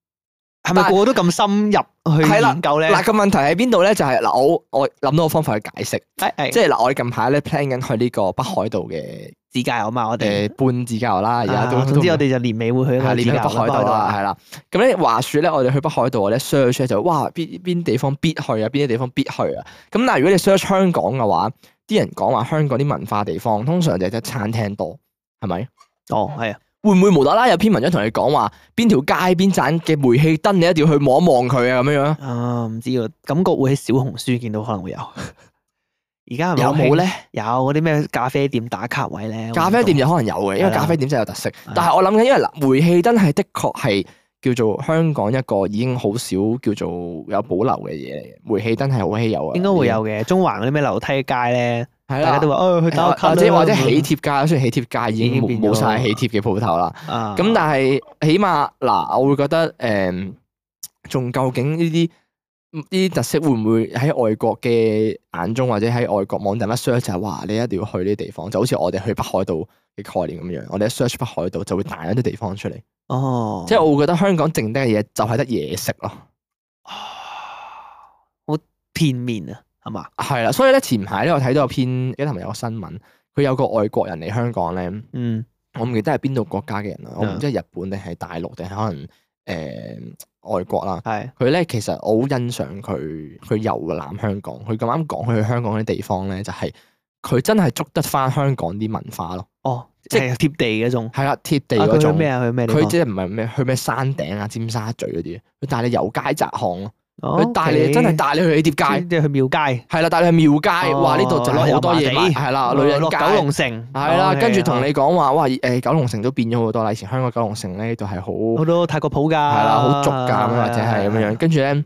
Speaker 1: 但
Speaker 2: 咪
Speaker 1: 係
Speaker 2: 個個都咁深入去
Speaker 1: 係啦
Speaker 2: 研究咧？
Speaker 1: 嗱個問題喺邊度咧？就係、嗱，我我諗到個方法去解釋，
Speaker 2: 誒誒，
Speaker 1: 即
Speaker 2: 即係
Speaker 1: 係嗱，我哋近排咧 plan 緊去呢個北海道嘅
Speaker 2: 自駕遊啊嘛，我哋
Speaker 1: 誒半自駕遊啦，而家都
Speaker 2: 啊
Speaker 1: 都
Speaker 2: 總之我哋就年尾會去一
Speaker 1: 係
Speaker 2: 個自啊
Speaker 1: 連
Speaker 2: 駕
Speaker 1: 去
Speaker 2: 遊
Speaker 1: 北海
Speaker 2: 啦
Speaker 1: 道啦，啊係啦。咁咧話説咧，我哋去北海道我咧 search 咧就哇邊邊地方必去啊，邊啲地方必去啊。咁但係如果你 search 香港嘅話，啲人講話香港啲文化地方通常就係得餐廳多，係咪？
Speaker 2: 哦，係啊，
Speaker 1: 會唔會無啦啦有篇文章同你講話邊條街邊盞嘅煤氣燈，你一定要去望一望佢啊咁樣樣？
Speaker 2: 啊，唔知喎，感覺會喺小紅書見到可能會有。 而家係咪
Speaker 1: 有
Speaker 2: 好
Speaker 1: 冇
Speaker 2: 興
Speaker 1: 咧？
Speaker 2: 有嗰啲咩咖啡店打卡位咧？
Speaker 1: 咖啡店就可能有嘅，因為
Speaker 2: 係啦
Speaker 1: 咖啡店真係有特色
Speaker 2: 啦。
Speaker 1: 但係我諗緊，因為嗱煤氣燈係的確係叫做香港一個已經好少叫做有保留嘅嘢嚟嘅。煤氣燈係好稀有啊，
Speaker 2: 應該會有嘅。中環嗰啲咩樓梯街咧，
Speaker 1: 係啦，
Speaker 2: 大家都話哦去打卡
Speaker 1: 或者
Speaker 2: 啦
Speaker 1: 或者
Speaker 2: 咁樣
Speaker 1: 喜帖街，雖然喜帖街已經
Speaker 2: 已經
Speaker 1: 冇
Speaker 2: 變咗
Speaker 1: 冇晒喜帖嘅鋪頭啦。
Speaker 2: 啊
Speaker 1: 咁但係起碼嗱，我會覺得誒，仲、究竟呢啲呢啲特色會唔會喺外國嘅眼中，或者喺外國網站一 search 就係話你一定要去呢啲地方，就好似我哋去北海道嘅概念咁樣，我哋一 search 北海道就會彈一啲地方出嚟。
Speaker 2: 哦，
Speaker 1: 即係我會覺得香港剩低嘅嘢就係得嘢食咯。
Speaker 2: 好片面啊，係嘛？
Speaker 1: 係啦，所以咧前排咧我睇到有篇，一係咪有個新聞，佢有個外國人嚟香港咧。
Speaker 2: 嗯，
Speaker 1: 我唔記得係邊度國家嘅人啦，我唔
Speaker 2: 嗯
Speaker 1: 知係日本定係大陸定係可能誒、呃外國啦。
Speaker 2: 係
Speaker 1: 佢咧其實我好欣賞佢，佢遊覽香港，佢咁啱講佢去香港嗰啲地方咧，就係、佢真係捉得翻香港啲文化咯，
Speaker 2: 哦，
Speaker 1: 即
Speaker 2: 即
Speaker 1: 係
Speaker 2: 係貼地嗰種。
Speaker 1: 係啦，貼地
Speaker 2: 啊
Speaker 1: 嗰
Speaker 2: 佢去
Speaker 1: 種。
Speaker 2: 咩啊？去咩地方？
Speaker 1: 佢即係唔係咩去咩山頂啊、尖沙咀嗰啲，佢帶你遊街窄巷咯，
Speaker 2: 哦
Speaker 1: 佢帶你真係帶你去喜帖街，
Speaker 2: 即係去廟街。
Speaker 1: 係啦，帶你去廟街，
Speaker 2: 哦啊
Speaker 1: 哇！呢度就有好多嘢買，
Speaker 2: 落油麻地哦
Speaker 1: 係啦，啊女人
Speaker 2: 落
Speaker 1: 街
Speaker 2: 九龍城
Speaker 1: 係啦，
Speaker 2: ，OK，
Speaker 1: 跟住同
Speaker 2: 啊
Speaker 1: 你講話，哇！誒，九龍城都變咗好多啦。以前香港九龍城咧，就係好
Speaker 2: 好
Speaker 1: 係
Speaker 2: 多泰國鋪㗎，係
Speaker 1: 啦，好足㗎
Speaker 2: 啊
Speaker 1: 咁，或者係咁樣。跟住咧，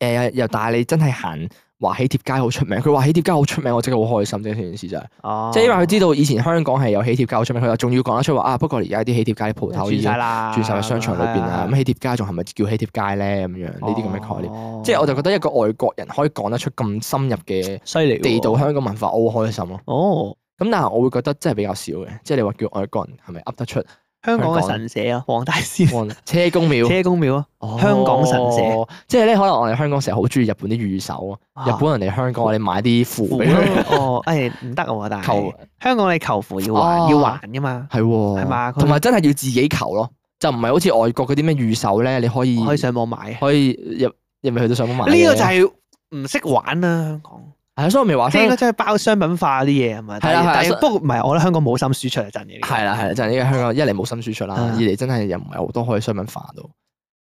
Speaker 1: 誒又帶你真係行話喜帖街好出名。佢話喜帖街好出名，我真係好開心啫！呢件事就係，
Speaker 2: 哦，
Speaker 1: 即係因為佢知道以前香港係有喜帖街好出名，佢又仲要講得出話啊。不過而家啲喜帖街啲鋪頭已
Speaker 2: 轉
Speaker 1: 經
Speaker 2: 晒啦，啊
Speaker 1: 轉晒去商場裏邊啊啦。咁喜帖街仲係咪叫喜帖街咧？咁樣呢啲
Speaker 2: 哦
Speaker 1: 咁嘅概念，
Speaker 2: 念
Speaker 1: 即係我就覺得一個外國人可以講得出咁深入嘅
Speaker 2: 犀利喎
Speaker 1: 地道香港文化，我好開心咯。
Speaker 2: 哦，
Speaker 1: 咁但係我會覺得真係比較少嘅，即係你話叫外國人係咪噏得出？
Speaker 2: 香港嘅
Speaker 1: 香港
Speaker 2: 神社啊，黃大仙。
Speaker 1: 哇車公廟，
Speaker 2: 車公廟啊，
Speaker 1: 哦
Speaker 2: 香港神社，
Speaker 1: 即係咧可能我哋香港成日好中意日本啲御守啊，日本人嚟香港我哋買啲符俾佢
Speaker 2: 啊哦，誒唔得喎，但
Speaker 1: 求
Speaker 2: 係，香港你求符要
Speaker 1: 哦
Speaker 2: 還要還噶嘛，
Speaker 1: 係喎，
Speaker 2: 係嘛佢
Speaker 1: 同埋真係要自己求咯，就唔係好似外國嗰啲咩御守咧，你可以
Speaker 2: 可以上網買。啊
Speaker 1: 可以入入咪去到上網買嘅。
Speaker 2: 呢個就係唔識玩啦，香港，
Speaker 1: 係，所以我咪話
Speaker 2: 即
Speaker 1: 啊
Speaker 2: 係
Speaker 1: 香
Speaker 2: 應該真係包商品化啲嘢係咪？
Speaker 1: 係啦
Speaker 2: 但
Speaker 1: 係啦
Speaker 2: 但
Speaker 1: 所以
Speaker 2: 不過唔係，我覺得香港冇心輸出係真嘅。呢個
Speaker 1: 係啦係啦，就係呢個香港一嚟冇心輸出啦，
Speaker 2: 嗯
Speaker 1: 二嚟真係又唔係好多可以商品化到，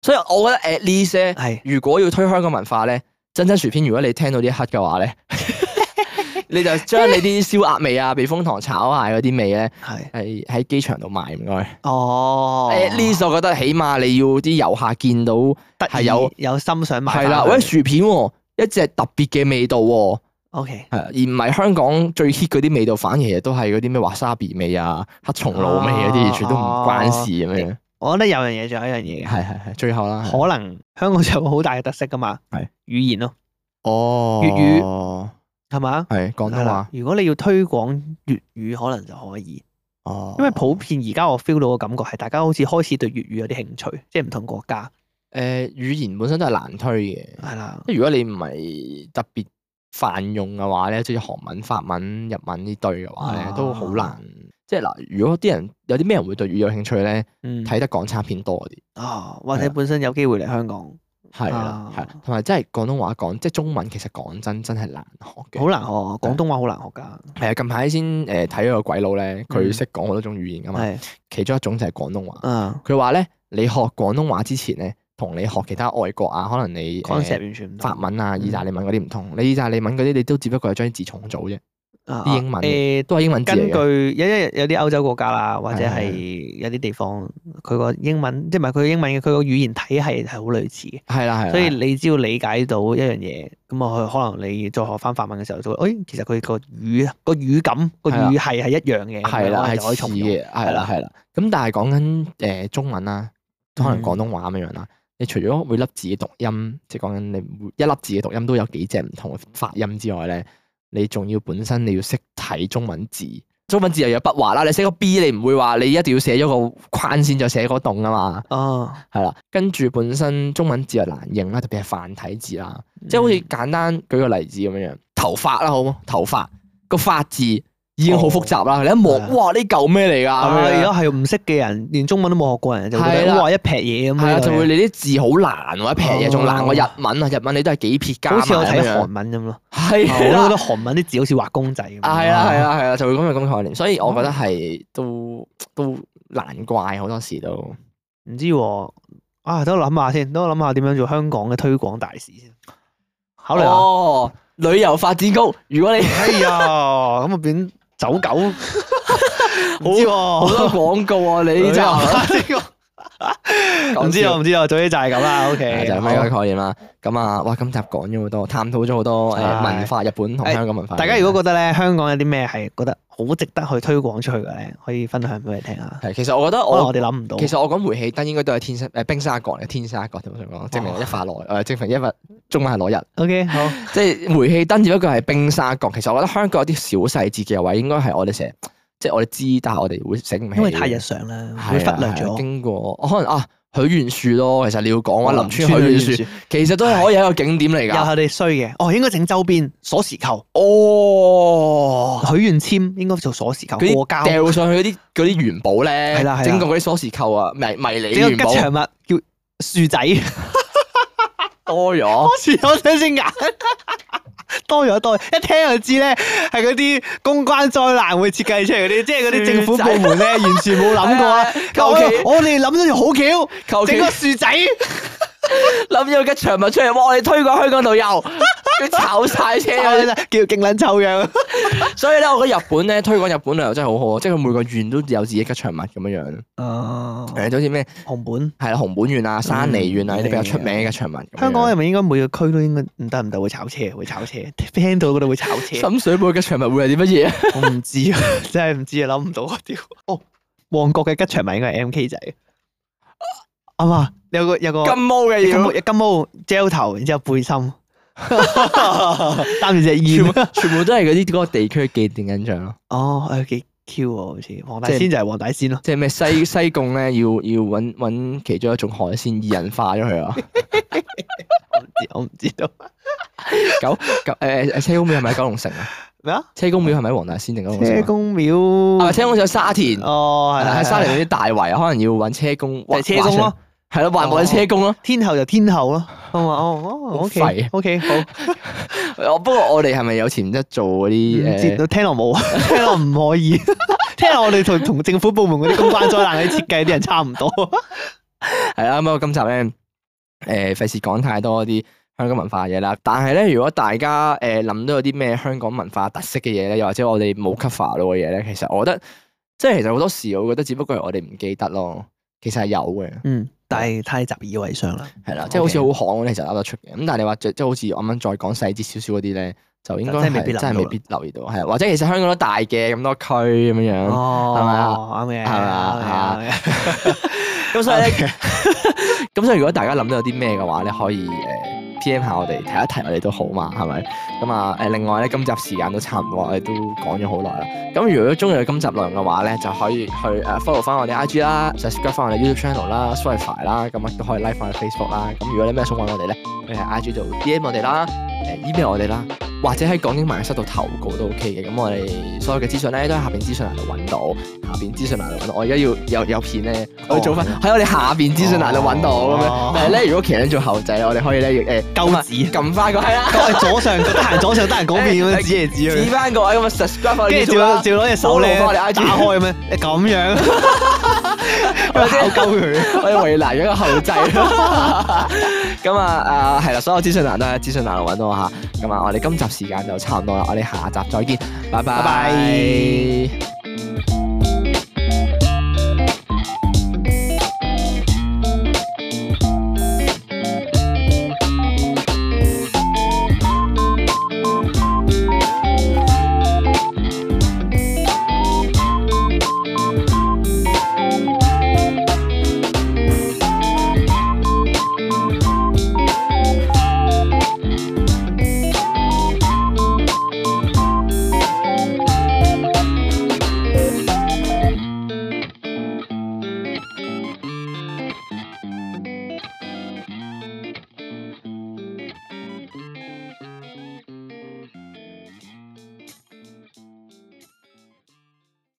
Speaker 1: 所以我覺得 at least 咧
Speaker 2: 係
Speaker 1: 如果要推香港文化咧，真真薯片，如果你聽到呢一刻嘅話 咧，你就將你啲燒鴨味啊、避風塘炒蟹嗰啲味咧，
Speaker 2: 係
Speaker 1: 係喺機場度賣唔該。
Speaker 2: 哦
Speaker 1: At least 我覺得起碼你要啲遊客見到
Speaker 2: 得
Speaker 1: 係
Speaker 2: 意
Speaker 1: 有
Speaker 2: 有心想買
Speaker 1: 係啦，喂薯片喎，一隻特別嘅味道喎，
Speaker 2: ，O K，
Speaker 1: 係啊而唔係香港最 hit 嗰啲味道，反而其實都係嗰啲咩華沙比味啊、黑松露味啊
Speaker 2: 哦
Speaker 1: 嗰啲，完全都唔關事咁樣。
Speaker 2: 我覺得有樣嘢仲有一樣嘢嘅，
Speaker 1: 係係係，最後啦，
Speaker 2: 可能香港仲有個好大嘅特色噶嘛，
Speaker 1: 係
Speaker 2: 語言咯，
Speaker 1: 哦
Speaker 2: 粵
Speaker 1: 語
Speaker 2: 係嘛？
Speaker 1: 係廣
Speaker 2: 係
Speaker 1: 東
Speaker 2: 啦
Speaker 1: 話，
Speaker 2: 如果你要推廣粵語，可能就可以，
Speaker 1: 哦，
Speaker 2: 因為普遍而家我 feel 到嘅感覺係大家好似開始對粵語有啲興趣，即係唔同國家
Speaker 1: 誒、呃語言本身都係難推嘅，
Speaker 2: 係啦，
Speaker 1: 即係如果你唔係特別泛用嘅話咧，即係韓文、法文、日文呢堆嘅話咧，
Speaker 2: 啊
Speaker 1: 都好難。即係嗱，如果啲人有啲咩人會對語有興趣咧，
Speaker 2: 嗯，
Speaker 1: 睇得港產片多啲，
Speaker 2: 啊，或
Speaker 1: 係
Speaker 2: 者
Speaker 1: 啦
Speaker 2: 本身有機會嚟香港，
Speaker 1: 係啦
Speaker 2: 啊，
Speaker 1: 係啦同埋真係廣東話講，即係中文其實講真真係難學嘅。啊
Speaker 2: 好難學，啊廣東話好難學噶，
Speaker 1: 係啊，近排先誒睇咗個鬼佬咧，佢
Speaker 2: 嗯
Speaker 1: 識講好多種語言噶嘛，
Speaker 2: 係
Speaker 1: 其中一種就係廣東話。
Speaker 2: 啊
Speaker 1: 佢話咧，你學廣東話之前咧，同你學其他外國啊，可能你誒
Speaker 2: ，concept 完全唔同
Speaker 1: 法文啊、
Speaker 2: 嗯
Speaker 1: 意大利文嗰啲唔同，你意大利文嗰啲你都只不過係將啲字重組啫，
Speaker 2: 啊
Speaker 1: 啲英文
Speaker 2: 誒
Speaker 1: 都係英文字
Speaker 2: 根
Speaker 1: 嚟嘅。
Speaker 2: 據有一有啲歐洲國家啦，或者
Speaker 1: 係
Speaker 2: 係有啲地方，佢個英文即係唔係佢個英文嘅，佢個語言體系係好類似嘅，
Speaker 1: 係啦係啦，
Speaker 2: 所以你只要理解到一樣嘢，咁啊，佢可能你再學翻法文嘅時候，就會，哎誒，其實佢個語啊個語感個
Speaker 1: 係啦
Speaker 2: 語系係一樣嘅，
Speaker 1: 係啦
Speaker 2: 咁樣
Speaker 1: 係
Speaker 2: 就可以
Speaker 1: 似
Speaker 2: 重用。
Speaker 1: 嘅，係啦係啦。咁但係講緊誒中文啦，可能
Speaker 2: 嗯
Speaker 1: 廣東話咁樣樣啦。你除咗每粒字嘅讀音，即係講緊你每一粒字嘅讀音都有幾隻唔同嘅發音之外咧，你仲要本身你要識睇中文字。中文字又有筆畫啦，你寫個 B，你唔會話你一定要寫咗個框先再寫嗰棟啊嘛，
Speaker 2: 哦，
Speaker 1: 係啦。跟住本身中文字又難認啦，特別係繁體字啦。即係好似
Speaker 2: 嗯
Speaker 1: 簡單舉個例子咁樣樣，頭髮啦好冇？頭髮個髮字已經好複雜啦，你一
Speaker 2: 係啊
Speaker 1: 望，哇呢嚿咩嚟㗎？
Speaker 2: 啊，
Speaker 1: 咁
Speaker 2: 如
Speaker 1: 樣
Speaker 2: 果係唔識嘅人，連中文都冇學過嘅人，就會覺
Speaker 1: 係啦
Speaker 2: 得哇一撇嘢咁
Speaker 1: 係啊，
Speaker 2: 樣。
Speaker 1: 就會你啲字好難喎，一撇嘢仲難過日文啊！日文你都係幾撇加
Speaker 2: 哦好
Speaker 1: 埋
Speaker 2: 似我睇
Speaker 1: 咁樣，
Speaker 2: 韓文咁咯，啊
Speaker 1: 係
Speaker 2: 我都覺
Speaker 1: 啦，
Speaker 2: 得韓文 啲字好似畫公仔咁。
Speaker 1: 啊
Speaker 2: 嗯
Speaker 1: 啊係啦係啦係啦，就會咁樣咁嘅概念，所以我覺得係都都難怪好多時都
Speaker 2: 唔知喎，啊，等我諗下先，等我諗下點樣做香港嘅推廣大使先，考慮下。
Speaker 1: 哦，旅遊發展局，如 果你
Speaker 2: 哎呀，咁啊變走 狗，唔知
Speaker 1: 好
Speaker 2: 喎，
Speaker 1: 多廣告啊，你呢集
Speaker 2: 唔知啊，唔知啊，總之就係咁啦。
Speaker 1: 係
Speaker 2: OK，
Speaker 1: 啊就係
Speaker 2: 好
Speaker 1: 咩概念啦。咁啊，哇，今集講咗好多，探討咗好多誒
Speaker 2: 係
Speaker 1: 文化，日本同香港文化。
Speaker 2: 大家如果覺得咧香港有啲咩係覺得好值得去推廣出去嘅咧，可以分享俾我哋聽下。
Speaker 1: 係，其實我覺得
Speaker 2: 可能哦我
Speaker 1: 我
Speaker 2: 哋諗唔到。
Speaker 1: 其實我講煤氣燈應該都係天山誒冰沙角嚟，天沙角點
Speaker 2: 哦
Speaker 1: 講？證明一發內誒，證明一發中文係攞日。
Speaker 2: OK，好，
Speaker 1: 即係煤氣燈只不過係冰沙角。其實我覺得香港有啲小細節嘅位，應該係我哋成日即係我哋知，但係我哋會醒唔起。
Speaker 2: 因為太日常啦，
Speaker 1: 係啊
Speaker 2: 會忽略
Speaker 1: 係啊
Speaker 2: 咗。
Speaker 1: 經過，可能啊許願樹咯。其實你要講話林村
Speaker 2: 村
Speaker 1: 許願
Speaker 2: 哦許願
Speaker 1: 樹，其實都係可以係一啊個景點嚟
Speaker 2: 又
Speaker 1: 㗎。
Speaker 2: 係你衰嘅，哦，應該整周邊鎖匙扣、
Speaker 1: 哦，
Speaker 2: 許願簽，應該做鎖匙扣
Speaker 1: 嗰
Speaker 2: 過
Speaker 1: 啲
Speaker 2: 膠，
Speaker 1: 掉上去嗰啲嗰啲元寶咧，
Speaker 2: 係啦係啦
Speaker 1: 整個嗰啲鎖匙扣啊，迷迷你
Speaker 2: 整
Speaker 1: 元
Speaker 2: 個
Speaker 1: 寶
Speaker 2: 吉祥物叫樹仔，
Speaker 1: 多咗。
Speaker 2: 多時我想先眼。多咗多，一聽就知咧係嗰啲公關災難會設計出嚟嗰啲，即係嗰啲政府部 門咧完全冇諗過啊！
Speaker 1: 求其
Speaker 2: 我我哋諗咗條好橋，
Speaker 1: 求其
Speaker 2: 整個樹仔，
Speaker 1: 諗咗個吉祥物出嚟，哇！我哋推廣香港 導遊，要炒晒車嗰啲
Speaker 2: 叫勁撚臭樣。
Speaker 1: 所以咧，我覺得日本咧推廣日本旅遊真係好好啊！即係佢每個縣都有自己吉祥物咁樣樣，
Speaker 2: 哦，嗯
Speaker 1: 誒，就好似咩
Speaker 2: 紅本，
Speaker 1: 係啦，熊本縣啊、山梨縣啊呢啲比較出名嘅吉祥物咁樣。
Speaker 2: 嗯香港係咪應該每個區都應該唔得唔得會炒車，會炒車， 聽到嗰度會炒 車。
Speaker 1: 深水埗嘅吉祥物會係啲乜嘢 啊？
Speaker 2: 我唔知啊，真係唔知啊，諗唔到啊，屌！哦，旺角嘅吉祥物應該係 M K 仔，啊嘛，有個有個
Speaker 1: 金毛嘅
Speaker 2: 金毛
Speaker 1: 要，
Speaker 2: 有金毛 gel 頭，然之後背心，擔住隻
Speaker 1: 全
Speaker 2: 煙
Speaker 1: 部，全部都係嗰啲嗰個地區嘅既定印象咯。
Speaker 2: 哦，誒幾 Q 喎，好似黃大
Speaker 1: 即係
Speaker 2: 仙就係黃大仙咯，
Speaker 1: 即係咩西西貢咧，要要揾揾其中一種海鮮異人化咗佢啊！
Speaker 2: 我唔知我唔知道
Speaker 1: 九九誒誒，車公廟係咪喺九龍城啊？
Speaker 2: 咩啊？
Speaker 1: 車公廟係咪喺黃大仙定九龍城
Speaker 2: 車
Speaker 1: 啊？
Speaker 2: 公
Speaker 1: 啊，咪
Speaker 2: 廟，
Speaker 1: 車公廟喺沙田。啊
Speaker 2: 哦，係
Speaker 1: 喺
Speaker 2: 係
Speaker 1: 沙
Speaker 2: 係
Speaker 1: 田嗰啲大圍，啊可能要揾車工，
Speaker 2: 就係車工咯，哦
Speaker 1: 係咯，環保車工咯。
Speaker 2: 天后就天后咯，我話哦哦
Speaker 1: 好廢
Speaker 2: ，OK
Speaker 1: 啊
Speaker 2: OK 好，
Speaker 1: 我哦不過我哋係咪有潛質做嗰
Speaker 2: 唔嗯知
Speaker 1: 啲呃誒？
Speaker 2: 道聽落冇，啊 聽落唔可以， 聽落我哋同同政府部門嗰啲公關災難嗰啲設計啲人差唔多。
Speaker 1: 係啦，咁我啊今集咧誒費事講太多啲香港文化嘢啦。但係咧，如果大家誒諗到有啲咩香港文化特色嘅嘢咧，又或者我哋冇 cover 到嘅嘢咧，其實我覺得即係其實好多時，我覺得只不過係我哋唔記得咯。其實係有嘅，
Speaker 2: 嗯， 但係太習以為常啦。
Speaker 1: 係啦，即係好似好
Speaker 2: OK
Speaker 1: 行嗰啲，其實噏得出嘅。咁但係你話即即係好似我啱啱再講細節少少嗰啲咧，就應該
Speaker 2: 就真係未必
Speaker 1: 係
Speaker 2: 諗
Speaker 1: 真係
Speaker 2: 到
Speaker 1: 未
Speaker 2: 啦
Speaker 1: 必留意到，係啊或者其實香港都大嘅咁多區咁樣樣。
Speaker 2: 哦
Speaker 1: 係咪啊
Speaker 2: 啱嘅，
Speaker 1: 係咪啊
Speaker 2: 啱嘅啱嘅 啊
Speaker 1: 咁所以咧，咁所以如果大家諗到有啲咩嘅話咧，可以 誒、呃 P.M. 下我哋提一提我哋都好嘛，係咪？咁啊誒，另外咧，今集時間都差唔多，我哋都講咗好耐啦。咁如果中意我哋今集內容嘅話咧，就可以去誒、呃 follow 翻我哋 I.G 啦，subscribe 翻我哋 YouTube channel 啦，Spotify 啦，咁啊都可以 like 翻我哋 Facebook 啦。咁如果你咩想揾我哋咧，你喺 I.G 度 D.M 我哋啦，誒、email 我哋啦，或者喺講經萬應室度投稿都 OK 嘅。咁我哋所有嘅資訊咧都喺下邊資訊欄度揾到。下邊資訊欄度揾到。我而家要有有片咧，我要做翻喺我哋下邊資訊欄度揾到咁
Speaker 2: 哦
Speaker 1: 樣。但係咧，如果其他人做後仔，我哋可以咧誒
Speaker 2: 鳩指
Speaker 1: 撳翻個係啦，
Speaker 2: 都 係左上得閒左上得閒嗰邊咁樣指嚟指
Speaker 1: 指
Speaker 2: 去，
Speaker 1: 翻個位咁啊 subscribe 翻我
Speaker 2: 跟
Speaker 1: 哋
Speaker 2: 住
Speaker 1: YouTube 啦
Speaker 2: 照照攞隻手咧
Speaker 1: follow 翻我哋
Speaker 2: 打
Speaker 1: IG
Speaker 2: 開咩？你咁 樣，因為考鳩佢。
Speaker 1: 我哋為難咗個後製。 咁啊誒係啦，所有資訊欄都喺資訊欄度揾啊到我嚇。咁啊，我哋今集時間就差唔多啦，我哋下集再見，拜
Speaker 2: 拜
Speaker 1: 拜。